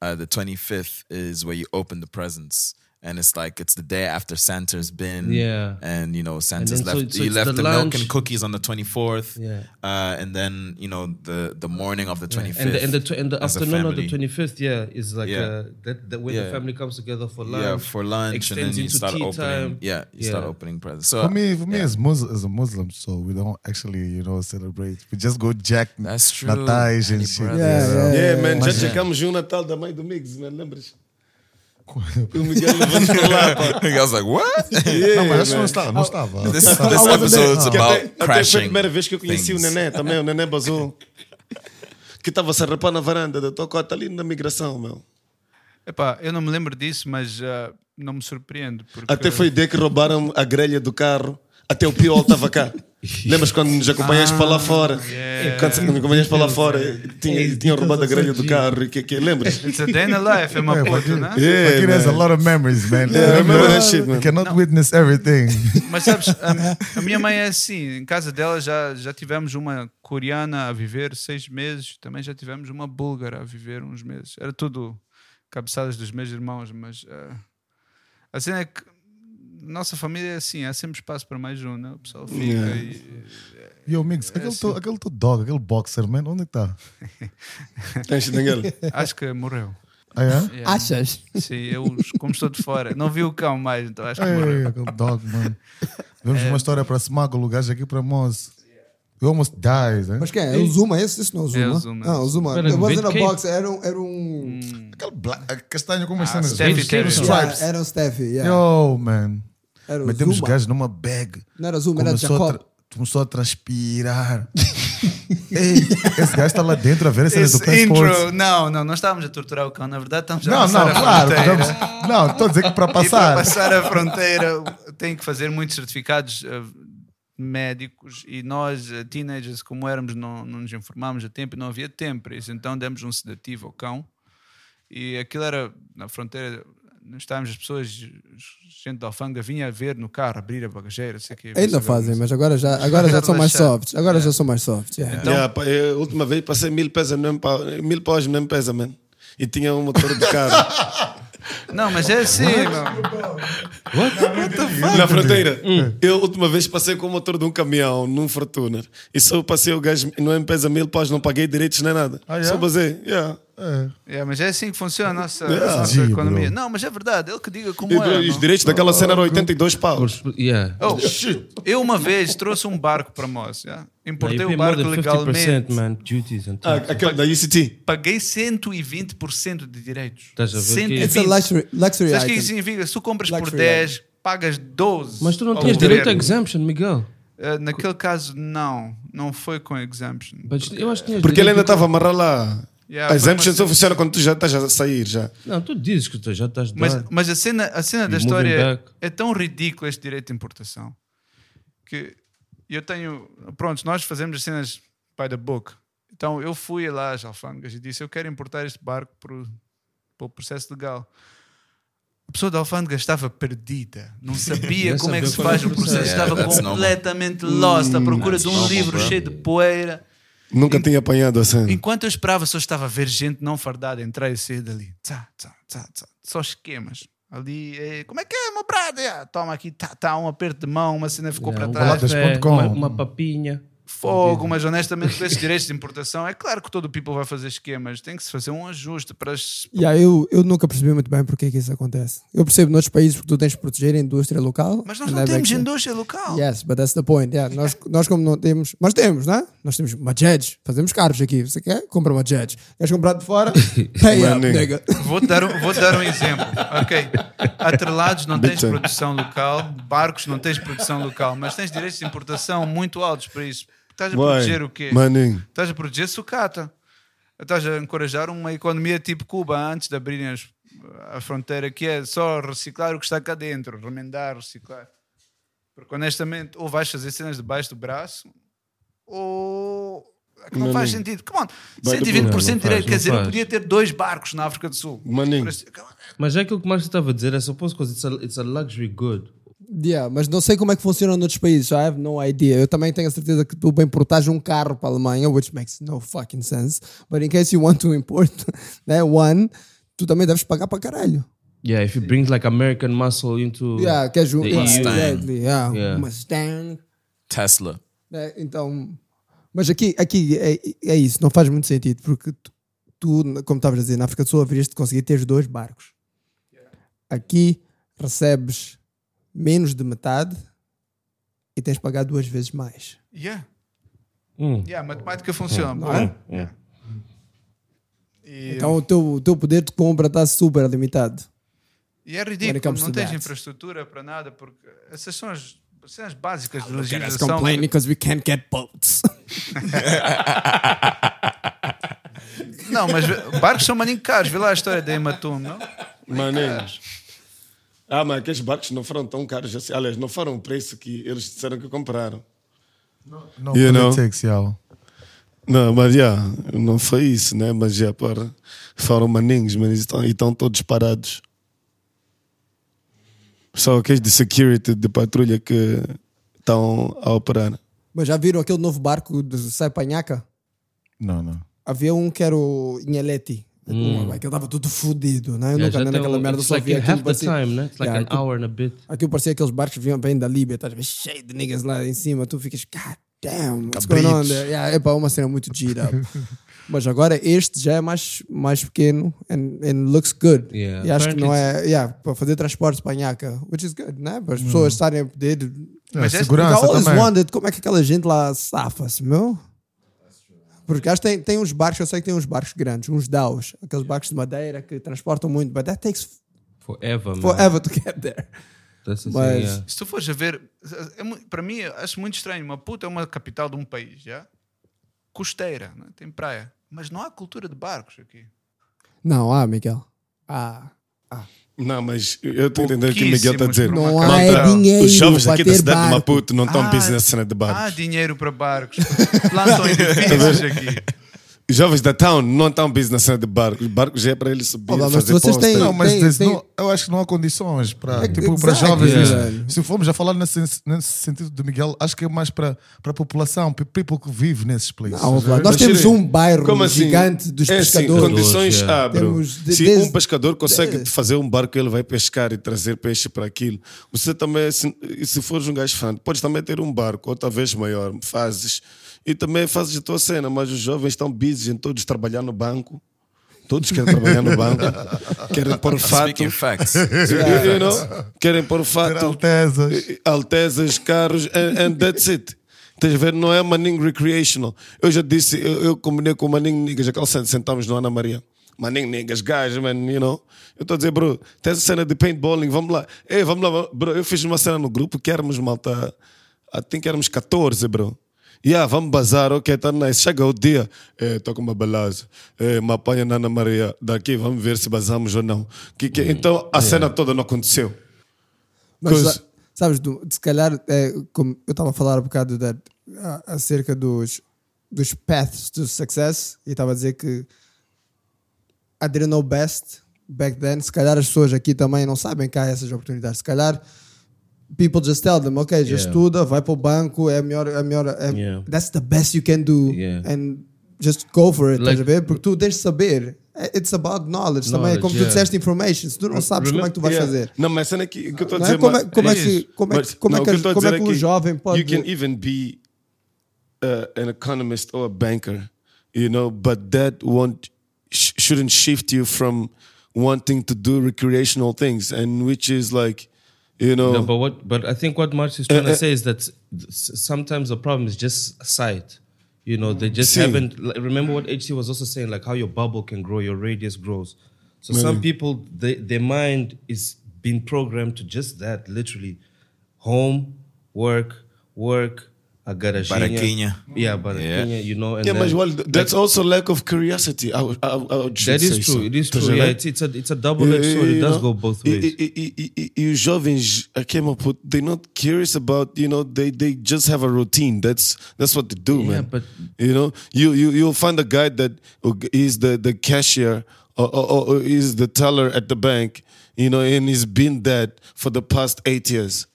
Speaker 11: uh, the 25th is where you open the presents, and it's like it's the day after Santa's been,
Speaker 9: Yeah.
Speaker 11: and you know Santa's
Speaker 9: then so
Speaker 11: left.
Speaker 9: it's- so
Speaker 11: he
Speaker 9: it's
Speaker 11: left the,
Speaker 9: the
Speaker 11: milk
Speaker 9: lunch.
Speaker 11: and cookies on the twenty fourth,
Speaker 9: Yeah.
Speaker 11: uh, and then you know the the morning of the
Speaker 9: Yeah,
Speaker 11: twenty fifth,
Speaker 9: And the, and the, tw- and the afternoon of the 25th, yeah, is like
Speaker 11: Yeah.
Speaker 9: uh, that, that when
Speaker 11: Yeah.
Speaker 9: the family comes together for lunch.
Speaker 11: yeah for lunch, and then
Speaker 9: extends
Speaker 11: you
Speaker 9: into
Speaker 11: start
Speaker 9: tea
Speaker 11: opening,
Speaker 9: time.
Speaker 11: yeah, you start opening presents. So
Speaker 4: [laughs]
Speaker 10: for me, for me as, Muslim, as a Muslim, so we don't actually, you know, celebrate. We just go jack
Speaker 11: That's true.
Speaker 10: natais and
Speaker 11: Any
Speaker 10: shit. [laughs]
Speaker 11: brothers.
Speaker 10: you know.
Speaker 11: Yeah,
Speaker 4: Yeah, man, já
Speaker 10: Mas-
Speaker 4: checamos o Natal da mãe do Migs, man, [laughs] lembras? O Miguel levou-nos para lá, pá.
Speaker 11: [laughs] I was like, what?
Speaker 9: [laughs]
Speaker 4: Yeah,
Speaker 10: não, mas acho que
Speaker 4: man. Oh,
Speaker 10: não estava. Não estava.
Speaker 11: This- this episode's
Speaker 4: Que
Speaker 11: about
Speaker 4: até, até foi a
Speaker 11: crashing
Speaker 4: primeira vez que eu conheci
Speaker 11: things.
Speaker 4: o Nené também, o Nené Bazou. Que estava-se a rapar na varanda da Tocota ali na migração, meu.
Speaker 6: Epá, eu não me lembro disso, mas ah, não me surpreende. Porque...
Speaker 4: Até foi o dia que roubaram a grelha do carro. Até o Piol estava
Speaker 11: [laughs]
Speaker 4: cá. Lembras quando nos acompanhaste
Speaker 6: Ah,
Speaker 4: para lá fora?
Speaker 6: yeah.
Speaker 4: Quando nos acompanhaste para lá fora, tinha, tinham roubado a grelha do
Speaker 6: It's
Speaker 4: carro e que que
Speaker 11: [laughs]
Speaker 4: lembras?
Speaker 6: It's a day in the life, é uma puta, né?
Speaker 4: [laughs] Yeah,
Speaker 10: Fakir has a
Speaker 4: man.
Speaker 10: lot of memories, man.
Speaker 4: Yeah, I remember that shit,
Speaker 10: You
Speaker 4: man.
Speaker 10: cannot
Speaker 4: [laughs]
Speaker 10: witness everything.
Speaker 6: Mas sabes, a, a minha mãe é assim, em casa dela já, já tivemos uma coreana a viver seis meses, também já tivemos uma búlgara a viver uns meses. Era tudo cabeçadas dos meus irmãos, mas ah, a cena é que nossa família é assim, há sempre espaço para mais um, né? O pessoal fica
Speaker 10: Yeah.
Speaker 6: e.
Speaker 10: Yo, Mix, aquele, teu, aquele teu dog, aquele boxer, man, onde é que está?
Speaker 11: Então?
Speaker 6: Acho que morreu.
Speaker 10: Ah,
Speaker 4: [laughs]
Speaker 10: é?
Speaker 6: Yeah. Sim, eu como estou de fora. Não vi o cão mais, então acho que
Speaker 10: Ei,
Speaker 6: morreu.
Speaker 10: aquele dog, mano. Vemos
Speaker 4: É.
Speaker 10: uma história para Smago, o gajo aqui para Moz. You almost died, né? hein?
Speaker 12: Mas quem é? O Zuma? Esse, esse não é o Zuma?
Speaker 10: É o Zuma.
Speaker 12: Ah, o Zuma.
Speaker 10: Pera,
Speaker 12: It wasn't a
Speaker 10: Vindicate?
Speaker 12: box, era um... Era um...
Speaker 10: Aquele black, castanho com umas
Speaker 12: Ah,
Speaker 10: cenas.
Speaker 12: Steffi
Speaker 10: Os
Speaker 12: Terry.
Speaker 10: stripes.
Speaker 12: Yeah, era o Steffi, yeah.
Speaker 10: Yo, man.
Speaker 12: É. Era o
Speaker 10: Metemos
Speaker 12: Zuma.
Speaker 10: gajos numa bag.
Speaker 12: Não era Zuma, era
Speaker 10: a
Speaker 12: Jacob.
Speaker 10: tra- Começou
Speaker 12: [laughs]
Speaker 10: a transpirar. Ei, esse gajo está lá dentro tá a ver a cena do
Speaker 6: Esse
Speaker 10: Play
Speaker 6: intro, não, não, nós estávamos a torturar o cão, na verdade estamos já a
Speaker 10: Não,
Speaker 6: passar
Speaker 10: não,
Speaker 6: a
Speaker 10: claro.
Speaker 6: fronteira.
Speaker 10: podemos- não, estou a dizer que para
Speaker 6: E para
Speaker 10: passar.
Speaker 6: passar a fronteira tem que fazer muitos certificados eh, médicos e nós, eh, teenagers, como éramos, não, não nos informámos a tempo e não havia tempo para isso. Então demos um sedativo ao cão e aquilo era na fronteira. Nós estávamos, as pessoas, gente da alfândega vinha a ver no carro, abrir a bagageira, não sei o quê.
Speaker 12: Ainda fazem, mas agora já, agora já são mais
Speaker 6: Relaxar.
Speaker 12: softs. Agora já são mais softs. yeah.
Speaker 4: Yeah, pá, eu, a última vez passei mil pesos, mesmo pa, mil paus, mesmo pesa, man. E tinha um motor de carro.
Speaker 6: Não, mas é assim, mano.
Speaker 4: Na fronteira.
Speaker 6: Hum.
Speaker 4: Eu, a última vez, passei com o motor de um caminhão, num Fortuner. E só passei o gás, não é pesa mil paus, não paguei direitos nem nada.
Speaker 6: Ah, é?
Speaker 4: Só basei. Yeah.
Speaker 6: É, mas é assim que funciona a nossa, a
Speaker 4: Yeah.
Speaker 6: nossa
Speaker 4: Sim, bro. Então,
Speaker 6: economia. Não, mas é verdade, ele que diga como
Speaker 4: E
Speaker 6: é.
Speaker 4: os
Speaker 6: não?
Speaker 4: direitos daquela cena eram 82 paus.
Speaker 9: Yeah.
Speaker 6: Oh, Eu uma vez trouxe um barco para Moz. yeah? Importei
Speaker 9: you
Speaker 6: o
Speaker 9: pay more
Speaker 6: barco
Speaker 9: than 50%
Speaker 6: legalmente.
Speaker 9: man, duties
Speaker 11: Uh,
Speaker 9: and
Speaker 4: Ah,
Speaker 9: taxes.
Speaker 4: aquele da ICT.
Speaker 6: Paguei 120% de direitos.
Speaker 9: Estás a ver que- é
Speaker 6: 120.
Speaker 9: It's a luxury- luxury
Speaker 6: Sabes o que é
Speaker 9: item.
Speaker 6: isso significa? Se tu compras por
Speaker 9: Luxury
Speaker 6: 10, pagas 12.
Speaker 9: Mas tu não
Speaker 11: oh,
Speaker 6: ao
Speaker 9: tinhas direito a
Speaker 6: governo.
Speaker 9: exemption, Miguel.
Speaker 6: Ah, naquele caso, não. Não foi com exemption.
Speaker 9: Mas eu acho que tinhas
Speaker 4: Porque ele ainda
Speaker 9: direito
Speaker 4: estava amarrado lá.
Speaker 6: Yeah,
Speaker 4: a exemption
Speaker 6: É, foi
Speaker 4: só
Speaker 6: uma-
Speaker 4: funciona quando tu já estás a sair. já.
Speaker 9: Não, tu dizes que tu já estás de
Speaker 6: Mas,
Speaker 9: lado.
Speaker 6: mas a cena, a cena da
Speaker 9: You're
Speaker 6: história
Speaker 9: moving
Speaker 6: é tão ridícula este direito de importação que eu tenho. Pronto, nós fazemos as cenas by the book. Então eu fui lá às alfândegas e disse: Eu quero importar este barco para o, para o processo legal. A pessoa da alfândega estava perdida,
Speaker 9: [laughs]
Speaker 6: não sabia
Speaker 9: Não
Speaker 6: como é que
Speaker 9: sabia
Speaker 6: se
Speaker 9: qual
Speaker 6: faz
Speaker 9: era
Speaker 6: o
Speaker 9: o
Speaker 6: processo,
Speaker 9: processo.
Speaker 6: estava
Speaker 9: Yeah, that's normal.
Speaker 6: completamente lost à procura
Speaker 9: that's
Speaker 6: de um
Speaker 9: normal,
Speaker 6: livro
Speaker 9: bro.
Speaker 6: cheio de poeira.
Speaker 4: Nunca tinha apanhado a cena.
Speaker 6: Enquanto eu esperava, só estava a ver gente não fardada entrar e sair dali. Tá, tá, tá, tá. Só esquemas. Ali, é, como é que é, meu brado? Ah, Toma aqui, tá, tá, um aperto de mão, uma cena ficou
Speaker 9: Yeah, um
Speaker 6: para trás.
Speaker 9: café,
Speaker 6: É,
Speaker 9: uma, uma papinha.
Speaker 6: Fogo, mas honestamente, com esses direitos de importação, é claro que todo o people vai fazer esquemas. Tem que se fazer um ajuste para as.
Speaker 12: Yeah, eu, eu nunca percebi muito bem porque é que isso acontece. Eu percebo noutros países porque tu tens de proteger a indústria local.
Speaker 6: Mas nós
Speaker 12: and
Speaker 6: não
Speaker 12: that
Speaker 6: temos
Speaker 12: makes sense.
Speaker 6: indústria local.
Speaker 12: Yes, but that's the point. Yeah, nós, nós como não temos... Mas temos, né? Nós temos uma Judge. Fazemos carros aqui. Você quer? Compra uma Judge. Queres comprar
Speaker 9: [laughs]
Speaker 12: de fora? Pay up,
Speaker 6: Maninho.
Speaker 12: nigga.
Speaker 6: Vou-te dar, um, vou dar um exemplo. Ok. Atrelados não tens produção local, barcos não tens produção local, mas tens direitos de importação muito altos para isso. Estás a
Speaker 4: Vai,
Speaker 6: proteger o quê?
Speaker 4: maninho.
Speaker 6: Estás a proteger sucata. Estás a encorajar uma economia tipo Cuba antes de abrirem as- a fronteira, que é só reciclar o que está cá dentro, remendar, reciclar. Porque honestamente, ou vais fazer cenas debaixo do braço, ou. é que Não
Speaker 4: Maninho.
Speaker 6: faz sentido. Come on,
Speaker 4: Vai do
Speaker 6: 120%
Speaker 9: Não
Speaker 6: de direito,
Speaker 9: faz,
Speaker 6: quer
Speaker 9: não
Speaker 6: dizer, eu
Speaker 9: faz.
Speaker 6: podia ter dois barcos na África do Sul.
Speaker 4: Maninho.
Speaker 9: Mas é aquilo que o Márcio estava a dizer, é suposto que it's a, it's a luxury good.
Speaker 12: Yeah, mas não sei como é que funciona noutros países. I have no idea. Eu também tenho a certeza que tu bem portares um carro para a Alemanha, which makes no fucking [laughs] sense. But in case you want to import né, one, tu também deves pagar para caralho.
Speaker 9: Yeah, if you bring like American muscle into
Speaker 12: Yeah, que é junto.
Speaker 9: the
Speaker 12: Yeah,
Speaker 9: EU.
Speaker 12: exactly, yeah.
Speaker 9: Yeah.
Speaker 12: Mustang.
Speaker 11: Tesla.
Speaker 12: né? Então, mas aqui, aqui é, é isso, não faz muito sentido, porque tu, tu, como estavas a dizer, na África do Sul haverias de conseguir ter os dois barcos. Aqui recebes menos de metade e tens de pagar duas vezes mais.
Speaker 6: Yeah.
Speaker 9: Hum.
Speaker 6: Yeah, a matemática funciona.
Speaker 12: Não
Speaker 6: pô.
Speaker 12: é?
Speaker 6: E,
Speaker 12: Então o teu, o teu poder de compra está super limitado.
Speaker 6: e é
Speaker 12: When it
Speaker 6: ridículo,
Speaker 12: comes
Speaker 6: não
Speaker 12: to
Speaker 6: tens
Speaker 12: that.
Speaker 6: infraestrutura para nada, porque essas são as cenas básicas de
Speaker 12: Look at us
Speaker 6: legislação.
Speaker 12: complaining because we can't get boats.
Speaker 6: Não, mas barcos são maninho caros. Vê lá a história da Ematum, não?
Speaker 4: Maneiros. Ah, mas aqueles barcos não foram tão caros assim. Aliás, não foram o preço que eles disseram que compraram.
Speaker 10: No
Speaker 4: You know.
Speaker 10: politics, y'all.
Speaker 4: Não, mas já, não foi isso, né? Mas já, para, foram maninhos, mas estão, e estão todos parados. Só aqueles de security, de patrulha que estão a operar.
Speaker 12: [laughs] Mas já viram aquele novo barco de Saipanhaca?
Speaker 10: Não, não.
Speaker 12: Havia um que era o Inheleti.
Speaker 9: Hum.
Speaker 12: Um, que estava tudo fodido, né? Eu
Speaker 9: Yeah,
Speaker 12: nunca
Speaker 9: já
Speaker 12: andei
Speaker 9: tem
Speaker 12: naquela
Speaker 9: um-
Speaker 12: merda,
Speaker 9: it's
Speaker 12: só
Speaker 9: like
Speaker 12: vi
Speaker 9: in
Speaker 12: aquilo
Speaker 9: half the
Speaker 12: parecia-
Speaker 9: time, né? It's like an hour and a bit.
Speaker 12: Aquilo parecia aqueles barcos que vinham bem da Líbia, estás a ver? Cheio de niggas lá em cima, tu ficas, god damn, what's going on
Speaker 10: Cabritos.
Speaker 12: there? Yeah, epá, uma cena muito
Speaker 10: [laughs]
Speaker 12: gira. Mas agora este já é mais, mais pequeno and, and looks good.
Speaker 9: Yeah.
Speaker 12: E acho que não é.
Speaker 9: Apparently
Speaker 12: Yeah, para fazer transporte para Nhaca, which is good, né? Para as
Speaker 10: Hum.
Speaker 12: pessoas estarem a poder.
Speaker 10: Mas é- segurança
Speaker 12: Because I always
Speaker 10: também.
Speaker 12: wondered como é que aquela gente lá safa-se, meu? Porque acho que tem, tem uns barcos, eu sei que tem uns barcos grandes, uns DAOs, aqueles barcos de madeira que transportam muito, but that takes
Speaker 9: Forever, man.
Speaker 12: forever to get there.
Speaker 9: That's the
Speaker 12: Mas-
Speaker 9: thing, yeah.
Speaker 6: Se tu fores a ver, é mu- para mim acho muito estranho. Uma puta é uma capital de um país, já? Costeira, né? tem praia. Mas não há cultura de barcos aqui.
Speaker 12: Não, ah, Miguel. Ah.
Speaker 4: Não, mas eu estou entendendo o que o Miguel está a dizer.
Speaker 12: Pouquíssimos por uma
Speaker 4: Malta,
Speaker 12: capital. Não há dinheiro
Speaker 4: Os jovens
Speaker 12: para
Speaker 4: daqui da
Speaker 12: ter
Speaker 4: cidade de
Speaker 12: barco.
Speaker 4: Maputo não estão
Speaker 6: Ah,
Speaker 4: business na cena de barcos.
Speaker 6: Há dinheiro para barcos. Plantam edifícios aqui.
Speaker 4: Os jovens da town não estão business na cena de barcos. O barco já é para eles subir,
Speaker 12: Olha, mas
Speaker 4: fazer
Speaker 12: vocês
Speaker 4: posta.
Speaker 12: têm-
Speaker 10: Não, mas
Speaker 12: tem-
Speaker 10: diz-
Speaker 12: tem-
Speaker 10: não- eu acho que não há condições para
Speaker 12: É,
Speaker 10: tipo, para
Speaker 12: exato,
Speaker 10: jovens.
Speaker 12: yeah.
Speaker 10: isso. Se formos a falar nesse, nesse sentido do Miguel, acho que é mais para, para a população, para o people que vive nesses places.
Speaker 12: Não, Vlad, nós temos um bairro
Speaker 4: Como assim?
Speaker 12: gigante dos
Speaker 4: É assim,
Speaker 12: pescadores.
Speaker 4: condições
Speaker 12: Yeah.
Speaker 4: ah, bro.
Speaker 12: Temos de-
Speaker 4: Se
Speaker 12: desde-
Speaker 4: um pescador consegue fazer um barco, ele vai pescar e trazer peixe para aquilo. Você também, se, se fores um gajo fã, podes também ter um barco, ou talvez maior, fazes. E também fazes a tua cena, mas os jovens estão busy em todos trabalhar no banco. Todos querem trabalhar no
Speaker 11: [laughs]
Speaker 4: banco, querem pôr fato.
Speaker 11: Speaking facts.
Speaker 9: [laughs]
Speaker 4: You, you know? Querem pôr fato.
Speaker 10: Altezas.
Speaker 4: eh, Altezas, carros, and, and that's it. Estás a ver? Não é Manning Recreational. Eu já disse, eu, eu combinei com o Manning Niggas, aquele centro, sentámos no Ana Maria. Manning Niggas, gajo, man, you know? Eu estou a dizer, bro, tem essa cena de paintballing, vamos lá. Ei, vamos lá, bro. Eu fiz uma cena no grupo que éramos malta. I think éramos 14, bro. Yeah, vamos bazar, ok, tá nice. Chega o dia, eh, tô com uma balaza, eh, me apanha na Ana Maria, daqui vamos ver se bazamos ou não. Que, que, então a cena toda não aconteceu.
Speaker 12: Mas,
Speaker 4: Coisa.
Speaker 12: sabes, Du, se calhar, é, como eu estava a falar um bocado da, a- acerca dos, dos paths to success e estava a dizer que I didn't know best back then. Se calhar as pessoas aqui também não sabem que há essas oportunidades. Se calhar, people just tell them, ok, já
Speaker 9: Yeah.
Speaker 12: estuda, vai para o banco, é melhor, é melhor, é-
Speaker 9: Yeah.
Speaker 12: that's the best you can do.
Speaker 9: Yeah.
Speaker 12: And just go for it, estás
Speaker 9: Like-
Speaker 12: a ver? Porque tu tens de saber. It's about knowledge, também. é
Speaker 9: Knowledge,
Speaker 12: Como tu
Speaker 9: yeah.
Speaker 12: disseste, information. Se tu não sabes como é que tu vais
Speaker 4: Yeah.
Speaker 12: fazer.
Speaker 4: Não, mas a cena que, que eu estou a
Speaker 12: Não é?
Speaker 4: dizer.
Speaker 12: Como
Speaker 4: mas-
Speaker 12: é- como é que-
Speaker 4: isso.
Speaker 12: como é que-
Speaker 4: Mas,
Speaker 12: como é
Speaker 4: não,
Speaker 12: que
Speaker 4: o
Speaker 12: as-
Speaker 4: eu tô a
Speaker 12: como é
Speaker 4: dizer
Speaker 12: que o jovem pode-
Speaker 4: You can even be uh, an economist or a banker, you know, but that won't sh- shouldn't shift you from wanting to do recreational things, and which is like, you know,
Speaker 9: No, but what? But I think what Marx is trying
Speaker 4: Uh, uh,
Speaker 9: to say is that s- s- sometimes the problem is just sight. You know, they just
Speaker 4: See.
Speaker 9: haven't. Like, remember what HC was also saying, like how your bubble can grow, your radius grows. So some
Speaker 4: Maybe.
Speaker 9: people, they, their mind is being programmed to just that, literally, home, work, work. I got a
Speaker 11: Baraquinha.
Speaker 9: Yeah, baraquinha. You know, and
Speaker 4: yeah,
Speaker 9: then,
Speaker 4: but well, that's also lack of curiosity. I, would- I, would- I would
Speaker 9: that
Speaker 4: say
Speaker 9: is
Speaker 4: so.
Speaker 9: true. It is
Speaker 4: Does
Speaker 9: true.
Speaker 4: it
Speaker 9: Yeah,
Speaker 4: right?
Speaker 9: it's, it's a it's a double edged sword. It
Speaker 4: you
Speaker 9: does
Speaker 4: know,
Speaker 9: go both
Speaker 4: i-
Speaker 9: ways.
Speaker 4: i- i- i- i- E os jovens aqui em Maputo, they're not curious about, you know, they, they just have a routine. That's that's what they do,
Speaker 9: Yeah,
Speaker 4: man.
Speaker 9: but-
Speaker 4: you know, you you you'll find a guy that is the the cashier or, or, or- or is the teller at the bank, you know, and he's been that for the past eight years.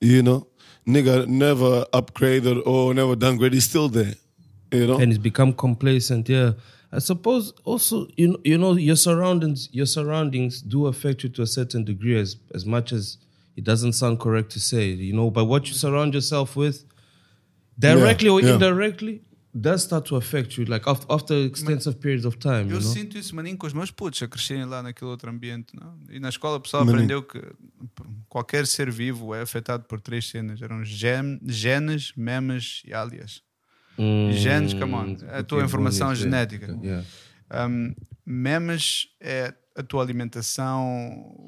Speaker 4: You know, nigga never upgraded or never downgraded. He's still there. You know,
Speaker 9: and it's become complacent. Yeah, I suppose also you know, you know your surroundings your surroundings do affect you to a certain degree as as much as it doesn't sound correct to say you know but what you surround yourself with directly
Speaker 6: Yeah,
Speaker 9: or
Speaker 6: yeah.
Speaker 9: indirectly does start to affect you like after, after extensive periods of time
Speaker 6: Eu
Speaker 9: you know
Speaker 6: sinto isso, maninho, com os meus putos a crescerem lá naquele outro ambiente. Não? E na escola o pessoal
Speaker 9: Maninho.
Speaker 6: aprendeu que qualquer ser vivo é afetado por três cenas: eram gen- genes, memes e alias.
Speaker 9: Hum,
Speaker 6: genes, come on, é a
Speaker 9: ok,
Speaker 6: tua informação
Speaker 9: bom, yeah,
Speaker 6: genética.
Speaker 9: yeah.
Speaker 6: Um, memes é a tua alimentação,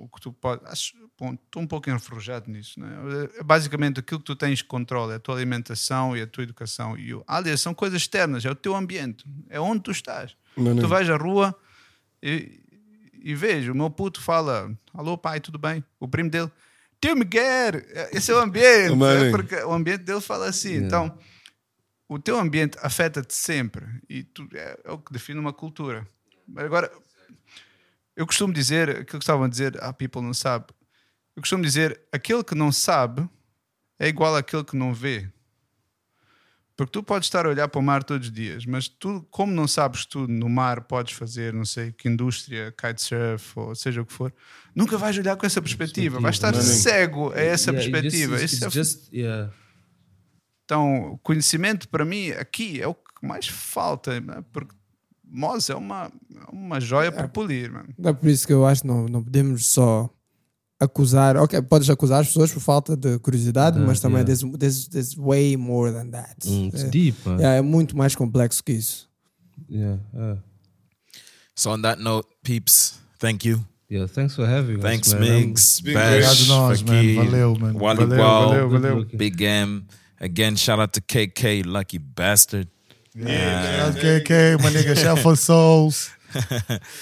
Speaker 6: o que tu podes. Acho, bom, estou um pouco enferrujado nisso. Né? É Basicamente, aquilo que tu tens controle é a tua alimentação e a tua educação. E o, aliás, são coisas externas, é o teu ambiente, é onde tu estás.
Speaker 4: Não, não.
Speaker 6: Tu vais à rua e, e vejo, o meu puto fala: Alô, pai, tudo bem? O primo dele, tio Miguel, esse é o ambiente.
Speaker 4: Mano.
Speaker 6: É porque o ambiente dele fala assim.
Speaker 4: Yeah.
Speaker 6: Então, o teu ambiente afeta-te sempre e tu, é, é o que define uma cultura. Mas agora, eu costumo dizer aquilo que estavam a dizer, ah, people não sabe. Eu costumo dizer: aquele que não sabe é igual àquele que não vê. Porque tu podes estar a olhar para o mar todos os dias, mas tu, como não sabes tudo no mar, podes fazer, não sei, que indústria, kitesurf, ou seja o que for, nunca vais olhar com essa perspectiva. é? Vais estar
Speaker 9: Maninho.
Speaker 6: cego a essa
Speaker 9: Yeah, it just-
Speaker 6: perspectiva.
Speaker 9: it's-
Speaker 6: Isso
Speaker 9: it's
Speaker 6: é-
Speaker 9: just- yeah.
Speaker 6: Então, conhecimento para mim aqui é o que mais falta, né? porque Moz é uma, é uma joia para polir, mano.
Speaker 12: É por isso que eu acho que não, não podemos só acusar. Ok, podes acusar as pessoas por falta de curiosidade,
Speaker 9: Ah,
Speaker 12: mas também
Speaker 9: yeah.
Speaker 12: there's, there's, there's way more than that.
Speaker 9: Hum, Mm, it's
Speaker 12: é,
Speaker 9: deep, man.
Speaker 12: yeah, é muito mais complexo que isso.
Speaker 9: yeah uh, yeah
Speaker 11: So on that note, peeps, thank you.
Speaker 9: Yeah, thanks for having
Speaker 11: Thanks,
Speaker 9: us. man. I'm-
Speaker 11: Migs,
Speaker 9: Big
Speaker 11: Bash,
Speaker 9: Obrigado nós, man.
Speaker 11: Fakir,
Speaker 9: Valeu, man.
Speaker 11: Wally
Speaker 9: Valeu,
Speaker 11: Wow,
Speaker 9: valeu, valeu.
Speaker 11: Big M. Again, shout out to KK, lucky bastard.
Speaker 10: Yeah,
Speaker 11: And-
Speaker 10: KK, my nigga,
Speaker 11: [laughs]
Speaker 10: Shuffle Souls.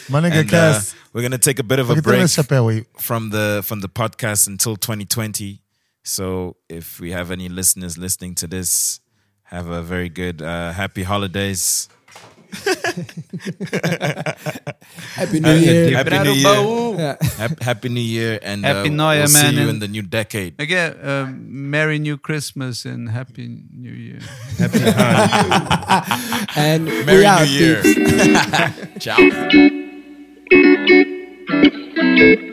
Speaker 10: My nigga,
Speaker 11: And, uh,
Speaker 10: Cass.
Speaker 11: we're gonna take a bit of a
Speaker 10: Look at them,
Speaker 11: break
Speaker 10: Mr. Perry.
Speaker 11: from the from the podcast until 2020. So if we have any listeners listening to this, have a very good uh, happy holidays.
Speaker 12: Happy
Speaker 9: É,
Speaker 12: New Year.
Speaker 11: Happy
Speaker 6: Quebrar
Speaker 11: New
Speaker 6: o baú.
Speaker 11: Year.
Speaker 6: Yeah.
Speaker 11: Hap- Happy New Year and
Speaker 6: Happy
Speaker 11: uh,
Speaker 6: New Year,
Speaker 11: we'll
Speaker 6: man,
Speaker 11: see you
Speaker 6: and-
Speaker 11: in the new decade.
Speaker 6: Again, uh, Merry New Christmas and Happy New Year.
Speaker 11: Happy
Speaker 12: And
Speaker 11: Merry
Speaker 12: we
Speaker 11: [laughs]
Speaker 12: out,
Speaker 11: New Year.
Speaker 12: peeps.
Speaker 11: Ciao.